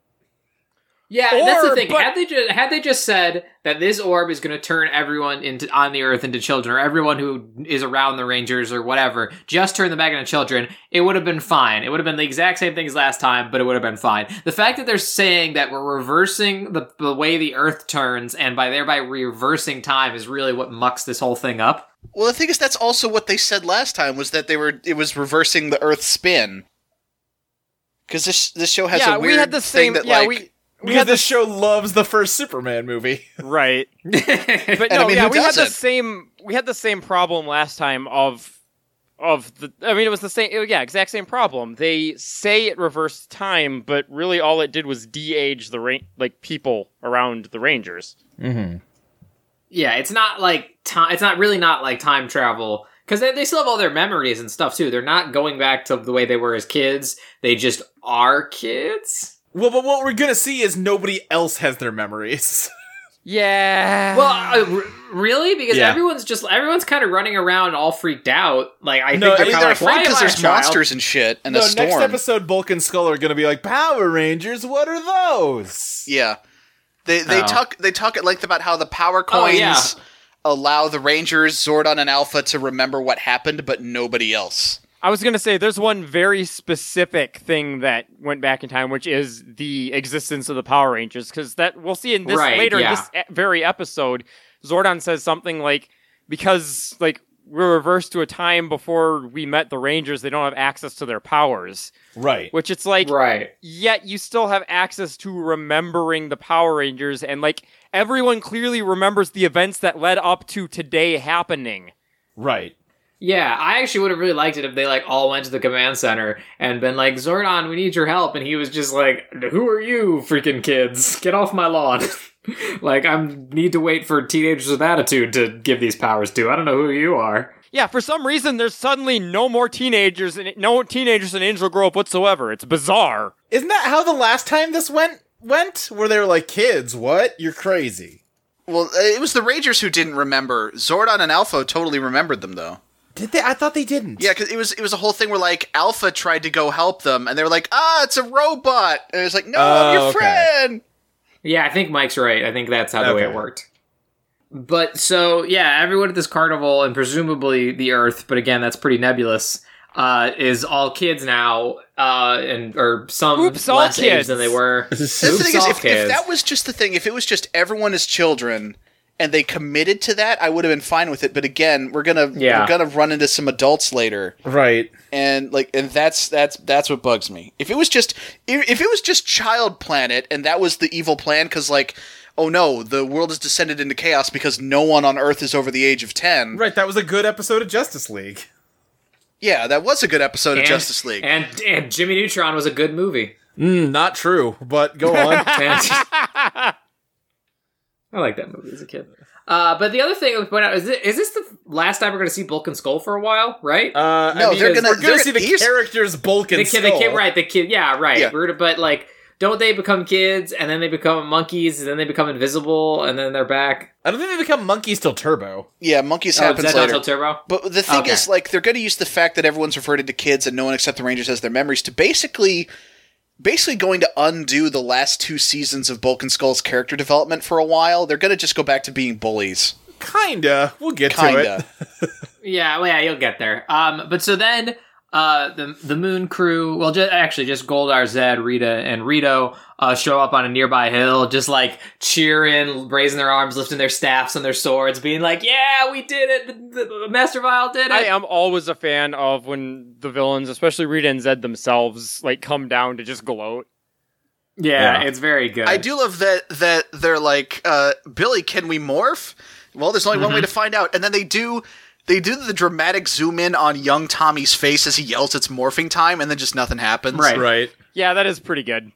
Speaker 3: Yeah, and that's
Speaker 6: Or-
Speaker 3: the thing.
Speaker 6: but-
Speaker 3: had they just had they just said that this orb is going to turn everyone into on the earth into children, or everyone who is around the Rangers or whatever, just turn them back into children, it would have been fine. It would have been the exact same thing as last time, but it would have been fine. The fact that they're saying that we're reversing the, the way the Earth turns, and by thereby reversing time, is really what mucks this whole thing up.
Speaker 4: Well, the thing is, that's also what they said last time was that they were it was reversing the Earth's spin. Because this this show has
Speaker 6: yeah,
Speaker 4: a weird
Speaker 6: we had the
Speaker 4: thing
Speaker 6: same.
Speaker 4: that
Speaker 6: yeah,
Speaker 4: like
Speaker 6: we. We
Speaker 5: Because
Speaker 6: had
Speaker 5: this
Speaker 6: the
Speaker 5: show loves the first Superman movie. [LAUGHS]
Speaker 6: right, but
Speaker 4: [LAUGHS] And
Speaker 6: no,
Speaker 4: I mean,
Speaker 6: yeah,
Speaker 4: who
Speaker 6: we had the
Speaker 4: doesn't?
Speaker 6: same. We had the same problem last time of, of the. I mean, it was the same. Yeah, exact same problem. They say it reversed time, but really all it did was de-age the ra- like people around the Rangers.
Speaker 3: Yeah, it's not like time. It's not really not like time travel because they, they still have all their memories and stuff too. They're not going back to the way they were as kids. They just are kids.
Speaker 5: Well, but what we're going to see is nobody else has their [LAUGHS] memories.
Speaker 6: Yeah.
Speaker 3: Well, uh, r- really, because
Speaker 5: Yeah.
Speaker 3: everyone's just everyone's kind of running around all freaked out. Like I
Speaker 5: No,
Speaker 3: think they're,
Speaker 5: I mean,
Speaker 3: kinda
Speaker 4: they're
Speaker 3: like,
Speaker 4: afraid
Speaker 3: "Why am
Speaker 4: because
Speaker 3: I a
Speaker 4: there's
Speaker 3: child?"
Speaker 4: monsters and shit and
Speaker 5: no,
Speaker 4: a storm.
Speaker 5: next episode Bulk and Skull are going to be like, "Power Rangers, what are those?"
Speaker 4: Yeah, they they
Speaker 3: Oh.
Speaker 4: talk they talk at length about how the power coins
Speaker 3: yeah.
Speaker 4: allow the Rangers, Zordon, and Alpha to remember what happened, but nobody else.
Speaker 6: I was gonna say there's one very specific thing that went back in time, which is the existence of the Power Rangers, because that we'll see in this
Speaker 3: Right,
Speaker 6: later
Speaker 3: yeah.
Speaker 6: in this e- very episode. Zordon says something like, "Because like we're reversed to a time before we met the Rangers, they don't have access to their powers."
Speaker 5: Right.
Speaker 6: Which it's like,
Speaker 3: Right.
Speaker 6: yet you still have access to remembering the Power Rangers, and like everyone clearly remembers the events that led up to today happening.
Speaker 5: Right.
Speaker 3: Yeah, I actually would have really liked it if they like all went to the command center and been like, "Zordon, we need your help," and he was just like, "Who are you, freaking kids? Get off my lawn!" [LAUGHS] like, I need to wait for teenagers with attitude to give these powers to. I don't know who you are.
Speaker 6: Yeah, for some reason there's suddenly no more teenagers and no teenagers in Angel Grove whatsoever. It's bizarre.
Speaker 5: Isn't that how the last time this went went? Where they were like, "Kids, what? You're crazy."
Speaker 4: Well, uh, it was the Rangers who didn't remember. Zordon and Alpha totally remembered them though.
Speaker 5: Did they? I thought they didn't.
Speaker 4: Yeah, because it was it was a whole thing where like Alpha tried to go help them, and they were like, "Ah, it's a robot," and it was like, "No,
Speaker 5: Oh,
Speaker 4: I'm your
Speaker 5: okay.
Speaker 4: friend."
Speaker 3: Yeah, I think Mike's right. I think that's how the way
Speaker 5: Okay.
Speaker 3: it worked. But so yeah, everyone at this carnival and presumably the Earth, but again, that's pretty nebulous. Uh, is all kids now, uh, and or some
Speaker 6: Oops, all
Speaker 3: less age
Speaker 6: kids.
Speaker 3: than they were. Oops,
Speaker 4: That's the thing is,
Speaker 3: all
Speaker 4: if, if
Speaker 3: kids.
Speaker 4: that was just the thing, if it was just everyone as children and they committed to that, I would have been fine with it. But again, we're gonna
Speaker 3: Yeah.
Speaker 4: we're gonna run into some adults later,
Speaker 5: Right.
Speaker 4: and like, and that's that's that's what bugs me. If it was just if, if it was just Child Planet and that was the evil plan, because like, oh no, the world is descended into chaos because no one on Earth is over the age of ten.
Speaker 5: Right. That was a good episode of Justice League.
Speaker 4: Yeah, that was a good episode
Speaker 3: and,
Speaker 4: of Justice League.
Speaker 3: and and Jimmy Neutron was a good movie.
Speaker 5: Mm, Not true, but go on. Uh,
Speaker 3: And- I like that movie as a kid. Uh, but the other thing I would point out is this, is this the last time we're going to see Bulk and Skull for a while, right?
Speaker 5: Uh,
Speaker 4: No, they're
Speaker 5: it's-
Speaker 4: gonna-
Speaker 5: we're gonna
Speaker 4: they're
Speaker 5: see the
Speaker 4: gonna- here's-
Speaker 5: characters bulk and
Speaker 3: the kid, the
Speaker 5: skull.
Speaker 3: kid, right? The kid, yeah, right.
Speaker 4: Yeah.
Speaker 3: We're- but like, don't they become kids and then they become monkeys and then they become invisible and then they're back?
Speaker 5: I don't think they become monkeys till Turbo.
Speaker 4: yeah, monkeys
Speaker 3: Oh, is
Speaker 4: happens
Speaker 3: that
Speaker 4: later.
Speaker 3: Donald Turbo?
Speaker 4: But the thing
Speaker 3: Okay.
Speaker 4: is, like, they're going to use the fact that everyone's reverted to kids and no one except the Rangers has their memories to basically, basically going to undo the last two seasons of Bulk and Skull's character development for a while. They're going to just go back to being bullies,
Speaker 5: Kinda. We'll get to
Speaker 4: kinda.
Speaker 5: it.
Speaker 3: Yeah, well, yeah, you'll get there. Um, but so then, uh, the the Moon Crew, well, just, actually, just Goldar, Zed, Rita, and Rito uh, show up on a nearby hill, just like cheering, raising their arms, lifting their staffs and their swords, being like, "Yeah, we did it! The, the Master Vile did it!"
Speaker 6: I um, am always a fan of when the villains, especially Rita and Zed themselves, like come down to just gloat.
Speaker 3: Yeah,
Speaker 5: Yeah.
Speaker 3: it's very good.
Speaker 4: I do love that that they're like, uh, Billy, can we morph? Well, there's only one way to find out, and then they do they do the dramatic zoom in on young Tommy's face as he yells it's morphing time, and then just nothing happens.
Speaker 3: Right.
Speaker 5: Right.
Speaker 6: Yeah, that is pretty good.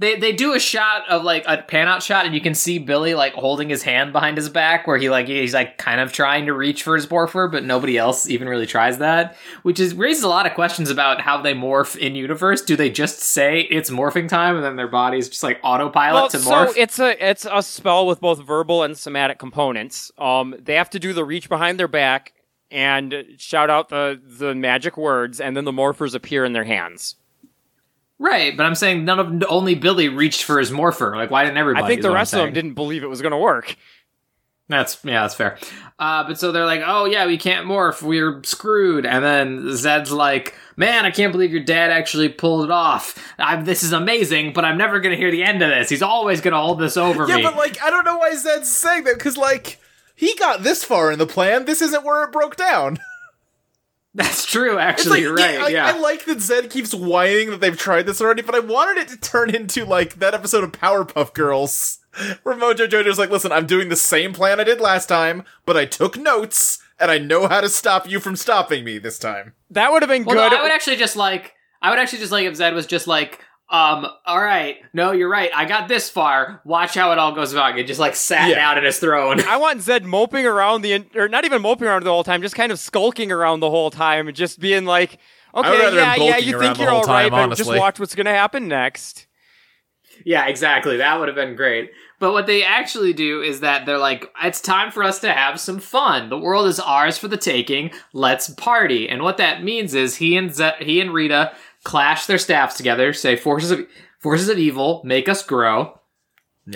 Speaker 3: They they do a shot of like a pan out shot, and you can see Billy like holding his hand behind his back, where he like he's like kind of trying to reach for his morpher, but nobody else even really tries that, which is raises a lot of questions about how they morph in universe. Do they just say it's morphing time, and then their bodies just like autopilot
Speaker 6: Well,
Speaker 3: to
Speaker 6: so
Speaker 3: morph?
Speaker 6: it's a it's a spell with both verbal and somatic components. Um, they have to do the reach behind their back and shout out the the magic words, and then the morphers appear in their hands.
Speaker 3: right, but I'm saying none of only Billy reached for his morpher. Like, why didn't everybody?
Speaker 6: I think
Speaker 3: is
Speaker 6: the
Speaker 3: what I'm
Speaker 6: rest of them
Speaker 3: saying.
Speaker 6: didn't believe it was going to work.
Speaker 3: That's yeah, that's fair. Uh, but so they're like, oh yeah, we can't morph, we're screwed. And then Zed's like, man, I can't believe your dad actually pulled it off. i this is amazing, but I'm never gonna hear the end of this. He's always gonna hold this over
Speaker 5: Yeah,
Speaker 3: me.
Speaker 5: but like I don't know why Zed's saying that because like he got this far in the plan. This isn't where it broke down.
Speaker 3: [LAUGHS] that's true,
Speaker 5: It's
Speaker 3: actually.
Speaker 5: like,
Speaker 3: you're right.
Speaker 5: I,
Speaker 3: yeah.
Speaker 5: I like that Zed keeps whining that they've tried this already, but I wanted it to turn into like that episode of Powerpuff Girls [LAUGHS] where Mojo Jojo's like, "Listen, I'm doing the same plan I did last time, but I took notes and I know how to stop you from stopping me this time."
Speaker 6: That would have been
Speaker 3: well, no,
Speaker 6: good.
Speaker 3: I would actually just like, I would actually just like if Zed was just like, um, all right, no, you're right. I got this far. Watch how it all goes wrong. It just like sat
Speaker 5: Yeah.
Speaker 3: down in his throne.
Speaker 6: I want Zed moping around the, en- or not even moping around the whole time, just kind of skulking around the whole time and just being like, okay,
Speaker 5: rather
Speaker 6: yeah,
Speaker 5: him
Speaker 6: yeah,
Speaker 5: bulking
Speaker 6: you
Speaker 5: around
Speaker 6: think
Speaker 5: the
Speaker 6: you're
Speaker 5: whole
Speaker 6: all right,
Speaker 5: time,
Speaker 6: but just
Speaker 5: honestly.
Speaker 6: watch what's going to happen next.
Speaker 3: Yeah, exactly. That would have been great. But what they actually do is that they're like, it's time for us to have some fun. The world is ours for the taking. Let's party. And what that means is he and Ze- he and Rita clash their staffs together, say forces of forces of evil make us grow.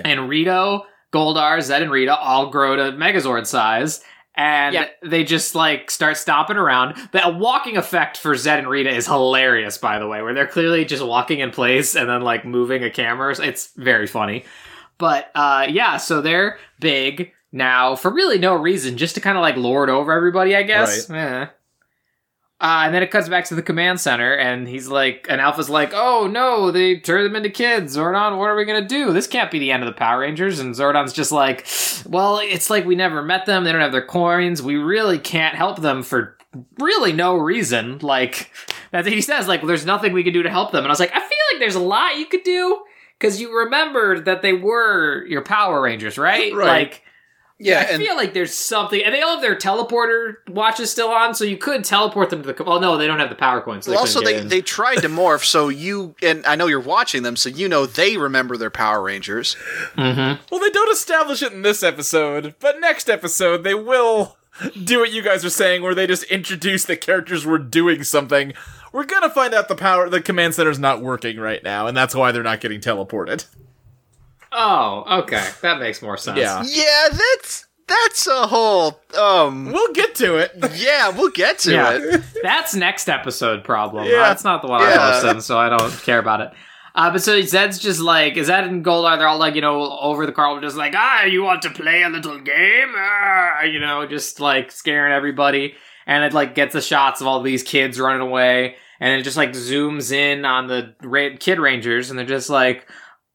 Speaker 3: And Rito, Goldar, Zed, and Rita all grow to Megazord size. And
Speaker 6: Yeah.
Speaker 3: they just like start stomping around. That walking effect for Zed and Rita is hilarious, by the way, where they're clearly just walking in place and then like moving a camera. It's very funny. But uh, yeah, so they're big now for really no reason, just to kind of like lord over everybody, I guess. Yeah. Uh, and then it cuts back to the command center, and he's like, and Alpha's like, oh no, they turned them into kids. Zordon, what are we gonna do? This can't be the end of the Power Rangers. And Zordon's just like, well, it's like we never met them. They don't have their coins. We really can't help them for really no reason. Like, that's he says, like, there's nothing we can do to help them. And I was like, I feel like there's a lot you could do because you remembered that they were your Power Rangers, right?
Speaker 4: Right.
Speaker 3: Like,
Speaker 4: Yeah,
Speaker 3: I
Speaker 4: and
Speaker 3: feel like there's something, and they all have their teleporter watches still on, so you could teleport them to the. co- Oh no, they don't have the power coins. So
Speaker 4: well, also
Speaker 3: couldn't
Speaker 4: they,
Speaker 3: get
Speaker 4: they tried to morph, so you and I know you're watching them, so you know they remember their Power Rangers.
Speaker 5: Well, they don't establish it in this episode, but next episode they will do what you guys are saying, where they just introduce the characters were doing something. We're gonna find out the power, the command center's not working right now, and that's why they're not getting teleported.
Speaker 3: in. Oh, okay, that makes more sense.
Speaker 5: Yeah,
Speaker 4: Yeah, that's that's a whole um.
Speaker 5: we'll get to it.
Speaker 4: Yeah, we'll get to
Speaker 3: Yeah.
Speaker 4: it.
Speaker 3: that's next episode problem.
Speaker 5: Yeah.
Speaker 3: That's not the one
Speaker 4: Yeah.
Speaker 3: I posted, so I don't care about it. Uh, but so Zed's just like, Zed and Goldar, they're all like, you know, over the car, just like, ah, you want to play a little game? Ah, you know, just like scaring everybody. And it like gets the shots of all these kids running away. And it just like zooms in on the ra- Kid Rangers, and they're just like,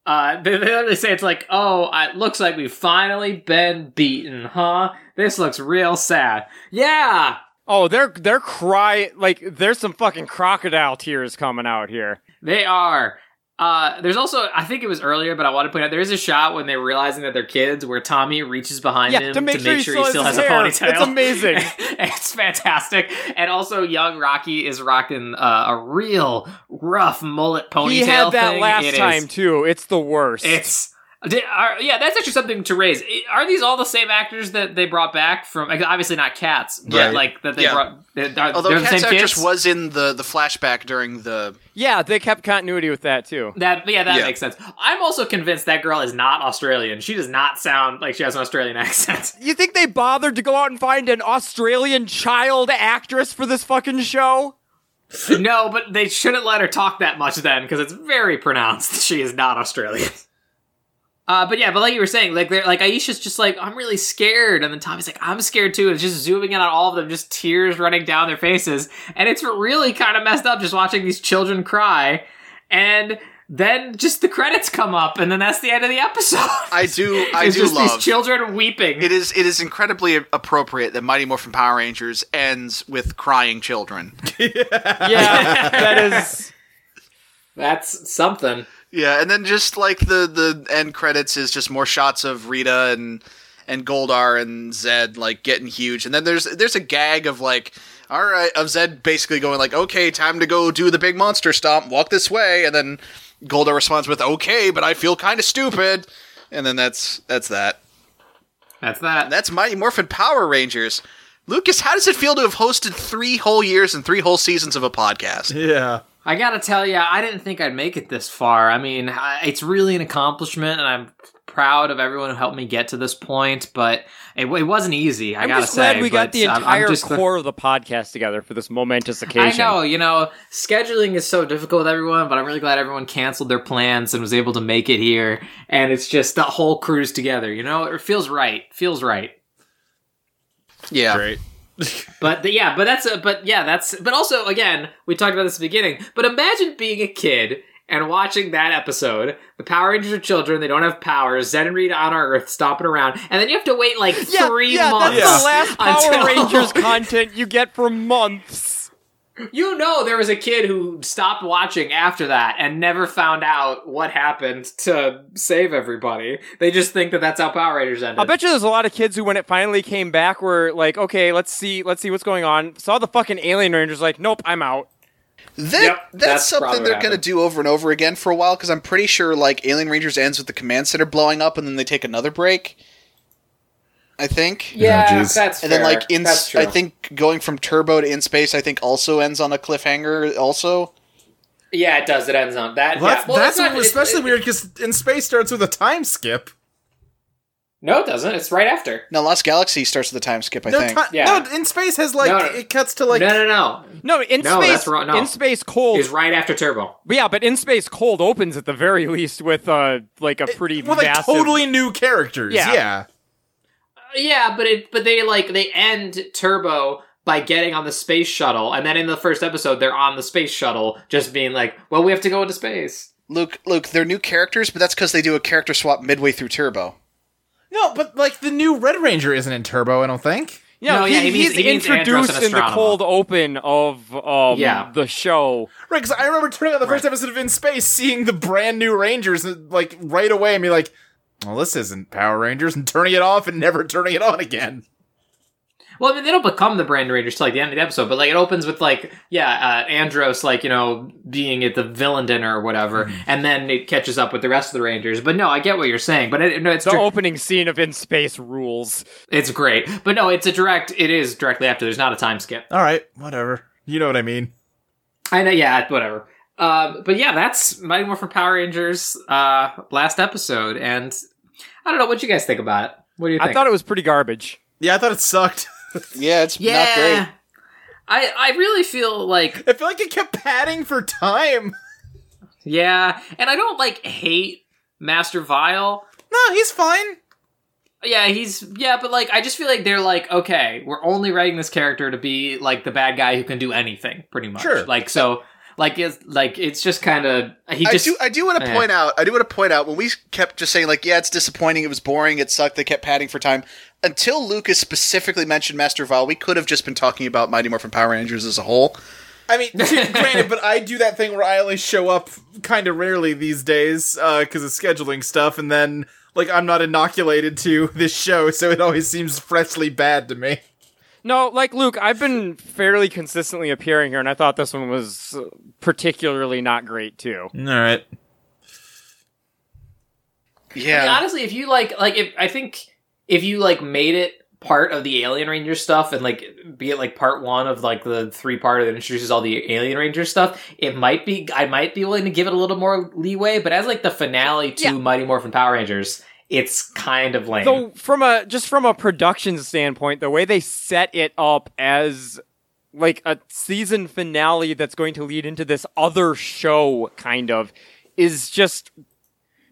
Speaker 3: uh, they, they literally say it's like, oh, it looks like we've finally been beaten, huh? This looks real sad. Yeah,
Speaker 6: Oh, they're they're cry like there's some fucking crocodile tears coming out here.
Speaker 3: They are. Uh, there's also, I think it was earlier, but I want to point out there is a shot when they're realizing that they're kids where Tommy reaches behind
Speaker 6: Yeah,
Speaker 3: him
Speaker 6: to make sure he still has his
Speaker 3: a
Speaker 6: hair.
Speaker 3: ponytail.
Speaker 6: It's amazing.
Speaker 3: [LAUGHS] it's fantastic. And also, young Rocky is rocking uh, a real rough mullet ponytail.
Speaker 6: he had that
Speaker 3: thing.
Speaker 6: last
Speaker 3: It is-
Speaker 6: time too. It's the worst.
Speaker 3: it's did, are, yeah, that's actually something to raise. I- Are these all the same actors that they brought back from? like, Obviously not cats, but
Speaker 4: Right.
Speaker 3: like that they
Speaker 4: Yeah.
Speaker 3: brought. They're, they're
Speaker 4: Although
Speaker 3: the
Speaker 4: Cat's
Speaker 3: same
Speaker 4: actress
Speaker 3: kids?
Speaker 4: was in the the flashback during the
Speaker 6: yeah, they kept continuity with that too.
Speaker 3: That yeah, that
Speaker 4: Yeah.
Speaker 3: makes sense. I'm also convinced that girl is not Australian. She does not sound like she has an Australian [LAUGHS] accent.
Speaker 6: You think they bothered to go out and find an Australian child actress for this fucking show?
Speaker 3: no, but they shouldn't let her talk that much then, because it's very pronounced. that She is not Australian. Uh, but yeah, but like you were saying, like they're like Aisha's just like I'm really scared, and then Tommy's like I'm scared too. And it's just zooming in on all of them, just tears running down their faces, and it's really kind of messed up just watching these children cry. And Then just the credits come up, and then that's the end of the episode.
Speaker 4: I do. I
Speaker 3: [LAUGHS] it's
Speaker 4: do
Speaker 3: just
Speaker 4: love.
Speaker 3: these children weeping.
Speaker 4: it is. It is incredibly appropriate that Mighty Morphin Power Rangers ends with crying children.
Speaker 6: Yeah, that is.
Speaker 3: That's something.
Speaker 4: yeah, and then just like the the end credits is just more shots of Rita and and Goldar and Zed like getting huge, and then there's there's a gag of like. All right, of Zed basically going like, "Okay, time to go do the big monster stomp. Walk this way," and then Goldar responds with, "Okay, but I feel kind of stupid," and then that's that's that.
Speaker 3: That's that.
Speaker 4: That's Mighty Morphin Power Rangers. Lucas, how does it feel to have hosted three whole years and three whole seasons of a
Speaker 5: [LAUGHS]
Speaker 4: podcast?
Speaker 5: Yeah.
Speaker 3: I gotta tell you, I didn't think I'd make it this far. I mean, I- it's really an accomplishment, and I'm proud of everyone who helped me get to this point. But it, it wasn't easy. I
Speaker 6: I'm
Speaker 3: gotta
Speaker 6: just
Speaker 3: say,
Speaker 6: glad we got
Speaker 3: but
Speaker 6: the
Speaker 3: I'm- I'm
Speaker 6: entire
Speaker 3: just-
Speaker 6: core of the podcast together for this momentous
Speaker 3: I
Speaker 6: occasion.
Speaker 3: know, you know, scheduling is so difficult with everyone, but I'm really glad everyone canceled their plans and was able to make it here. And it's just the whole crew's together, you know? It feels right. Feels right.
Speaker 4: Yeah.
Speaker 5: Great.
Speaker 3: But the, yeah, but that's a, but yeah, that's but also again, we talked about this at the beginning. But imagine being a kid and watching that episode. The Power Rangers are children; they don't have powers. Zed and Rita on our Earth stomping around, and then you have to wait like three
Speaker 6: yeah,
Speaker 3: months.
Speaker 6: That's the [LAUGHS] last Power
Speaker 3: until- [LAUGHS]
Speaker 6: Rangers content you get for months.
Speaker 3: You know, there was a kid who stopped watching after that and never found out what happened to save everybody. They just think that that's how Power Rangers ended.
Speaker 6: I bet you there's a lot of kids who, when it finally came back, were like, "Okay, let's see, let's see what's going on." Saw the fucking Alien Rangers, like, "Nope, I'm out."
Speaker 4: That,
Speaker 3: Yep,
Speaker 4: that's,
Speaker 3: that's probably
Speaker 4: something
Speaker 3: what
Speaker 4: they're going to
Speaker 3: happened.
Speaker 4: do over and over again for a while because I'm pretty sure like Alien Rangers ends with the command center blowing up and then they take another break. I think.
Speaker 3: yeah,
Speaker 5: Oh,
Speaker 3: that's
Speaker 5: jeez.
Speaker 4: And then
Speaker 3: fair.
Speaker 4: like in
Speaker 3: that's true.
Speaker 4: I think going from Turbo to In Space I think also ends on a cliffhanger also.
Speaker 3: yeah, it does. It ends on that.
Speaker 5: Well,
Speaker 3: yeah.
Speaker 5: that's
Speaker 3: Well,
Speaker 5: that's
Speaker 3: not- it-
Speaker 5: especially
Speaker 3: it-
Speaker 5: weird 'cause weird because in space starts with a time skip.
Speaker 3: No, it doesn't. It's right after.
Speaker 4: No, Lost Galaxy starts with a time skip I
Speaker 5: No,
Speaker 4: think.
Speaker 5: ti-
Speaker 3: Yeah.
Speaker 5: no, in space has like
Speaker 3: No, no.
Speaker 5: it cuts to like
Speaker 3: no, no, no.
Speaker 6: No, in
Speaker 3: No,
Speaker 6: space,
Speaker 3: that's wrong- no.
Speaker 6: in space, cold.
Speaker 3: It's right after Turbo.
Speaker 6: But yeah, but in space, cold opens at the very least with uh, like a pretty
Speaker 5: well, like
Speaker 6: massive.
Speaker 5: totally new characters.
Speaker 6: Yeah.
Speaker 5: yeah.
Speaker 3: Yeah, but it but they like they end Turbo by getting on the space shuttle, and then in the first episode they're on the space shuttle, just being like, "Well, we have to go into space."
Speaker 4: Luke, Luke, they're new characters, but that's because they do a character swap midway through Turbo.
Speaker 5: No, but like the new Red Ranger isn't in Turbo, I don't think.
Speaker 6: Yeah,
Speaker 3: No,
Speaker 6: he,
Speaker 3: yeah, he means-
Speaker 6: he's
Speaker 3: he means Andros
Speaker 6: introduced
Speaker 3: and
Speaker 6: in the
Speaker 3: Astronomer.
Speaker 6: cold open of um,
Speaker 3: Yeah.
Speaker 6: the show.
Speaker 5: Right, because I remember turning on the first episode of In Space, seeing the brand new Rangers, and, like right away, and be like, "Well, this isn't Power Rangers," and turning it off and never turning it on again.
Speaker 3: Well, I mean, they don't become the Brand Rangers till like the end of the episode, but like it opens with like, yeah, uh, Andros like you know being at the villain dinner or whatever, and then it catches up with the rest of the Rangers. But no, I get what you're saying, but it, no, oh. it's
Speaker 6: The
Speaker 3: true.
Speaker 6: opening scene of In Space rules.
Speaker 3: it's great, but no, it's a direct. It is directly after. There's not a time skip.
Speaker 5: All right, whatever. You know what I mean?
Speaker 3: I know, yeah, whatever. Um, but yeah, that's Mighty Morphin Power Rangers uh, last episode, and I don't know what you guys think about it. What do you think?
Speaker 6: I thought it was pretty garbage.
Speaker 5: Yeah, I thought it sucked. [LAUGHS]
Speaker 4: Yeah, it's
Speaker 3: yeah,
Speaker 4: not great.
Speaker 3: I I really feel like
Speaker 5: I feel like it kept padding for time.
Speaker 3: yeah, and I don't like hate Master Vile.
Speaker 5: No, he's fine.
Speaker 3: Yeah, he's yeah, but like I just feel like they're like okay, we're only writing this character to be like the bad guy who can do anything, pretty much.
Speaker 5: Sure.
Speaker 3: Like so, like it's like it's just kind of he
Speaker 4: I
Speaker 3: just
Speaker 4: do. I do want to
Speaker 3: eh.
Speaker 4: point out. I do want to point out when we kept just saying like, yeah, it's disappointing. It was boring. It sucked. They kept padding for time until Lucas specifically mentioned Master Vile. We could have just been talking about Mighty Morphin Power Rangers as a whole.
Speaker 5: I [LAUGHS] mean, granted, but I do that thing where I only show up kind of rarely these days because of scheduling stuff, and then like I'm not inoculated to [LAUGHS] this show, so it always seems freshly bad to me.
Speaker 6: No, like Luke, I've been fairly consistently appearing here, and I thought this one was uh, particularly not great too.
Speaker 5: All right.
Speaker 4: Yeah.
Speaker 3: I mean, honestly, if you like, like, if I think if you like made it part of the Alien Ranger stuff and like be it like part one of like the three part that introduces all the Alien Ranger stuff, it might be I might be willing to give it a little more leeway. But as like the finale to
Speaker 6: Yeah.
Speaker 3: Mighty Morphin Power Rangers, it's kind of lame.
Speaker 6: So from a just from a production standpoint, the way they set it up as like a season finale that's going to lead into this other show kind of is just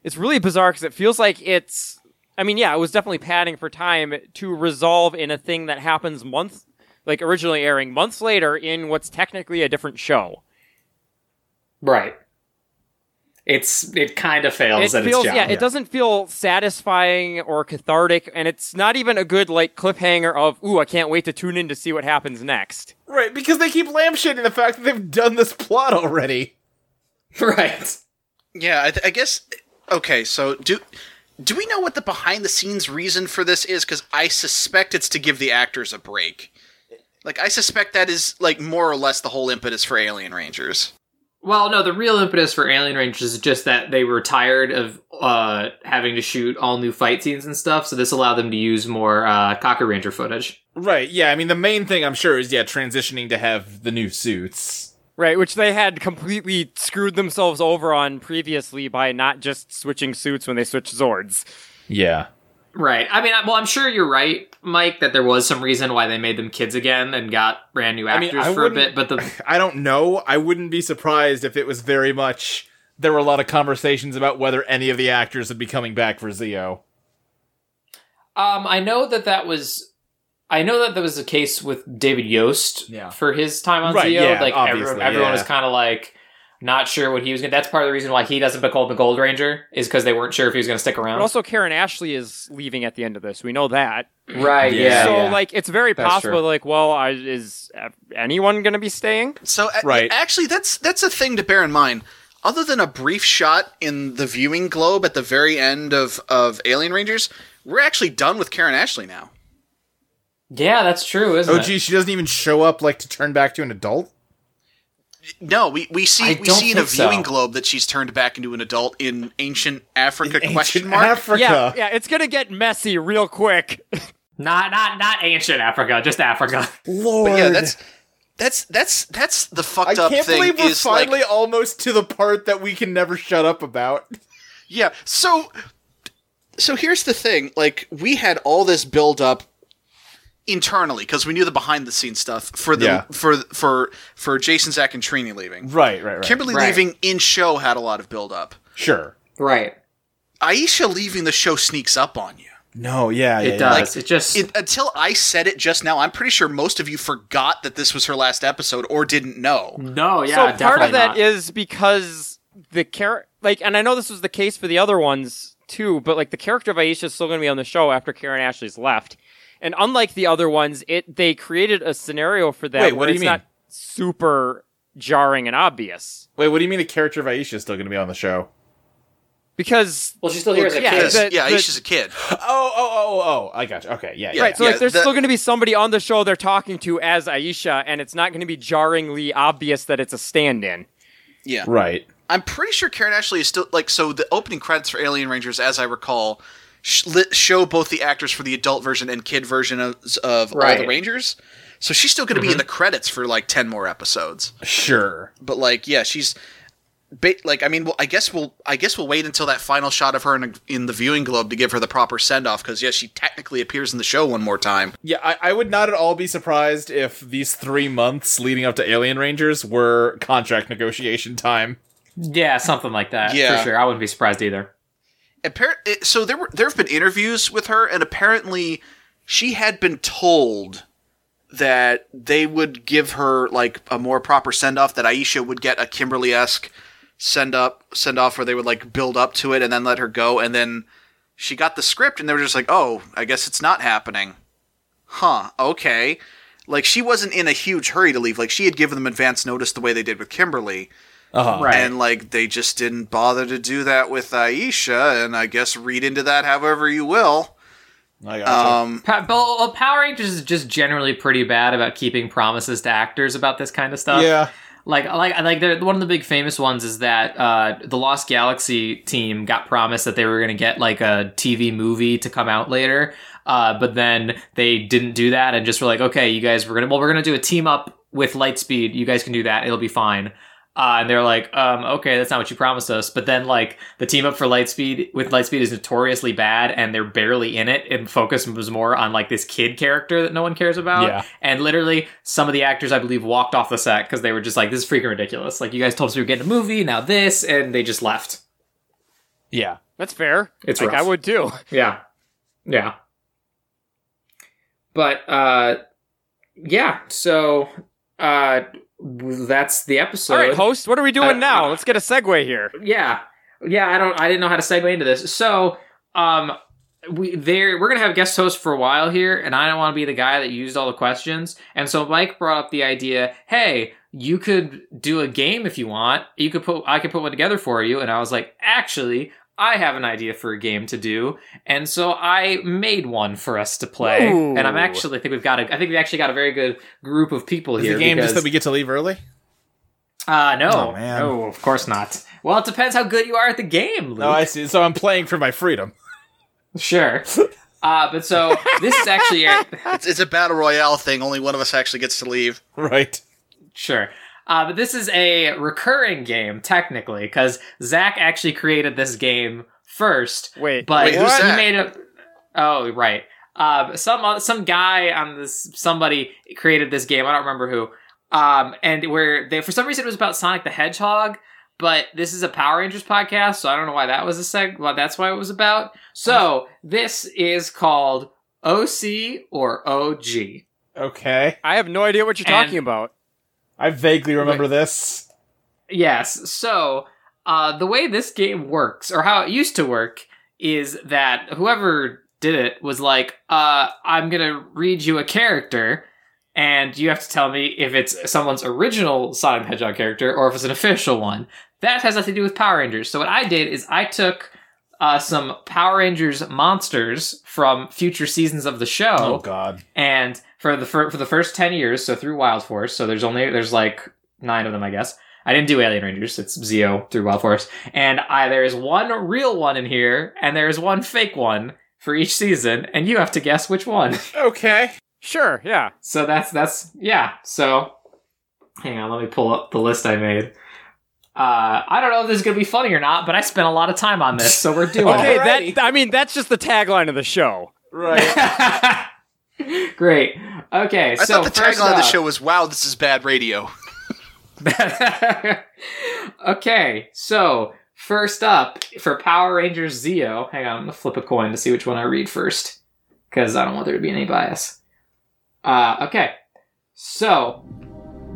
Speaker 6: it's really bizarre because it feels like it's I mean, yeah, it was definitely padding for time to resolve in a thing that happens month like originally airing months later in what's technically a different show.
Speaker 3: right. it's it kind of fails
Speaker 6: it
Speaker 3: at
Speaker 6: feels
Speaker 3: its job.
Speaker 6: yeah, it doesn't feel satisfying or cathartic, and it's not even a good like cliffhanger of ooh, I can't wait to tune in to see what happens next.
Speaker 5: Right, because they keep lampshading the fact that they've done this plot already.
Speaker 3: [LAUGHS] Right.
Speaker 4: Yeah, I, th- I guess. Okay, so do do we know what the behind the scenes reason for this is? Because I suspect it's to give the actors a break. Like I suspect that is like more or less the whole impetus for Alien Rangers.
Speaker 3: Well, no, the real impetus for Alien Rangers is just that they were tired of uh, having to shoot all new fight scenes and stuff, so this allowed them to use more uh, Cocker Ranger footage.
Speaker 5: Right, yeah, I mean, the main thing I'm sure is, yeah, transitioning to have the new suits.
Speaker 6: Right, which they had completely screwed themselves over on previously by not just switching suits when they switched Zords.
Speaker 5: Yeah.
Speaker 3: Right. I mean, I- well, I'm sure you're right, Mike, that there was some reason why they made them kids again and got brand new
Speaker 5: mean,
Speaker 3: actors
Speaker 5: I
Speaker 3: for a
Speaker 5: wouldn't-
Speaker 3: bit, but
Speaker 5: [LAUGHS]
Speaker 3: the
Speaker 5: I don't know. I wouldn't be surprised if it was very much. There were a lot of conversations about whether any of the actors would be coming back for Zio.
Speaker 3: Um, I know that that was. I know that there was a case with David Yost
Speaker 5: Yeah.
Speaker 3: for his time on
Speaker 5: Right,
Speaker 3: Zio.
Speaker 5: yeah,
Speaker 3: like everyone,
Speaker 5: obviously,
Speaker 3: everyone
Speaker 5: yeah.
Speaker 3: was kind of like not sure what he was going. to... That's part of the reason why he doesn't become the Gold Ranger is because they weren't sure if he was going to stick around.
Speaker 6: But also, Karen Ashley is leaving at the end of this. We know that.
Speaker 3: right?
Speaker 5: Yeah.
Speaker 6: so, like, it's very
Speaker 3: That's
Speaker 6: possible.
Speaker 3: true.
Speaker 6: Like, well, I, is uh, anyone going to be staying?
Speaker 4: So a-
Speaker 5: Right.
Speaker 4: actually, that's that's a thing to bear in mind. Other than a brief shot in the viewing globe at the very end of of Alien Rangers, we're actually done with Karen Ashley now.
Speaker 3: yeah, that's true, isn't
Speaker 5: Oh,
Speaker 3: it?
Speaker 5: gee, she doesn't even show up like to turn back to an adult.
Speaker 4: No, we, we see
Speaker 3: I
Speaker 4: we
Speaker 3: don't
Speaker 4: see in a
Speaker 3: think so.
Speaker 4: viewing globe that she's turned back into an adult in ancient Africa question
Speaker 5: Ancient
Speaker 4: mark.
Speaker 5: Africa.
Speaker 6: Yeah, yeah, it's going to get messy real quick.
Speaker 3: Not not not ancient Africa, just Africa.
Speaker 5: Lord.
Speaker 4: But yeah, that's that's that's that's the
Speaker 5: I
Speaker 4: fucked up
Speaker 5: can't
Speaker 4: thing.
Speaker 5: believe we're
Speaker 4: is like-
Speaker 5: finally almost to the part that we can never shut up about.
Speaker 4: Yeah. So so here's the thing. Like we had all this build up internally because we knew the behind the scenes stuff for the
Speaker 5: Yeah.
Speaker 4: for for for Jason Zach and Trini leaving.
Speaker 5: Right, right, right.
Speaker 4: Kimberly
Speaker 3: Right.
Speaker 4: leaving in show had a lot of build up.
Speaker 5: sure.
Speaker 3: right.
Speaker 4: Aisha leaving the show sneaks up on you.
Speaker 5: No, yeah,
Speaker 3: It does. it just
Speaker 4: It, until I said it just now, I'm pretty sure most of you forgot that this was her last episode or didn't know.
Speaker 3: no. Yeah.
Speaker 6: so part of that
Speaker 3: that is.
Speaker 6: is because the character, like, and I know this was the case for the other ones too, but like the character of Aisha is still going to be on the show after Karen Ashley's left, and unlike the other ones, it they created a scenario for that
Speaker 5: Wait, what
Speaker 6: where
Speaker 5: do you
Speaker 6: it's
Speaker 5: mean?
Speaker 6: not super jarring and obvious
Speaker 5: Wait, what do you mean the character of Aisha is still going to be on the show?
Speaker 6: because
Speaker 3: Well, she's still here as a
Speaker 6: yeah,
Speaker 3: kid.
Speaker 4: Because,
Speaker 6: the-
Speaker 4: yeah,
Speaker 6: the-
Speaker 4: Aisha's a kid.
Speaker 5: Oh, oh, oh, oh! I got you. Okay, yeah, yeah.
Speaker 6: Right, so
Speaker 4: Yeah,
Speaker 6: like there's
Speaker 4: the-
Speaker 6: still going to be somebody on the show they're talking to as Aisha, and it's not going to be jarringly obvious that it's a stand-in.
Speaker 4: Yeah.
Speaker 5: right.
Speaker 4: I'm pretty sure Karen Ashley is still like so. The opening credits for Alien Rangers, as I recall, sh- li- show both the actors for the adult version and kid version of, of all the
Speaker 3: Right.
Speaker 4: Rangers. So she's still going to be in the credits for like ten more episodes.
Speaker 5: Sure.
Speaker 4: But like, yeah, she's ba- like, I mean, well, I guess we'll I guess we'll wait until that final shot of her in, a, in the viewing globe to give her the proper send off because yeah, she technically appears in the show one more time.
Speaker 5: Yeah, I, I would not at all be surprised if these three months leading up to Alien Rangers were contract negotiation time.
Speaker 3: Yeah, something like that.
Speaker 4: Yeah.
Speaker 3: For sure. I wouldn't be surprised either.
Speaker 4: Appar- it- so there were there have been interviews with her, and apparently she had been told that they would give her like a more proper send off. That Aisha would get a Kimberly esque send up send off where they would like build up to it and then let her go, and then she got the script, and they were just like, "Oh, I guess it's not happening." Huh? Okay. Like she wasn't in a huge hurry to leave. Like she had given them advance notice the way they did with Kimberly
Speaker 5: Uh-huh.
Speaker 3: Right.
Speaker 4: and like they just didn't bother to do that with Aisha, and I guess read into that however you will.
Speaker 5: I gotcha.
Speaker 4: Um,
Speaker 3: Pa- but- well, Power Rangers is just generally pretty bad about keeping promises to actors about this kind of stuff.
Speaker 5: yeah.
Speaker 3: Like, like, like, they're, one of the big famous ones is that uh, the Lost Galaxy team got promised that they were going to get like a TV movie to come out later, uh, but then they didn't do that and just were like, okay, you guys, we're gonna, well, we're gonna do a team up with Lightspeed. You guys can do that; it'll be fine. Uh, and they're like, um, okay, that's not what you promised us. But then, like, the team up for Lightspeed with Lightspeed is notoriously bad, and they're barely in it. And focus was more on like this kid character that no one cares about.
Speaker 5: Yeah.
Speaker 3: And literally, some of the actors I believe walked off the set because they were just like, this is freaking ridiculous. Like, you guys told us we were getting a movie, now this, and they just left.
Speaker 5: Yeah.
Speaker 6: That's fair.
Speaker 3: It's
Speaker 6: like
Speaker 3: rough.
Speaker 6: I would too.
Speaker 3: Yeah. Yeah. But uh yeah, so uh that's the episode.
Speaker 6: All right, host, what are we doing
Speaker 3: Uh,
Speaker 6: now?
Speaker 3: uh,
Speaker 6: Let's get a segue here.
Speaker 3: yeah. yeah, I don't. I didn't know how to segue into this. So, um, we there we're gonna have guest hosts for a while here, and I don't want to be the guy that used all the questions. And so Mike brought up the idea, hey. You could do a game if you want. You could put I could put one together for you and I was like, "Actually, I have an idea for a game to do." And so I made one for us to play.
Speaker 6: Ooh.
Speaker 3: And I'm actually I think we've got a I think we've actually got a very good group of people
Speaker 5: Is
Speaker 3: here
Speaker 5: the game
Speaker 3: because,
Speaker 5: just that we get to leave early?
Speaker 3: uh, no.
Speaker 5: Oh, man.
Speaker 3: No, of course not. Well, it depends how good you are at the game, Luke.
Speaker 5: No, Oh, I see. So I'm playing for
Speaker 3: [LAUGHS]
Speaker 5: my freedom. [LAUGHS]
Speaker 3: Sure. Uh, but so this is actually our,
Speaker 4: It's, it's a battle royale thing. Only one of us actually gets to leave.
Speaker 5: Right.
Speaker 3: [LAUGHS] sure. Uh, but this is a recurring game technically because Zach actually created this game first.
Speaker 6: Wait,
Speaker 3: but
Speaker 4: wait, who's
Speaker 3: he
Speaker 4: Zach?
Speaker 3: made a. Oh right. Um, some some guy on this somebody created this game. I don't remember who. Um, and where they for some reason it was about Sonic the Hedgehog, but this is a Power Rangers podcast, so I don't know why that was a seg. Well, that's why it was about. So this is called OC or OG.
Speaker 5: Okay.
Speaker 6: I have no idea what you're
Speaker 3: And-
Speaker 6: talking about.
Speaker 5: I vaguely remember this.
Speaker 3: Yes. So uh, the way this game works, or how it used to work, is that whoever did it was like, uh, "I'm gonna read you a character, and you have to tell me if it's someone's original Sonic the Hedgehog character or if it's an official one." That has nothing to do with Power Rangers. So what I did is I took uh, some Power Rangers monsters from future seasons of the show
Speaker 5: Oh, God.
Speaker 3: and for the for, for the first 10 years so through wild force so there's only there's like nine of them i guess i didn't do alien rangers it's zeo through wild force and i there is one real one in here and there is one fake one for each season and you have to guess which
Speaker 4: [LAUGHS]
Speaker 3: one
Speaker 5: Okay.
Speaker 6: Sure, yeah.
Speaker 3: so that's that's yeah so hang on let me pull up the list i made uh, I don't know if this is gonna be funny or not, but I spent a lot of time on this, so we're
Speaker 4: [LAUGHS]
Speaker 3: doing it. [LAUGHS]
Speaker 6: Okay,
Speaker 5: Alrighty.
Speaker 6: that I mean that's just the tagline of the show.
Speaker 5: Right.
Speaker 3: Great. Okay,
Speaker 4: I
Speaker 3: so
Speaker 4: thought the
Speaker 3: first
Speaker 4: tagline of the
Speaker 3: up-
Speaker 4: show was "Wow, this is bad radio."
Speaker 3: [LAUGHS] okay, so first up for Power Rangers Zeo, hang on, I'm gonna flip a coin to see which one I read first because I don't want there to be any bias. Uh, okay, so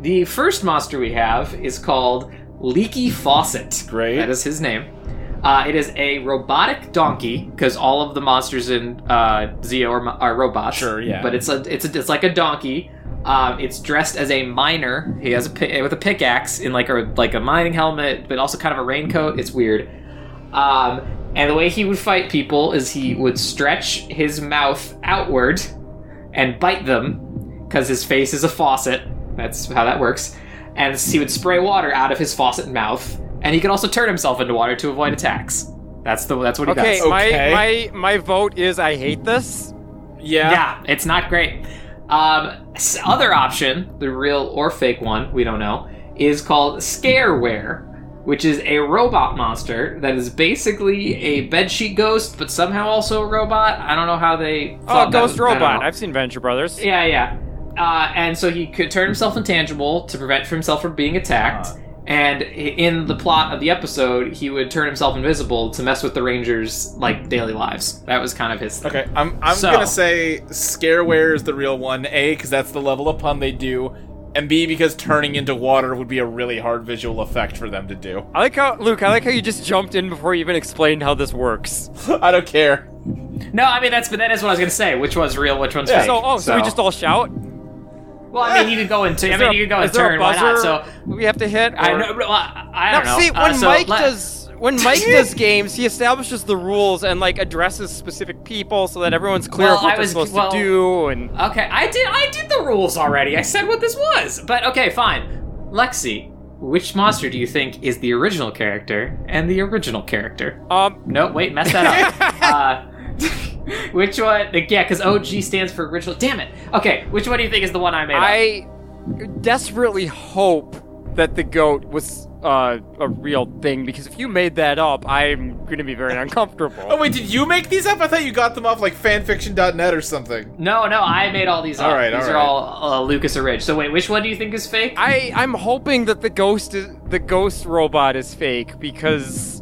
Speaker 3: the first monster we have is called Leaky Faucet.
Speaker 5: Great.
Speaker 3: That is his name. Uh, it is a robotic donkey because all of the monsters in uh, Zeo are, mo- are robots.
Speaker 5: Sure, yeah.
Speaker 3: But it's a it's a, it's like a donkey. Um, it's dressed as a miner. He has a pi- eh, with a pickaxe in like a like a mining helmet, but also kind of a raincoat. It's weird. Um, and the way he would fight people is he would stretch his mouth outward and bite them because his face is a faucet. That's how that works. And he would spray water out of his faucet mouth, and he could also turn himself into water to avoid attacks. That's the that's what he
Speaker 6: Okay,
Speaker 3: does.
Speaker 6: my my my vote is I hate this.
Speaker 5: Yeah.
Speaker 3: Yeah, it's not great. Um, s- other option, the real or fake one, we don't know, is called Scareware, which is a robot monster that is basically a bedsheet ghost, but somehow also a robot. I don't know how they.
Speaker 6: Oh,
Speaker 3: thought that
Speaker 6: Ghost
Speaker 3: was- I don't
Speaker 6: Robot.
Speaker 3: know.
Speaker 6: I've seen Venture Brothers.
Speaker 3: Yeah, yeah. Uh, and so he could turn himself intangible to prevent himself from being attacked.
Speaker 6: Uh-huh.
Speaker 3: And i- in the plot of the episode, he would turn himself invisible to mess with the Rangers' like daily lives. That was kind of his.
Speaker 5: Okay, I'm I'm
Speaker 3: So-
Speaker 5: gonna say scareware is the real one. A because that's the level of pun they do, and B because turning into water would be a really hard visual effect for them to do. [LAUGHS]
Speaker 6: I like how Luke, I like how you just jumped in before you even explained how this works.
Speaker 5: I don't care.
Speaker 3: No, I mean that's but that is what I was gonna say. Which one's real? Which one's fake?
Speaker 6: So oh, so, we just all shout?
Speaker 3: Well, I mean you could go in. T- I
Speaker 6: Is there
Speaker 3: mean
Speaker 6: a-
Speaker 3: you could go in
Speaker 6: is there a
Speaker 3: turn. Why not?
Speaker 6: buzzer
Speaker 3: So
Speaker 6: we have to hit.
Speaker 3: I
Speaker 6: or-
Speaker 3: know. well, I, I
Speaker 6: Now,
Speaker 3: don't know.
Speaker 6: see,
Speaker 3: Uh,
Speaker 6: when
Speaker 3: so
Speaker 6: Mike
Speaker 3: let-
Speaker 6: does
Speaker 3: [LAUGHS]
Speaker 6: when Mike does games, he establishes the rules and like addresses specific people so that everyone's clear
Speaker 3: Well,
Speaker 6: of what
Speaker 3: I
Speaker 6: they're
Speaker 3: was-
Speaker 6: supposed
Speaker 3: well-
Speaker 6: to do. And
Speaker 3: Okay, I did. I did the rules already. I said what this was. But okay, fine. Lexi, which monster do you think is the original character and the original character?
Speaker 6: um,
Speaker 3: No, wait, mess
Speaker 5: [LAUGHS]
Speaker 3: that up. uh, which one? Yeah, because OG stands for original. Damn it. Okay, which one do you think is the one I made? up?
Speaker 6: I desperately hope that the goat was uh, a real thing because if you made that up, I'm gonna be very
Speaker 5: Oh
Speaker 6: uncomfortable.
Speaker 5: wait, did you make these up? I thought you got them off like fanfiction.net or something.
Speaker 3: No, no, I made all these up.
Speaker 5: All right,
Speaker 3: these
Speaker 5: all
Speaker 3: are
Speaker 5: right.
Speaker 3: all uh, Lucas or Ridge. So wait, which one do you think is fake?
Speaker 6: I I'm hoping that the ghost is the ghost robot is fake because.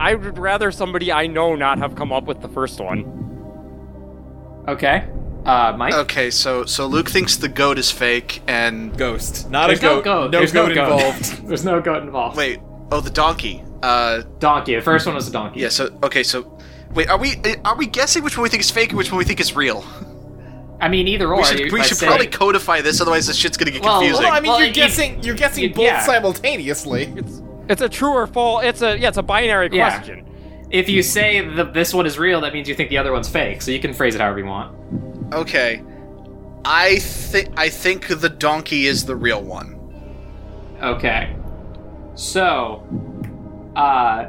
Speaker 6: I would rather somebody I know not have come up with the first one.
Speaker 3: Okay. Uh, Mike?
Speaker 4: Okay, so so Luke thinks the goat is fake, and
Speaker 5: Ghost, not
Speaker 3: There's
Speaker 5: a goat.
Speaker 3: no goat. There's
Speaker 5: goat
Speaker 3: no goat. [LAUGHS]
Speaker 5: involved.
Speaker 3: There's no goat involved.
Speaker 4: wait, oh, the donkey. Uh,
Speaker 3: Donkey. The first one was a donkey.
Speaker 4: yeah. So okay. So wait, are we are we guessing which one we think is fake and which one we think is real?
Speaker 3: I mean, either or.
Speaker 4: we should,
Speaker 3: you-
Speaker 4: we
Speaker 3: I'd
Speaker 4: should
Speaker 3: say.
Speaker 4: probably codify this, otherwise this shit's gonna get
Speaker 3: Well,
Speaker 4: confusing.
Speaker 5: Well, I mean,
Speaker 3: Well,
Speaker 5: you're
Speaker 3: it-
Speaker 5: guessing you're guessing
Speaker 3: it-
Speaker 5: both
Speaker 3: yeah.
Speaker 5: simultaneously.
Speaker 6: It's it's a true or false. It's a yeah. It's a binary
Speaker 3: Yeah.
Speaker 6: question.
Speaker 3: If you say that this one is real, that means you think the other one's fake. So you can phrase it however you want.
Speaker 4: okay. I think I think the donkey is the real one.
Speaker 3: Okay. So, uh,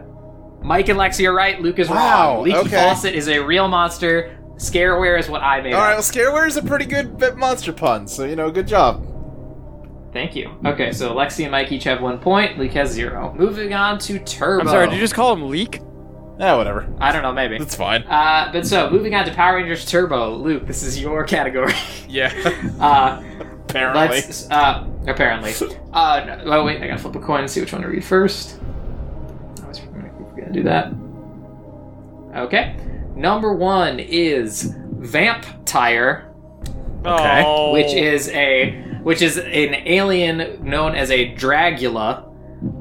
Speaker 3: Mike and Lexi are right. Luke is
Speaker 5: Wow,
Speaker 3: wrong. Leaky
Speaker 5: okay.
Speaker 3: Fawcett is a real monster. Scareware is what I made.
Speaker 5: All right,
Speaker 3: up.
Speaker 5: well, scareware is a pretty good bit monster pun, so you know, good job.
Speaker 3: Thank you. Okay, so Lexi and Mike each have one point. Luke has zero. Moving on to Turbo.
Speaker 6: I'm sorry. Did you just call him leak?
Speaker 5: Yeah, Eh, whatever.
Speaker 3: I don't know. Maybe.
Speaker 5: That's fine.
Speaker 3: Uh, but so moving on to Power Rangers Turbo. Luke, this is your [LAUGHS] category.
Speaker 5: Yeah,
Speaker 3: Uh,
Speaker 5: apparently.
Speaker 3: let's. Uh, apparently. Uh, no, oh wait, I gotta flip a coin and see which one to read first. I was gonna do that. Okay. Number one is Vampire.
Speaker 5: Okay.
Speaker 6: Oh.
Speaker 3: which is a which is an alien known as a Dragula,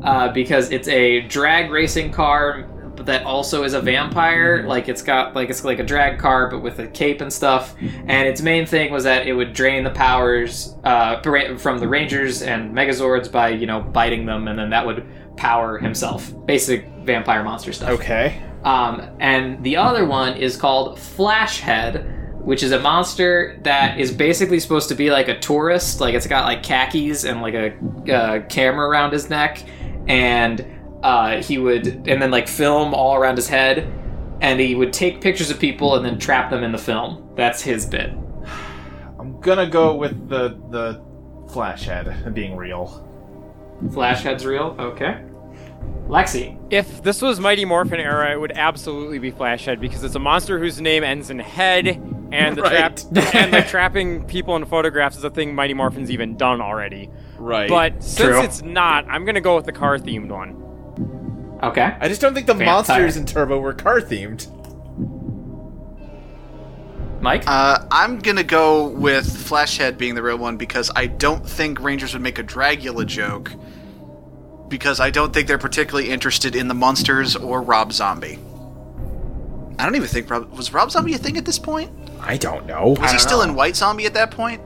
Speaker 3: uh, because it's a drag racing car that also is a vampire. Like it's got like it's like a drag car but with a cape and stuff. And its main thing was that it would drain the powers uh, pra- from the Rangers and Megazords by you know biting them, and then that would power himself. Basic vampire monster stuff.
Speaker 5: Okay.
Speaker 3: Um, and the other one is called Flashhead, which is a monster that is basically supposed to be like a tourist. Like it's got like khakis and like a uh, camera around his neck, and uh, he would and then like film all around his head, and he would take pictures of people and then trap them in the film. That's his bit.
Speaker 5: I'm gonna go with the the flash head being real.
Speaker 3: Flashhead's real. Okay. Lexi.
Speaker 6: If this was Mighty Morphin era, it would absolutely be Flashhead because it's a monster whose name ends in head, and the
Speaker 3: [LAUGHS]
Speaker 5: Right.
Speaker 6: trap and the trapping people in photographs is a thing Mighty Morphin's even done already.
Speaker 5: Right.
Speaker 6: But since
Speaker 3: True.
Speaker 6: it's not, I'm gonna go with the car themed one.
Speaker 3: Okay.
Speaker 5: I just don't think the
Speaker 3: Vampire.
Speaker 5: monsters in Turbo were car themed.
Speaker 3: Mike.
Speaker 4: Uh, I'm gonna go with Flashhead being the real one because I don't think Rangers would make a Dragula joke because I don't think they're particularly interested in the monsters or Rob Zombie. I don't even think Rob was Rob Zombie a thing at this point.
Speaker 5: I don't know.
Speaker 4: Was he still in White Zombie at that point?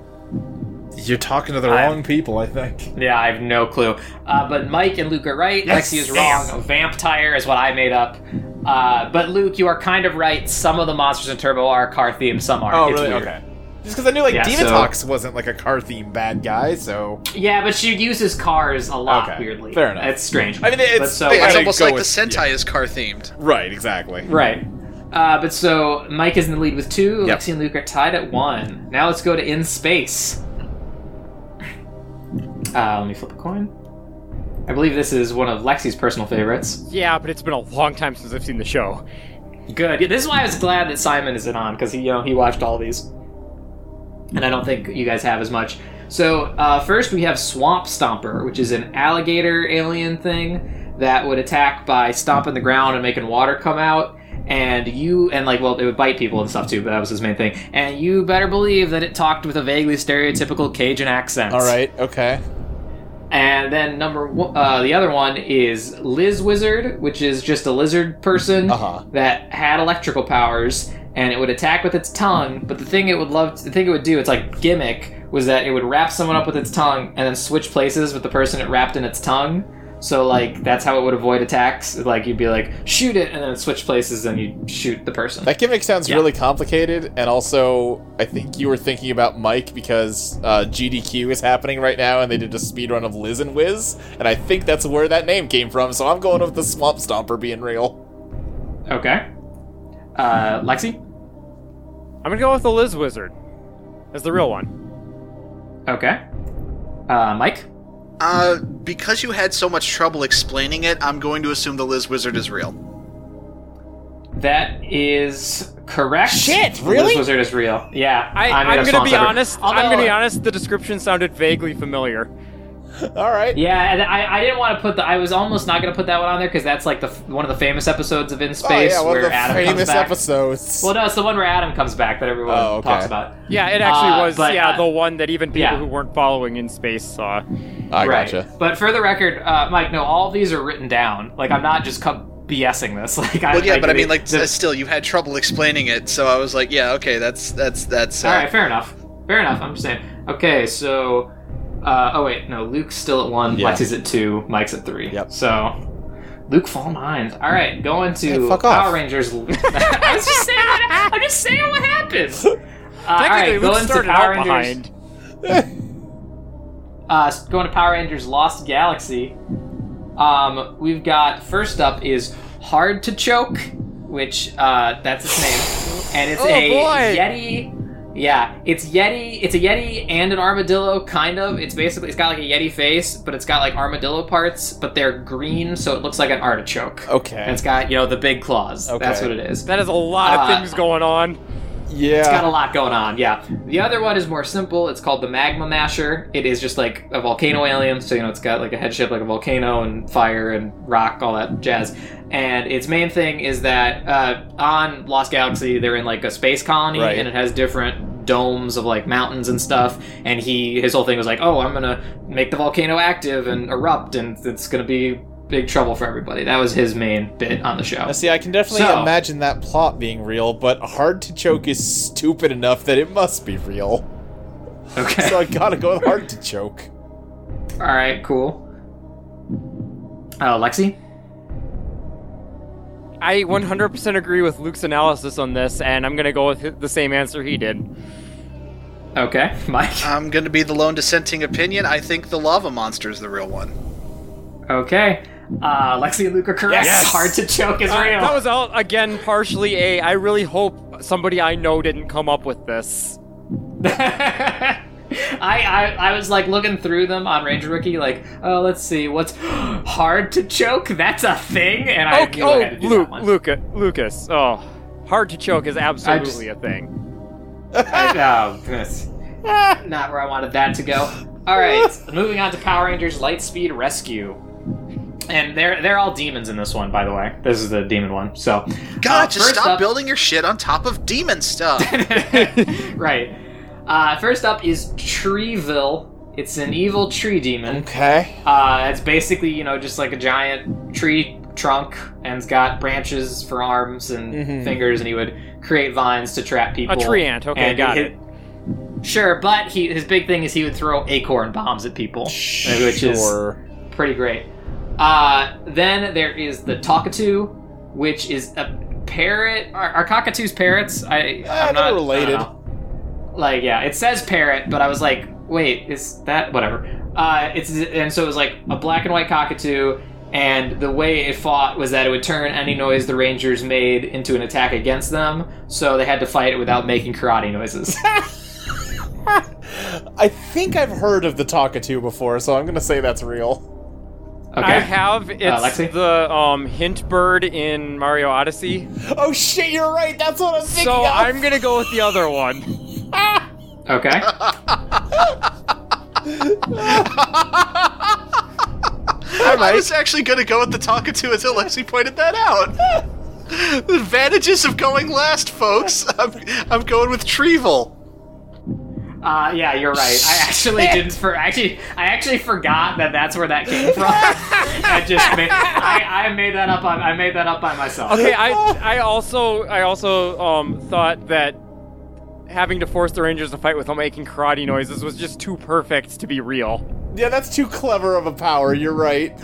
Speaker 5: You're talking to the
Speaker 3: I-
Speaker 5: wrong people, I think.
Speaker 3: Yeah, I have no clue. Uh, but Mike and Luke are right.
Speaker 5: Yes.
Speaker 3: Lexi is wrong. Vampire is what I made up. Uh, but Luke, you are kind of right. Some of the monsters in Turbo are car themed, some aren't. It's weird.
Speaker 5: Oh, Okay. Just because I knew like
Speaker 3: Yeah, so-
Speaker 5: Demontox wasn't like a car themed bad guy, so
Speaker 3: Yeah, but she uses cars a lot,
Speaker 5: Okay.
Speaker 3: weirdly.
Speaker 5: Fair enough.
Speaker 3: It's strange.
Speaker 5: I mean,
Speaker 3: But
Speaker 5: it's-
Speaker 3: so,
Speaker 5: I
Speaker 4: It's
Speaker 5: gotta
Speaker 4: almost
Speaker 5: go
Speaker 4: like
Speaker 5: with-
Speaker 4: the Sentai is car themed.
Speaker 5: right, exactly.
Speaker 3: Right. Uh, but so Mike is in the lead with two.
Speaker 5: Yep.
Speaker 3: Lexi and Luke are tied at one. Now let's go to In Space. Uh, let me flip a coin. I believe this is one of Lexi's personal favorites.
Speaker 6: Yeah, but it's been a long time since I've seen the show.
Speaker 3: Good. Yeah, this is why I was glad that Simon isn't on because he, you know, he watched all these, and I don't think you guys have as much. So uh, first we have Swamp Stomper, which is an alligator alien thing that would attack by stomping the ground and making water come out. And you and like well, it would bite people and stuff too, but that was his main thing. And you better believe that it talked with a vaguely stereotypical Cajun accent.
Speaker 5: All right. Okay.
Speaker 3: And then number one, uh, the other one is Liz Wizard, which is just a lizard person
Speaker 5: Uh-huh.
Speaker 3: that had electrical powers, and it would attack with its tongue. But the thing it would love, the thing it would do, its like gimmick, was that it would wrap someone up with its tongue and then switch places with the person it wrapped in its tongue. So like that's how it would avoid attacks. Like you'd be like shoot it, and then it switch places, and you would shoot the person.
Speaker 5: That gimmick sounds
Speaker 3: Yeah.
Speaker 5: really complicated, and also I think you were thinking about Mike because uh, GDQ is happening right now, and they did a speedrun of Liz and Wiz, and I think that's where that name came from. So I'm going with the Swamp Stomper being real. [LAUGHS]
Speaker 3: okay. Uh, Lexi.
Speaker 6: I'm gonna go with the Liz Wizard as the real one.
Speaker 3: Okay. Uh, Mike.
Speaker 4: Uh, because you had so much trouble explaining it, I'm going to assume the Liz Wizard is real.
Speaker 3: That is correct.
Speaker 9: Shit,
Speaker 3: The
Speaker 9: really?
Speaker 3: Liz Wizard is real. Yeah.
Speaker 6: I,
Speaker 3: made
Speaker 6: I'm
Speaker 3: up
Speaker 6: gonna be
Speaker 3: Swampert.
Speaker 6: honest.
Speaker 3: Although-
Speaker 6: I'm gonna be honest. The description sounded vaguely familiar.
Speaker 5: All right.
Speaker 3: Yeah, and I, I didn't want to put the. I was almost not going to put that one on there because that's like the f- one of the famous episodes of In
Speaker 5: Oh,
Speaker 3: Space
Speaker 5: yeah, one
Speaker 3: where
Speaker 5: of the
Speaker 3: Adam comes
Speaker 5: famous
Speaker 3: back.
Speaker 5: episodes.
Speaker 3: Well, no, it's the one where Adam comes back that everyone
Speaker 5: Oh, okay.
Speaker 3: talks about.
Speaker 6: Yeah, it actually
Speaker 3: Uh,
Speaker 6: was.
Speaker 3: but,
Speaker 6: yeah,
Speaker 3: uh,
Speaker 6: the one that even people
Speaker 3: yeah.
Speaker 6: who weren't following in space saw.
Speaker 5: I
Speaker 3: right.
Speaker 5: gotcha.
Speaker 3: But for the record, uh, Mike, no, all of these are written down. Like I'm not just co- BSing this. [LAUGHS] Like, I,
Speaker 4: Well, yeah, but I mean, like,
Speaker 3: the-
Speaker 4: s- still, you had trouble explaining it, so I was like, yeah, okay, that's that's that's. Uh,
Speaker 3: All right, fair enough. Fair enough. I'm just saying. Okay, so. Uh, oh wait, no. Luke's still at one.
Speaker 5: Yeah.
Speaker 3: Lexi's at two. Mike's at three.
Speaker 5: Yep.
Speaker 3: So. Luke fall behind. All right, going to
Speaker 5: Hey, fuck
Speaker 3: Power
Speaker 5: off.
Speaker 3: Rangers.
Speaker 5: [LAUGHS]
Speaker 3: I was just saying. What, I'm just saying what happened.
Speaker 5: [LAUGHS]
Speaker 3: Uh, all
Speaker 6: Technically,
Speaker 3: right,
Speaker 6: Luke
Speaker 3: going to
Speaker 6: started
Speaker 3: Power
Speaker 6: out
Speaker 3: Rangers.
Speaker 6: behind.
Speaker 3: Uh, s- going to Power Rangers Lost Galaxy. Um, we've got first up is Hard to Choke, which uh, that's its name, and it's
Speaker 6: Oh,
Speaker 3: a
Speaker 6: boy.
Speaker 3: Yeti. Yeah, it's Yeti. It's a Yeti and an armadillo, kind of. It's basically it's got like a Yeti face, but it's got like armadillo parts, but they're green, so it looks like an artichoke. And
Speaker 5: Okay.
Speaker 3: it's got you know the big claws. That's
Speaker 5: Okay.
Speaker 3: what it is.
Speaker 6: That is a lot of
Speaker 3: Uh,
Speaker 6: things going on.
Speaker 5: Yeah.
Speaker 3: It's got a lot going on, yeah. The other one is more simple. It's called the Magma Masher. It is just like a volcano alien, so you know it's got like a head shape like a volcano and fire and rock, all that jazz. And its main thing is that uh, on Lost Galaxy, they're in like a space colony,
Speaker 5: Right.
Speaker 3: and it has different domes of like mountains and stuff. And he, his whole thing was like, oh, I'm gonna make the volcano active and erupt, and it's gonna be big trouble for everybody. That was his main bit on the show.
Speaker 5: Now, see, I can definitely
Speaker 3: So-
Speaker 5: imagine that plot being real, but hard to choke is stupid enough that it must
Speaker 3: [LAUGHS]
Speaker 5: be real.
Speaker 3: Okay.
Speaker 5: So I gotta go with hard to choke.
Speaker 3: All right. Cool. Uh, Lexi.
Speaker 6: I 100% agree with Luke's analysis on this, and I'm gonna go with the same answer he did.
Speaker 3: Okay, [LAUGHS] Mike.
Speaker 4: I'm going to be the lone dissenting opinion. I think the lava monster is the real one.
Speaker 3: Okay. Uh, Lexi and Luke are correct.
Speaker 5: Yes.
Speaker 3: Hard to choke is
Speaker 6: Uh,
Speaker 3: real.
Speaker 6: that was all again partially a. I really hope somebody I know didn't come up with this.
Speaker 3: I, [LAUGHS] I I was like looking through them on Ranger Rookie, like, oh, let's see, what's [GASPS] hard to choke? That's a thing, and I
Speaker 6: Okay,
Speaker 3: knew I had
Speaker 6: oh,
Speaker 3: to do that
Speaker 6: Luke,
Speaker 3: one.
Speaker 6: Luca, Lucas. Oh, hard to choke is absolutely a thing.
Speaker 3: I- oh,
Speaker 6: [LAUGHS]
Speaker 3: that's not where I wanted that to go. All right, moving on to Power Rangers Lightspeed Rescue, and they're they're all demons in this one, by the way. This is the demon one, so
Speaker 4: God,
Speaker 3: uh,
Speaker 4: just
Speaker 3: first
Speaker 4: stop
Speaker 3: up-
Speaker 4: building your shit on top of demon
Speaker 5: [LAUGHS]
Speaker 4: stuff.
Speaker 3: [LAUGHS] right. Uh, first up is Treeville. It's an evil tree demon.
Speaker 5: Okay.
Speaker 3: Uh, it's basically, you know, just like a giant tree trunk and it's got branches for arms and
Speaker 5: Mhm.
Speaker 3: fingers, and he would create vines to trap people.
Speaker 6: A tree ant. Okay,
Speaker 3: And
Speaker 6: got
Speaker 3: he-
Speaker 6: it.
Speaker 3: Sure, but he, his big thing is he would throw acorn bombs at people, which is
Speaker 5: sure.
Speaker 3: pretty great. Uh, then there is the cockatoo, which is a parrot. Are, are cockatoos parrots? I,
Speaker 5: Ah,
Speaker 3: I'm
Speaker 5: they're
Speaker 3: not I don't
Speaker 5: related.
Speaker 3: know. Like yeah, it says parrot, but I was like, wait, is that whatever? Uh, it's and so it was like a black and white cockatoo, and the way it fought was that it would turn any noise the rangers made into an attack against them. So they had to fight it without making karate
Speaker 6: [LAUGHS]
Speaker 3: noises.
Speaker 5: I think I've heard of the Takatu before, so I'm gonna say that's real.
Speaker 6: I
Speaker 3: Okay. Uh,
Speaker 6: have it's
Speaker 3: Lexi?
Speaker 6: the um, hint bird in Mario Odyssey.
Speaker 5: Oh shit, you're right. That's what I'm thinking.
Speaker 6: So
Speaker 5: of.
Speaker 6: I'm gonna go with the other one. [LAUGHS]
Speaker 3: Okay.
Speaker 4: I was actually going to go with the Takatu until Lexi pointed that out. [LAUGHS] the advantages of going last, folks. [LAUGHS] I'm, I'm going with Trevel.
Speaker 3: Uh, yeah, you're right. I actually didn't. For actually, I actually forgot that that's where that
Speaker 6: [LAUGHS]
Speaker 3: came from. I just made, I, I made that up. On, I made that up by myself.
Speaker 6: Okay, I I also I also um thought that having to force the Rangers to fight without making karate noises was just too perfect to be real.
Speaker 5: Yeah, that's too clever of a power. You're right.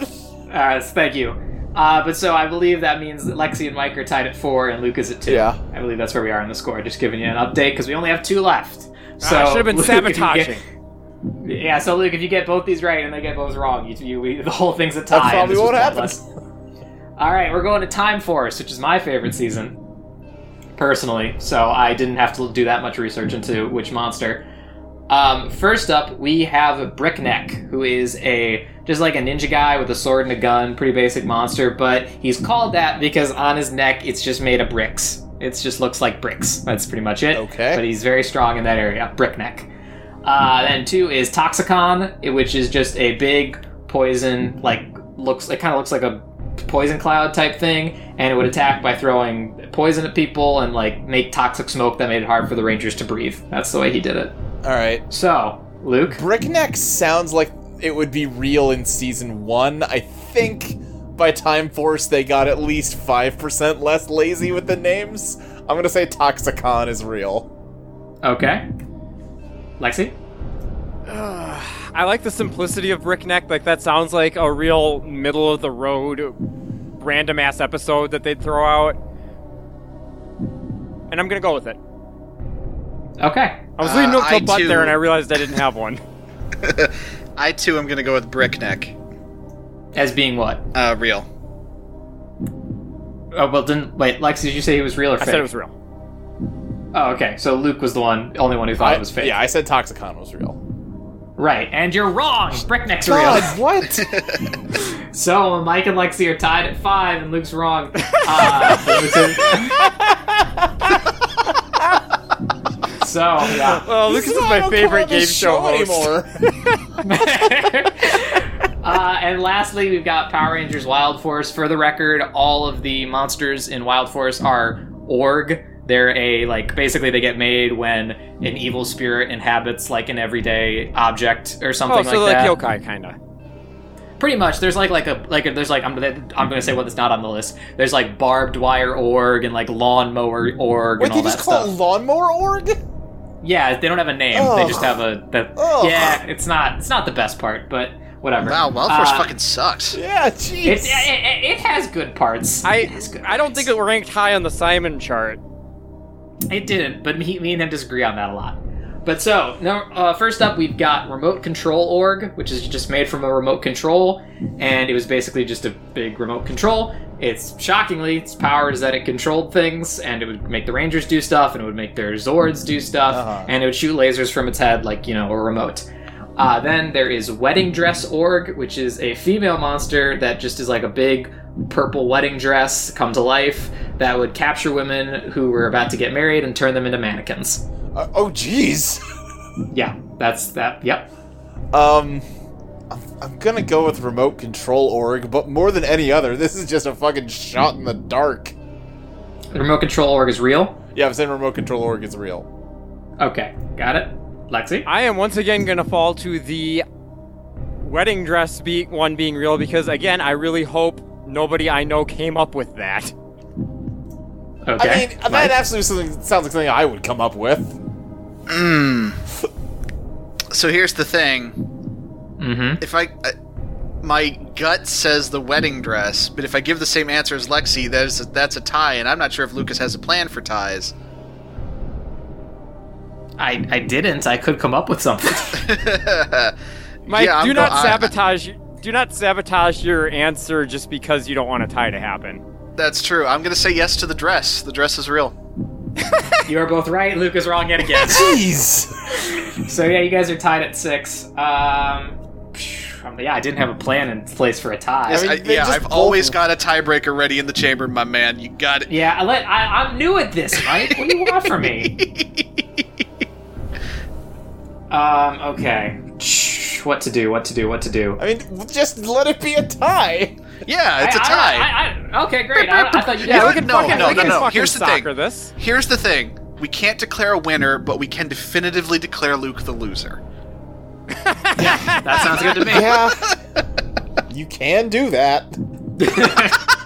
Speaker 3: Uh, thank you. Uh, but so I believe that means that Lexi and Mike are tied at four, and Luke is at two.
Speaker 5: Yeah.
Speaker 3: I believe that's where we are in the score. Just giving you an update because we only have two left. So
Speaker 6: Ah, I should have been
Speaker 3: Luke, [LAUGHS] if you get-
Speaker 6: sabotaging.
Speaker 3: yeah. So Luke, if you get both these right and they get both wrong, you, you we, [LAUGHS] the whole thing's a tie. and
Speaker 5: probably
Speaker 3: this was
Speaker 5: what
Speaker 3: one
Speaker 5: happened.
Speaker 3: less. All right, we're going to Time Force, which is my favorite season, personally. So I didn't have to do that much research into which monster. Um, first up, we have Brickneck, who is a just like a ninja guy with a sword and a gun, pretty basic monster. But he's called that because on his neck, it's just made of bricks. It just looks like bricks. That's pretty much it.
Speaker 5: Okay.
Speaker 3: But he's very strong in that area. Brickneck. Uh, then two is Toxicon, i- which is just a big poison, like looks. It kind of looks like a poison cloud type thing, and it would attack by throwing poison at people and like make toxic smoke that made it hard for the rangers to breathe. That's the way he did it.
Speaker 5: All right.
Speaker 3: So, Luke,
Speaker 5: Brickneck sounds like it would be real in season one. I think by Time Force they got at least 5% less lazy with the names. I'm going to say Toxicon is real.
Speaker 3: okay, Lexi.
Speaker 6: I like the simplicity of Brickneck. Like that sounds like a real middle of the road, random ass episode that they'd throw out. And I'm gonna go with it.
Speaker 3: Okay,
Speaker 6: I was leading
Speaker 4: Uh,
Speaker 6: up to
Speaker 4: I
Speaker 6: a butt
Speaker 4: too-
Speaker 6: there, and I realized I didn't have one.
Speaker 4: [LAUGHS] I too am going to go with Brickneck.
Speaker 3: as being what?
Speaker 4: Uh, real.
Speaker 3: Oh, well, didn't wait, Lexi? Did you say he was real or
Speaker 6: I
Speaker 3: fake?
Speaker 6: said it was real.
Speaker 3: Oh, okay. So Luke was the one, only one who thought it was fake.
Speaker 5: Yeah, I said Toxicon was real.
Speaker 3: Right, and you're wrong. Brickneck's real.
Speaker 5: God, what?
Speaker 3: [LAUGHS]
Speaker 6: [LAUGHS]
Speaker 3: So Mike and Lexi are tied at five, and Luke's wrong. Uh, [LAUGHS] Luke's in- so yeah.
Speaker 6: Oh, Lucas is my favorite game show host. [LAUGHS]
Speaker 5: anymore.
Speaker 3: Uh, and lastly, we've got Power Rangers Wild Force. For the record, all of the monsters in Wild Force are org. They're a like basically they get made when an evil spirit inhabits like an everyday object or something
Speaker 6: Oh, so
Speaker 3: like
Speaker 6: like,
Speaker 3: that.
Speaker 6: yokai, kinda.
Speaker 3: pretty much there's like like a like a, there's like I'm gonna I'm gonna say what that's not on the list. There's like barbed wire org and like lawnmower org
Speaker 5: What,
Speaker 3: and
Speaker 5: they
Speaker 3: all
Speaker 5: just
Speaker 3: that
Speaker 5: call it
Speaker 3: stuff.
Speaker 5: Lawnmower Org?
Speaker 3: yeah, they don't have a name. They
Speaker 5: Ugh.
Speaker 3: just have a the,
Speaker 5: Ugh.
Speaker 3: yeah. It's not it's not the best part, but whatever.
Speaker 4: Wow, Wildforce
Speaker 3: Uh,
Speaker 4: fucking sucks.
Speaker 5: Yeah,
Speaker 3: It, it,
Speaker 5: jeez.
Speaker 3: it, it has good parts.
Speaker 6: I
Speaker 3: it, has good
Speaker 6: I don't
Speaker 3: parts.
Speaker 6: think it ranked high on the Simon chart.
Speaker 3: It didn't, but me, me and him disagree on that a lot. But so, no, uh, first up, we've got Remote Control Org, which is just made from a remote control, and it was basically just a big remote control. It's shockingly, its power is that it controlled things, and it would make the Rangers do stuff, and it would make their Zords do stuff,
Speaker 5: Uh-huh.
Speaker 3: and it would shoot lasers from its head like, you know, a remote. Uh, then there is Wedding Dress Org, which is a female monster that just is like a big purple wedding dress come to life that would capture women who were about to get married and turn them into mannequins.
Speaker 5: Uh, oh, jeez.
Speaker 3: Yeah, that's that. Yep.
Speaker 5: Um, I'm, I'm gonna go with Remote Control Org, but more than any other, this is just a fucking shot in the dark.
Speaker 3: The remote control org is real.
Speaker 5: Yeah, I'm saying Remote Control Org is real.
Speaker 3: Okay, got it. Lexi?
Speaker 6: I am once again gonna fall to the wedding dress be- one being real because again, I really hope nobody I know came up with that.
Speaker 3: Okay.
Speaker 5: I mean, that
Speaker 3: Mike?
Speaker 5: absolutely something, sounds like something I would come up with.
Speaker 4: So here's the thing.
Speaker 3: Mhm.
Speaker 4: If I, I, my gut says the wedding dress, but if I give the same answer as Lexi, that is that's a tie, and I'm not sure if Lucas has a plan for ties.
Speaker 3: I, I didn't. I could come up with something.
Speaker 6: Mike,
Speaker 4: Yeah, I'm
Speaker 6: do
Speaker 4: go-
Speaker 6: not
Speaker 4: I-
Speaker 6: sabotage. do not sabotage your answer just because you don't want a tie to happen.
Speaker 4: That's true. I'm gonna say yes to the dress. The dress is real.
Speaker 3: [LAUGHS] you are both right. Luke is wrong yet [LAUGHS] again.
Speaker 5: Jeez.
Speaker 3: so yeah, you guys are tied at six. Um, phew, um, yeah, I didn't have a plan in place for a tie.
Speaker 4: Yes,
Speaker 5: mean,
Speaker 4: I-
Speaker 5: they
Speaker 4: yeah,
Speaker 5: just
Speaker 4: I've
Speaker 5: both-
Speaker 4: always got a tiebreaker ready in the chamber, my man. You got it.
Speaker 3: yeah, I let, I, I'm new at this, Mike. What do you want from
Speaker 4: [LAUGHS]
Speaker 3: me? um, okay. Shh, What to do? What to do? What to do?
Speaker 5: I mean, just let it be a tie.
Speaker 4: Yeah, it's a
Speaker 3: I- I-
Speaker 4: tie.
Speaker 3: I- I- okay, great. I, I thought you.
Speaker 4: You
Speaker 3: Yeah,
Speaker 4: know
Speaker 3: we can
Speaker 4: what? No,
Speaker 3: fucking-
Speaker 4: no,
Speaker 6: we
Speaker 4: no,
Speaker 6: can
Speaker 4: no.
Speaker 6: fucking
Speaker 4: Here's the
Speaker 6: soccer
Speaker 4: thing.
Speaker 6: This.
Speaker 4: Here's the thing. We can't declare a winner, but we can definitively declare Luke the loser.
Speaker 3: That sounds good to me.
Speaker 5: Yeah. [LAUGHS] you can do that. [LAUGHS]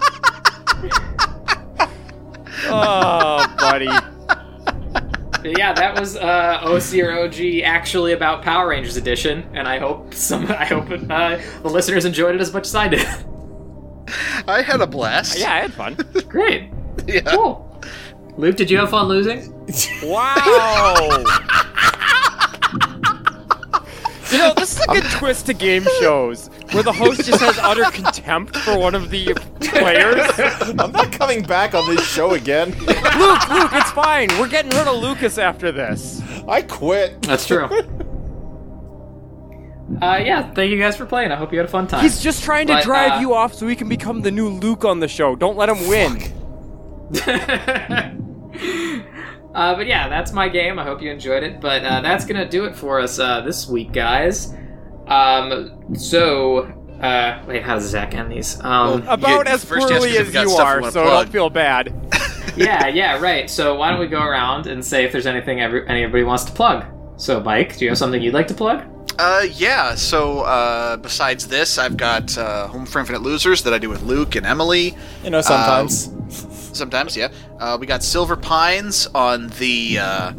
Speaker 6: Oh, buddy.
Speaker 3: [LAUGHS] yeah, that was uh, OC or OG actually about Power Rangers edition, and I hope some. I hope uh, the listeners enjoyed it as much as I did. [LAUGHS]
Speaker 4: I had a blast.
Speaker 6: Yeah, I had fun.
Speaker 3: Great,
Speaker 4: [LAUGHS] Yeah.
Speaker 3: cool. Luke, did you have fun losing?
Speaker 6: Wow. You know, this is a good twist to game shows, where the host just has utter contempt for one of the players.
Speaker 5: I'm not coming back on this show again.
Speaker 6: Luke, Luke, it's fine. We're getting rid of Lucas after this.
Speaker 5: I quit.
Speaker 3: That's true. [LAUGHS] Uh, yeah, thank you guys for playing. I hope you had a fun time.
Speaker 6: He's just trying to
Speaker 3: But,
Speaker 6: drive
Speaker 3: uh,
Speaker 6: you off so he can become the new Luke on the show. Don't let him win.
Speaker 3: uh, [LAUGHS] Uh, but yeah, that's my game. I hope you enjoyed it. But uh, that's gonna do it for us uh, this week, guys. Um, so uh, wait, how does Zach end these?
Speaker 6: [LAUGHS]
Speaker 3: Um,
Speaker 6: About
Speaker 4: Yeah,
Speaker 6: as
Speaker 4: first answer
Speaker 6: poorly
Speaker 4: is
Speaker 6: as
Speaker 4: we got
Speaker 6: you
Speaker 4: stuff we
Speaker 6: are,
Speaker 4: wanna
Speaker 6: so
Speaker 4: plug.
Speaker 6: don't feel bad.
Speaker 3: yeah, yeah, right. So why don't we go around and say if there's anything every, anybody wants to plug? So, Mike, do you have something you'd like to plug?
Speaker 4: Uh, yeah. So uh, besides this, I've got uh, Home for Infinite Losers that I do with Luke and Emily.
Speaker 5: You know, sometimes.
Speaker 6: Um,
Speaker 4: Sometimes, yeah. Uh, we got Silver Pines on the uh,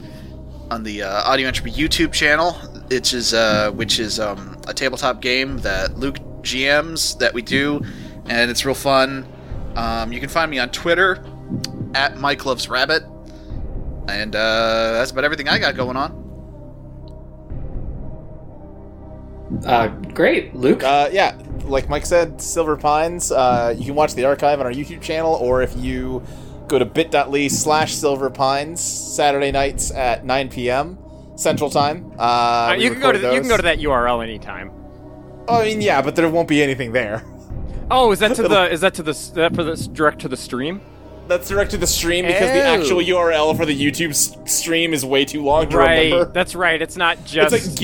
Speaker 4: on the uh, Audio Entropy YouTube channel, which is uh, which is um, a tabletop game that Luke GMs that we do, and it's real fun. Um, you can find me on Twitter at Mike Loves Rabbit, and uh, that's about everything I got going on.
Speaker 3: Uh, great, Luke.
Speaker 5: Uh, yeah, like Mike said, Silver Pines. Uh, you can watch the archive on our YouTube channel, or if you go to bit.ly slash Silver Pines Saturday nights at 9 p.m. Central Time. Uh,
Speaker 6: Uh,
Speaker 5: we
Speaker 6: you can go to
Speaker 5: record
Speaker 6: you can
Speaker 5: those.
Speaker 6: go to that URL anytime.
Speaker 5: Oh, I mean, yeah, but there won't be anything there.
Speaker 6: Oh, is that to the is that to the s- that for the s- direct to the stream?
Speaker 5: That's direct to the stream because the
Speaker 6: Oh.
Speaker 5: actual URL for the YouTube s- stream is way too long to
Speaker 6: right,
Speaker 5: remember.
Speaker 6: that's right. It's not just
Speaker 5: it's like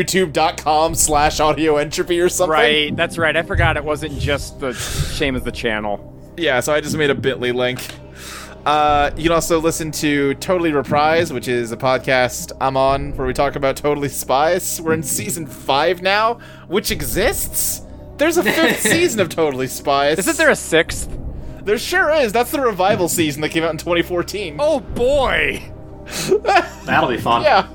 Speaker 5: gaming.youtube.com slash audio entropy or something.
Speaker 6: right. That's right. I forgot it wasn't just the shame of the channel.
Speaker 5: Yeah, so I just made a bit.ly link. Uh, you can also listen to Totally Reprise, which is a podcast I'm on where we talk about Totally Spies. We're in season five now, which exists. There's a fifth [LAUGHS] season of Totally Spies.
Speaker 6: Isn't there a sixth?
Speaker 5: There sure is. That's the revival season that came out in 2014.
Speaker 6: Oh boy!
Speaker 3: That'll be fun.
Speaker 5: yeah.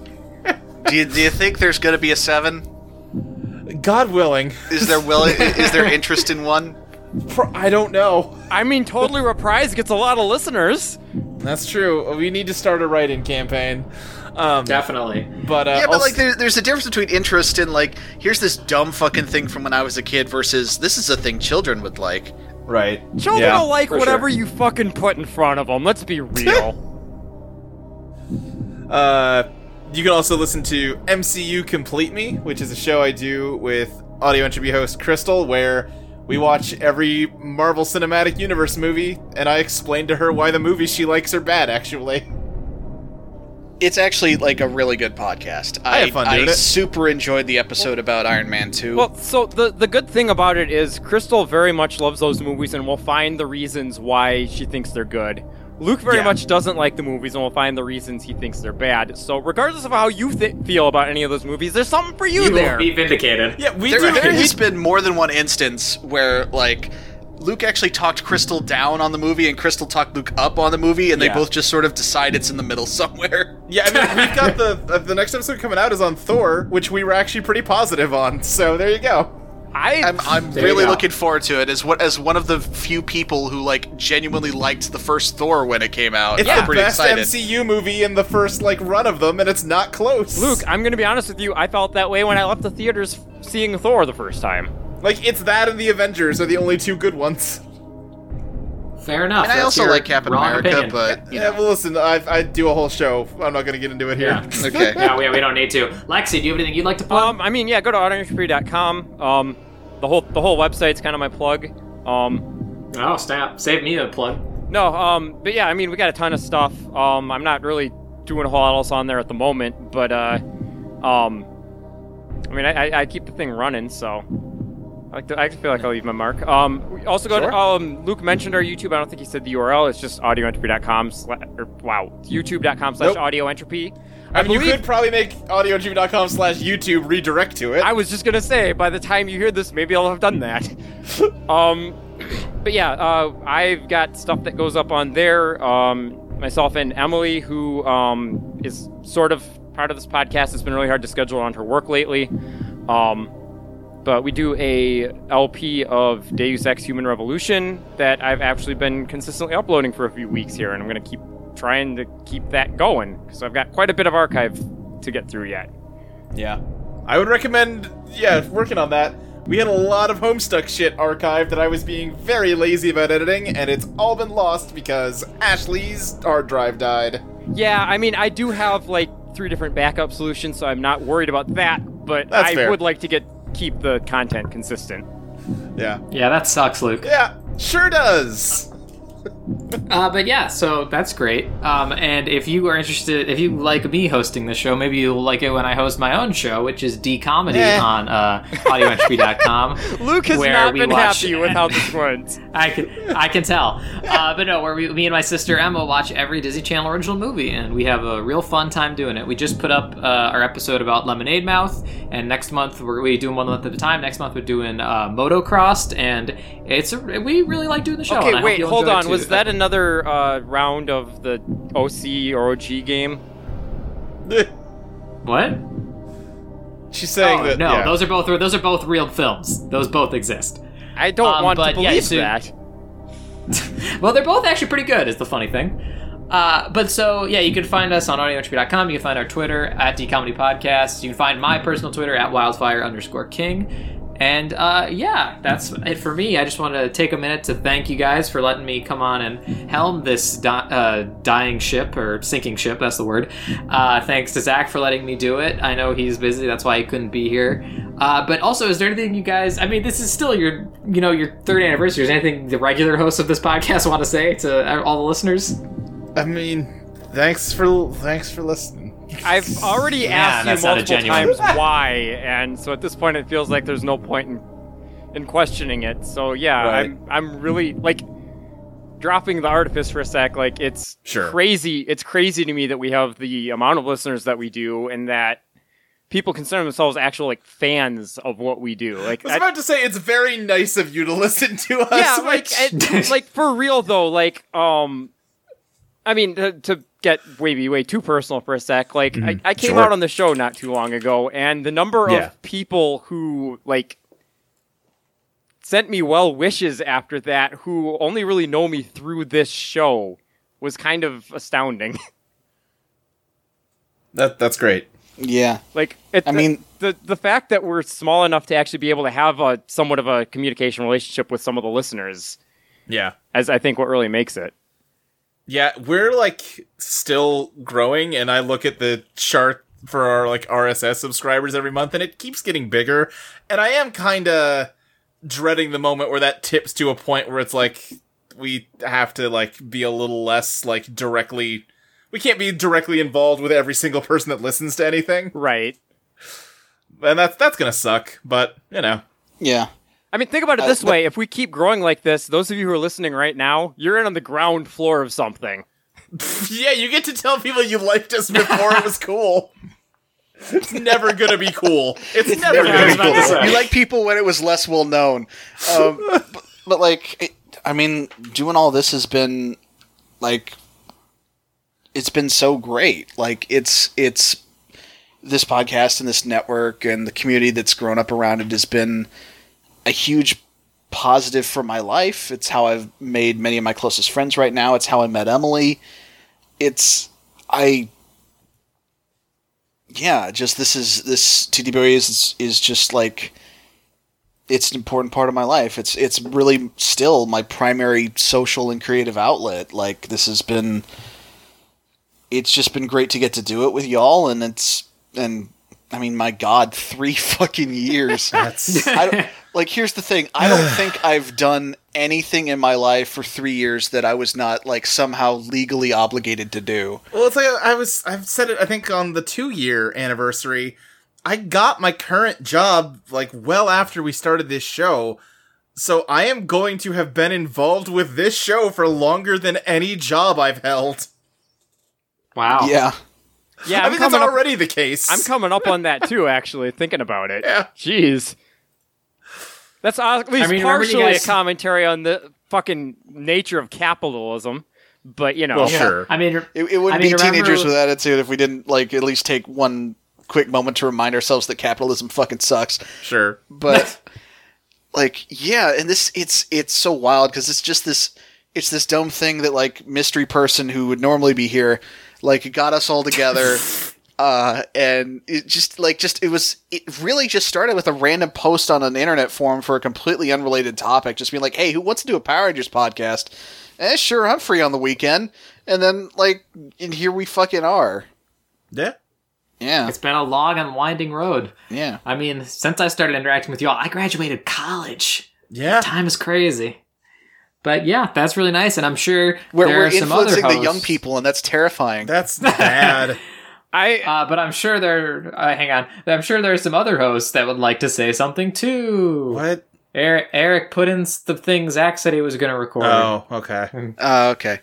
Speaker 4: do, you, do you think there's going to be a seven?
Speaker 5: God willing.
Speaker 4: Is there willing? is there interest in one?
Speaker 5: Pro- I don't know.
Speaker 6: I mean, totally reprise gets a lot of listeners.
Speaker 5: That's true. We need to start a write-in campaign. Um,
Speaker 3: Definitely.
Speaker 5: but uh,
Speaker 4: Yeah, but
Speaker 5: also-
Speaker 4: like, there, there's a difference between interest in like, here's this dumb fucking thing from when I was a kid versus this is a thing children would like.
Speaker 5: right?
Speaker 6: Children
Speaker 5: Yeah,
Speaker 6: will like
Speaker 5: for
Speaker 6: whatever
Speaker 5: sure.
Speaker 6: you fucking put in front of them. Let's [LAUGHS] be real.
Speaker 5: Uh, you can also listen to MCU Complete Me, which is a show I do with audio entropy host Crystal, where we watch every Marvel Cinematic Universe movie, and I explain to her why the movies she likes are bad. Actually,
Speaker 4: It's actually like a really good podcast. I,
Speaker 5: had fun doing it.
Speaker 4: super enjoyed the episode about Iron Man 2.
Speaker 6: well, so the the good thing about it is Crystal very much loves those movies and will find the reasons why she thinks they're good. Luke very
Speaker 5: Yeah.
Speaker 6: much doesn't like the movies and will find the reasons he thinks they're bad. So regardless of how you th- feel about any of those movies, there's something for you,
Speaker 3: You
Speaker 6: there.
Speaker 3: will be vindicated.
Speaker 5: yeah, we
Speaker 4: there,
Speaker 5: do.
Speaker 4: there
Speaker 5: we-
Speaker 4: has been more than one instance where like Luke actually talked Crystal down on the movie and Crystal talked Luke up on the movie, and they
Speaker 5: Yeah.
Speaker 4: both just sort of decide it's in the middle somewhere.
Speaker 5: [LAUGHS] yeah, I mean, we've got the uh, the next episode coming out is on Thor, which we were actually pretty positive on. So there you go.
Speaker 6: I
Speaker 4: [LAUGHS] I'm, I'm
Speaker 3: There you
Speaker 4: really
Speaker 3: go.
Speaker 4: looking forward to it as what as one of the few people who like genuinely liked the first Thor when it came out.
Speaker 5: It's
Speaker 4: I'm
Speaker 5: the
Speaker 4: pretty
Speaker 5: best
Speaker 4: excited.
Speaker 5: MCU movie in the first like run of them, and it's not close.
Speaker 6: Luke, I'm gonna be honest with you. I felt that way when I left the theaters seeing Thor the first time.
Speaker 5: like it's that and the Avengers are the only two good ones.
Speaker 3: Fair enough.
Speaker 4: And I
Speaker 3: That's
Speaker 4: also
Speaker 3: your
Speaker 4: like Captain
Speaker 3: wrong
Speaker 4: America,
Speaker 3: opinion. [LAUGHS]
Speaker 4: but you
Speaker 5: Yeah, well, listen, I, I do a whole show. I'm not going to get into it here.
Speaker 3: Yeah.
Speaker 5: [LAUGHS]
Speaker 4: know, okay.
Speaker 3: [LAUGHS] yeah, we, we don't need to. Lexi, do you have anything you'd like to plug?
Speaker 6: Um, I mean, yeah, go to autoentropy.com. Um, the whole the whole website's kind of my plug. Um,
Speaker 3: oh, snap. Save me a plug.
Speaker 6: no, um, but yeah, I mean, we got a ton of stuff. Um, I'm not really doing a whole lot else on there at the moment, but uh, um, I mean, I, I, I keep the thing running, so. I like to, I feel like I'll leave my mark. Um, we also go
Speaker 5: Sure.
Speaker 6: to um, Luke mentioned our YouTube. I don't think he said the URL. It's just audioentropy.com. Slash, or, wow, youtube.com slash
Speaker 5: Nope.
Speaker 6: audioentropy. Um,
Speaker 5: I mean, you
Speaker 6: believe-
Speaker 5: could probably make audiojimmy.com slash YouTube redirect to it.
Speaker 6: I was just gonna say, by the time you hear this, maybe I'll have done that. um, but yeah, uh, I've got stuff that goes up on there. Um, myself and Emily, who um, is sort of part of this podcast, it's been really hard to schedule on her work lately. Um, but we do a LP of Deus Ex Human Revolution that I've actually been consistently uploading for a few weeks here, and I'm gonna keep trying to keep that going because I've got quite a bit of archive to get through yet.
Speaker 5: yeah. I would recommend, yeah, working on that. We had a lot of Homestuck shit archived that I was being very lazy about editing, and it's all been lost because Ashley's hard drive died.
Speaker 6: Yeah, I mean, I do have like three different backup solutions, so I'm not worried about that. But
Speaker 5: That's
Speaker 6: I
Speaker 5: fair.
Speaker 6: would like to get keep the content consistent.
Speaker 5: Yeah.
Speaker 3: Yeah, that sucks, Luke.
Speaker 5: Yeah, sure does.
Speaker 3: Uh, but yeah, so that's great. Um, and if you are interested, if you like me hosting this show, maybe you'll like it when I host my own show, which is D Comedy
Speaker 9: Eh.
Speaker 3: on uh, audioentropy.com.
Speaker 6: [LAUGHS] Luke has
Speaker 3: where
Speaker 6: not
Speaker 3: we
Speaker 6: been
Speaker 3: watch-
Speaker 6: happy with [LAUGHS] how this went.
Speaker 3: [LAUGHS] I can I can tell. Uh, but no, where we, me and my sister Emma watch every Disney Channel original movie, and we have a real fun time doing it. We just put up uh, our episode about Lemonade Mouth, and next month we're we doing one month at a time. Next month we're doing uh, Motocrossed, and it's a, we really like doing the show. and I
Speaker 6: Okay,
Speaker 3: hope
Speaker 6: wait,
Speaker 3: you'll
Speaker 6: hold
Speaker 3: enjoy it
Speaker 6: on.
Speaker 3: too.
Speaker 6: Was that another uh, round of the OC or OG game?
Speaker 3: what?
Speaker 5: [LAUGHS] She's saying
Speaker 3: Oh,
Speaker 5: that.
Speaker 3: no,
Speaker 5: yeah.
Speaker 3: those are both those are both real films. Those both exist.
Speaker 6: I don't
Speaker 3: Um,
Speaker 6: want to
Speaker 3: but yeah,
Speaker 6: believe
Speaker 3: so-
Speaker 6: that.
Speaker 3: well, they're both actually pretty good, is the funny thing. Uh, but so, yeah, you can find us on audioentropy.com. You can find our Twitter at DComedy Podcast. You can find my personal Twitter at wildfire underscore king. And uh, yeah, that's it for me. I just want to take a minute to thank you guys for letting me come on and helm this di- uh, dying ship or sinking ship. That's the word. Uh, thanks to Zach for letting me do it. I know he's busy. That's why he couldn't be here. Uh, but also, is there anything you guys? I mean, this is still your you know your third anniversary. Is there anything the regular hosts of this podcast want to say to all the listeners?
Speaker 5: I mean, thanks for thanks for listening.
Speaker 6: I've already asked
Speaker 3: that's
Speaker 6: you
Speaker 3: not a
Speaker 6: multiple
Speaker 3: genuine- [LAUGHS]
Speaker 6: times why, and so at this point it feels like there's no point in in questioning it. So yeah,
Speaker 5: Right.
Speaker 6: I'm I'm really like dropping the artifice for a sec. Like it's
Speaker 5: Sure.
Speaker 6: crazy. It's crazy to me that we have the amount of listeners that we do, and that people consider themselves actual like fans of what we do. Like
Speaker 5: I was
Speaker 6: I-
Speaker 5: about to say it's very nice of you to listen to [LAUGHS] us.
Speaker 6: yeah, like
Speaker 5: which-
Speaker 6: it- like for real though, like um, I mean to, to get way way too personal for a sec, like I, I came
Speaker 5: sure.
Speaker 6: out on the show not too long ago, and the number
Speaker 5: Yeah.
Speaker 6: of people who like sent me well wishes after that, who only really know me through this show, was kind of astounding. [LAUGHS]
Speaker 5: that that's great.
Speaker 4: Yeah.
Speaker 6: Like, it,
Speaker 4: I mean-
Speaker 6: the, the fact that we're small enough to actually be able to have a somewhat of a communication relationship with some of the listeners,
Speaker 5: Yeah.
Speaker 6: as I think what really makes it.
Speaker 5: Yeah, we're like still growing, and I look at the chart for our like RSS subscribers every month, and it keeps getting bigger. And I am kind of dreading the moment where that tips to a point where it's like we have to like be a little less like directly. We can't be directly involved with every single person that listens to anything,
Speaker 6: Right.
Speaker 5: and that's that's gonna suck. But you know,
Speaker 4: Yeah.
Speaker 6: I mean, think about it
Speaker 5: Uh,
Speaker 6: this way: if we keep growing like this, those of you who are listening right now, you're in on the ground floor of
Speaker 5: [LAUGHS]
Speaker 6: something.
Speaker 5: yeah, you get to tell people you liked us before it was cool. It's never gonna be cool. It's, never,
Speaker 3: I
Speaker 5: gonna
Speaker 3: was
Speaker 5: be
Speaker 3: about
Speaker 5: cool.
Speaker 3: to say.
Speaker 4: you like people when it was less well known.
Speaker 3: [LAUGHS]
Speaker 4: Um, but, but like, it, I mean, doing all this has been like, it's been so great. Like, it's it's this podcast and this network and the community that's grown up around it has been a huge positive for my life. It's how I've made many of my closest friends right now. It's how I met Emily. It's I yeah, just this is this TD Berry is is just like it's an important part of my life. It's it's really still my primary social and creative outlet. Like this has been it's just been great to get to do it with y'all and it's and I mean my god, [LAUGHS] 3 fucking years. [LAUGHS] I don't, like here's the thing. I don't think I've done anything in my life for 3 years that I was not like somehow legally obligated to do.
Speaker 5: Well, it's like I was. I've said it. I think on the two-year anniversary, I got my current job like well after we started this show, so I am going to have been involved with this show for longer than any job I've held.
Speaker 3: Wow.
Speaker 4: Yeah.
Speaker 6: Yeah,
Speaker 5: I
Speaker 6: I'm
Speaker 5: think that's
Speaker 6: coming up.
Speaker 5: already the case.
Speaker 6: I'm coming up on that too. Actually, thinking about it.
Speaker 5: Yeah.
Speaker 6: Jeez. That's at least
Speaker 3: I mean, remember you
Speaker 6: partially
Speaker 3: guys-
Speaker 6: a commentary on the fucking nature of capitalism, but you know,
Speaker 5: Well,
Speaker 4: Yeah.
Speaker 5: sure.
Speaker 3: I mean,
Speaker 4: It, it wouldn't
Speaker 3: I mean,
Speaker 4: be
Speaker 3: remember-
Speaker 4: teenagers with attitude if we didn't like at least take one quick moment to remind ourselves that capitalism fucking sucks.
Speaker 5: Sure.
Speaker 3: [LAUGHS]
Speaker 4: But like, yeah, and this it's it's so wild because it's just this it's this dumb thing that like mystery person who would normally be here like got us
Speaker 3: [LAUGHS]
Speaker 4: all together. Uh, and it just like just it was it really just started with a random post on an internet forum for a completely unrelated topic, just being like, "Hey, who wants to do a Power Rangers podcast?" Eh, sure, I'm free on the weekend, and then like, and here we fucking are.
Speaker 5: Yeah.
Speaker 4: Yeah,
Speaker 3: It's been a long and winding road.
Speaker 4: yeah.
Speaker 3: I mean, since I started interacting with y'all, I graduated college.
Speaker 5: Yeah.
Speaker 3: Time is crazy. But yeah, that's really nice, and I'm sure
Speaker 4: We're,
Speaker 3: there
Speaker 4: we're
Speaker 3: are some other
Speaker 4: influencing the young
Speaker 3: hosts.
Speaker 4: people, and that's terrifying.
Speaker 5: That's
Speaker 6: [LAUGHS]
Speaker 5: bad.
Speaker 6: I
Speaker 3: Uh, but I'm sure there. Uh, hang on. I'm sure there are some other hosts that would like to say something too.
Speaker 5: what?
Speaker 3: Eric, Eric put in s- the thing Zach said he was going to record.
Speaker 5: Oh, okay.
Speaker 4: Uh, okay.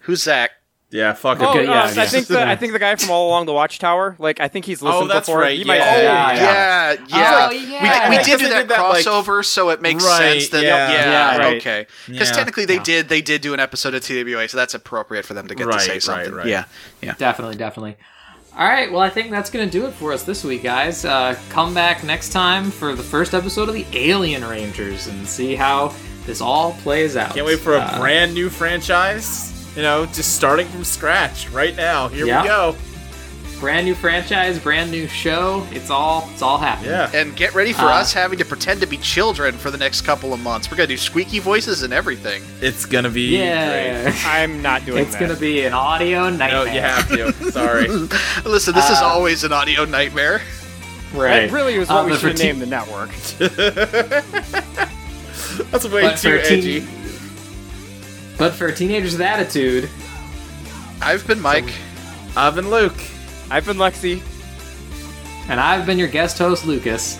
Speaker 4: Who's Zach?
Speaker 5: Yeah, fuck
Speaker 6: Oh,
Speaker 5: it.
Speaker 3: Okay,
Speaker 6: uh,
Speaker 3: yeah,
Speaker 6: I
Speaker 3: yeah.
Speaker 6: think the I think the guy from All Along the Watchtower. Like I think he's listened
Speaker 5: Oh, that's
Speaker 6: before.
Speaker 5: right,
Speaker 6: He might-
Speaker 5: yeah.
Speaker 3: Yeah,
Speaker 4: Oh, Yeah, yeah.
Speaker 3: yeah. Oh, yeah.
Speaker 4: We, we
Speaker 5: Because
Speaker 4: did
Speaker 5: they
Speaker 4: do that
Speaker 5: did that, like-
Speaker 4: crossover, so it makes
Speaker 5: Right,
Speaker 4: sense that
Speaker 5: yeah.
Speaker 4: yeah,
Speaker 3: Yeah, right.
Speaker 4: okay. Because
Speaker 5: Yeah.
Speaker 4: technically they did they did do an episode of TWA, so that's appropriate for them to get
Speaker 5: Right,
Speaker 4: to say
Speaker 5: right,
Speaker 4: something.
Speaker 5: right.
Speaker 4: Yeah, yeah.
Speaker 3: Definitely, definitely. All right, well, I think that's going to do it for us this week, guys. Uh, come back next time for the first episode of the Alien Rangers and see how this all plays out.
Speaker 5: Can't wait for a
Speaker 3: Uh,
Speaker 5: brand new franchise. You know, just starting from scratch right now. Here
Speaker 3: Yeah.
Speaker 5: we go.
Speaker 3: brand new franchise, brand new show. It's all it's all happening.
Speaker 5: Yeah.
Speaker 4: And get ready for
Speaker 3: Uh,
Speaker 4: us having to pretend to be children for the next couple of months. We're gonna do squeaky voices and everything.
Speaker 5: It's gonna be Oh,
Speaker 3: yeah.
Speaker 6: [LAUGHS] I'm not doing
Speaker 3: It's
Speaker 6: that.
Speaker 3: going to be an audio
Speaker 5: great. No,
Speaker 3: nightmare.
Speaker 5: you have to.
Speaker 3: [LAUGHS]
Speaker 5: Sorry.
Speaker 4: Listen, this is
Speaker 3: Uh,
Speaker 4: always an audio nightmare.
Speaker 3: right.
Speaker 6: That really is
Speaker 3: Uh,
Speaker 6: what we
Speaker 3: but
Speaker 6: should
Speaker 3: for
Speaker 6: have
Speaker 3: T-
Speaker 6: named the network.
Speaker 5: That's way
Speaker 3: But for,
Speaker 5: too edgy.
Speaker 3: teen- but for teenagers with attitude,
Speaker 4: I've been Mike.
Speaker 5: I've been Luke.
Speaker 6: I've been Lexi.
Speaker 3: and I've been your guest host, Lucas.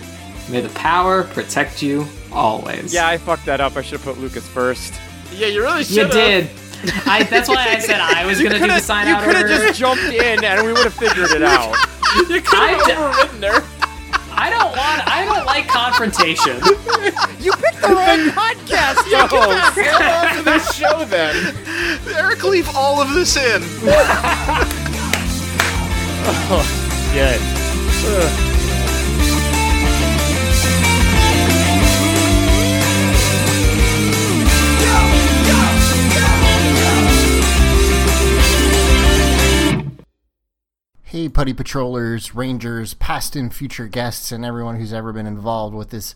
Speaker 3: May the power protect you always.
Speaker 6: Yeah, I fucked that up. I should have put Lucas first.
Speaker 5: Yeah, you really should.
Speaker 3: You did. I, that's why I said I was going to do the
Speaker 6: Coulda-
Speaker 3: sign
Speaker 6: you
Speaker 3: out
Speaker 6: could
Speaker 3: order.
Speaker 6: have just jumped in and we would have figured
Speaker 3: [LAUGHS]
Speaker 6: it out.
Speaker 3: I, I don't want. I don't like confrontation.
Speaker 6: You picked the wrong podcast, yo.
Speaker 5: show then.
Speaker 4: [LAUGHS] Eric, leave all of this in.
Speaker 6: Good.
Speaker 10: Hey, Putty Patrollers, Rangers, past and future guests, and everyone who's ever been involved with this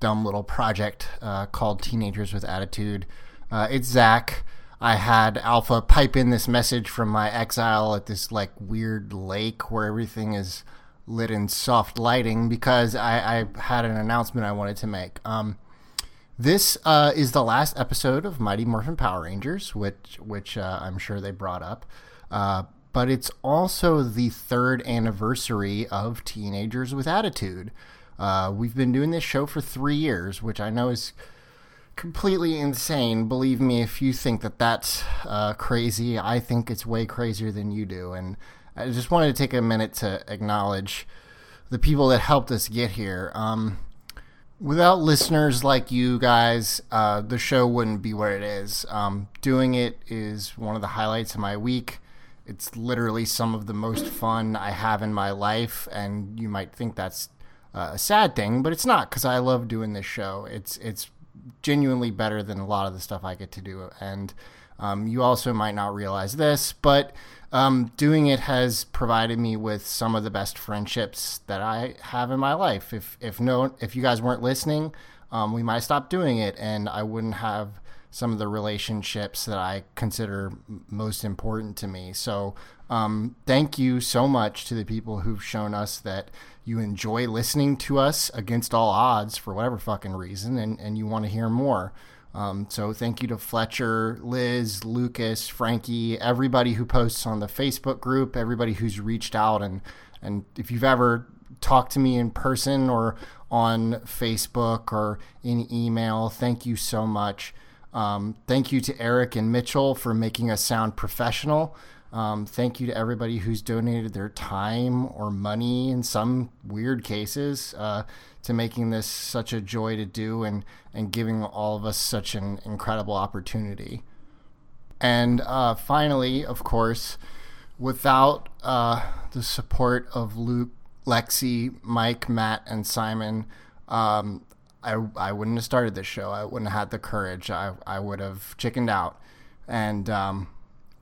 Speaker 10: dumb little project uh, called Teenagers with Attitude. Uh, it's Zach. I had Alpha pipe in this message from my exile at this like weird lake where everything is lit in soft lighting because I, I had an announcement I wanted to make. Um, this uh, is the last episode of Mighty Morphin Power Rangers, which which uh, I'm sure they brought up. Uh, but it's also the third anniversary of Teenagers with Attitude. Uh, we've been doing this show for three years, which I know is completely insane. Believe me, if you think that that's uh, crazy, I think it's way crazier than you do. And I just wanted to take a minute to acknowledge the people that helped us get here. Um, without listeners like you guys, uh, the show wouldn't be what it is. Um, doing it is one of the highlights of my week. It's literally some of the most fun I have in my life, and you might think that's uh, a sad thing, but it's not because I love doing this show. It's it's genuinely better than a lot of the stuff I get to do, and um, you also might not realize this, but um, doing it has provided me with some of the best friendships that I have in my life. If if no, if you guys weren't listening, um, we might stop doing it, and I wouldn't have some of the relationships that I consider m- most important to me. So, um, thank you so much to the people who've shown us that you enjoy listening to us against all odds for whatever fucking reason, and, and you want to hear more. Um, so thank you to Fletcher, Liz, Lucas, Frankie, everybody who posts on the Facebook group, everybody who's reached out, and and if you've ever talked to me in person or on Facebook or in email, thank you so much. Um, thank you to Eric and Mitchell for making us sound professional. Um, thank you to everybody who's donated their time or money in some weird cases uh, to making this such a joy to do and, and giving all of us such an incredible opportunity. And uh, finally, of course, without uh, the support of Luke, Lexi, Mike, Matt, and Simon, um, I, I wouldn't have started this show. I wouldn't have had the courage. I, I would have chickened out. And um,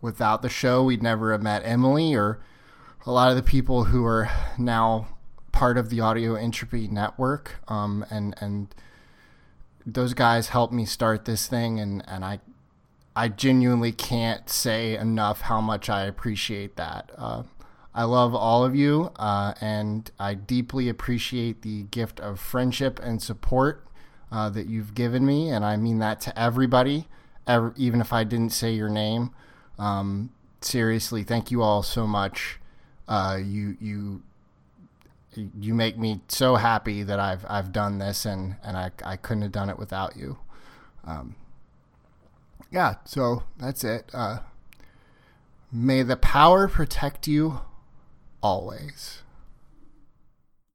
Speaker 10: without the show, we'd never have met Emily or a lot of the people who are now part of the Audio Entropy Network. Um, and, and those guys helped me start this thing, and, and I I genuinely can't say enough how much I appreciate that. Uh, I love all of you, uh, and I deeply appreciate the gift of friendship and support uh, that you've given me, and I mean that to everybody.
Speaker 6: ever, even if I didn't say your name. Um, seriously, thank you all so much. Uh, you you you make me so happy that I've I've done this and and I I couldn't have done it without you. Um, yeah, so that's it. Uh, may the power protect you always.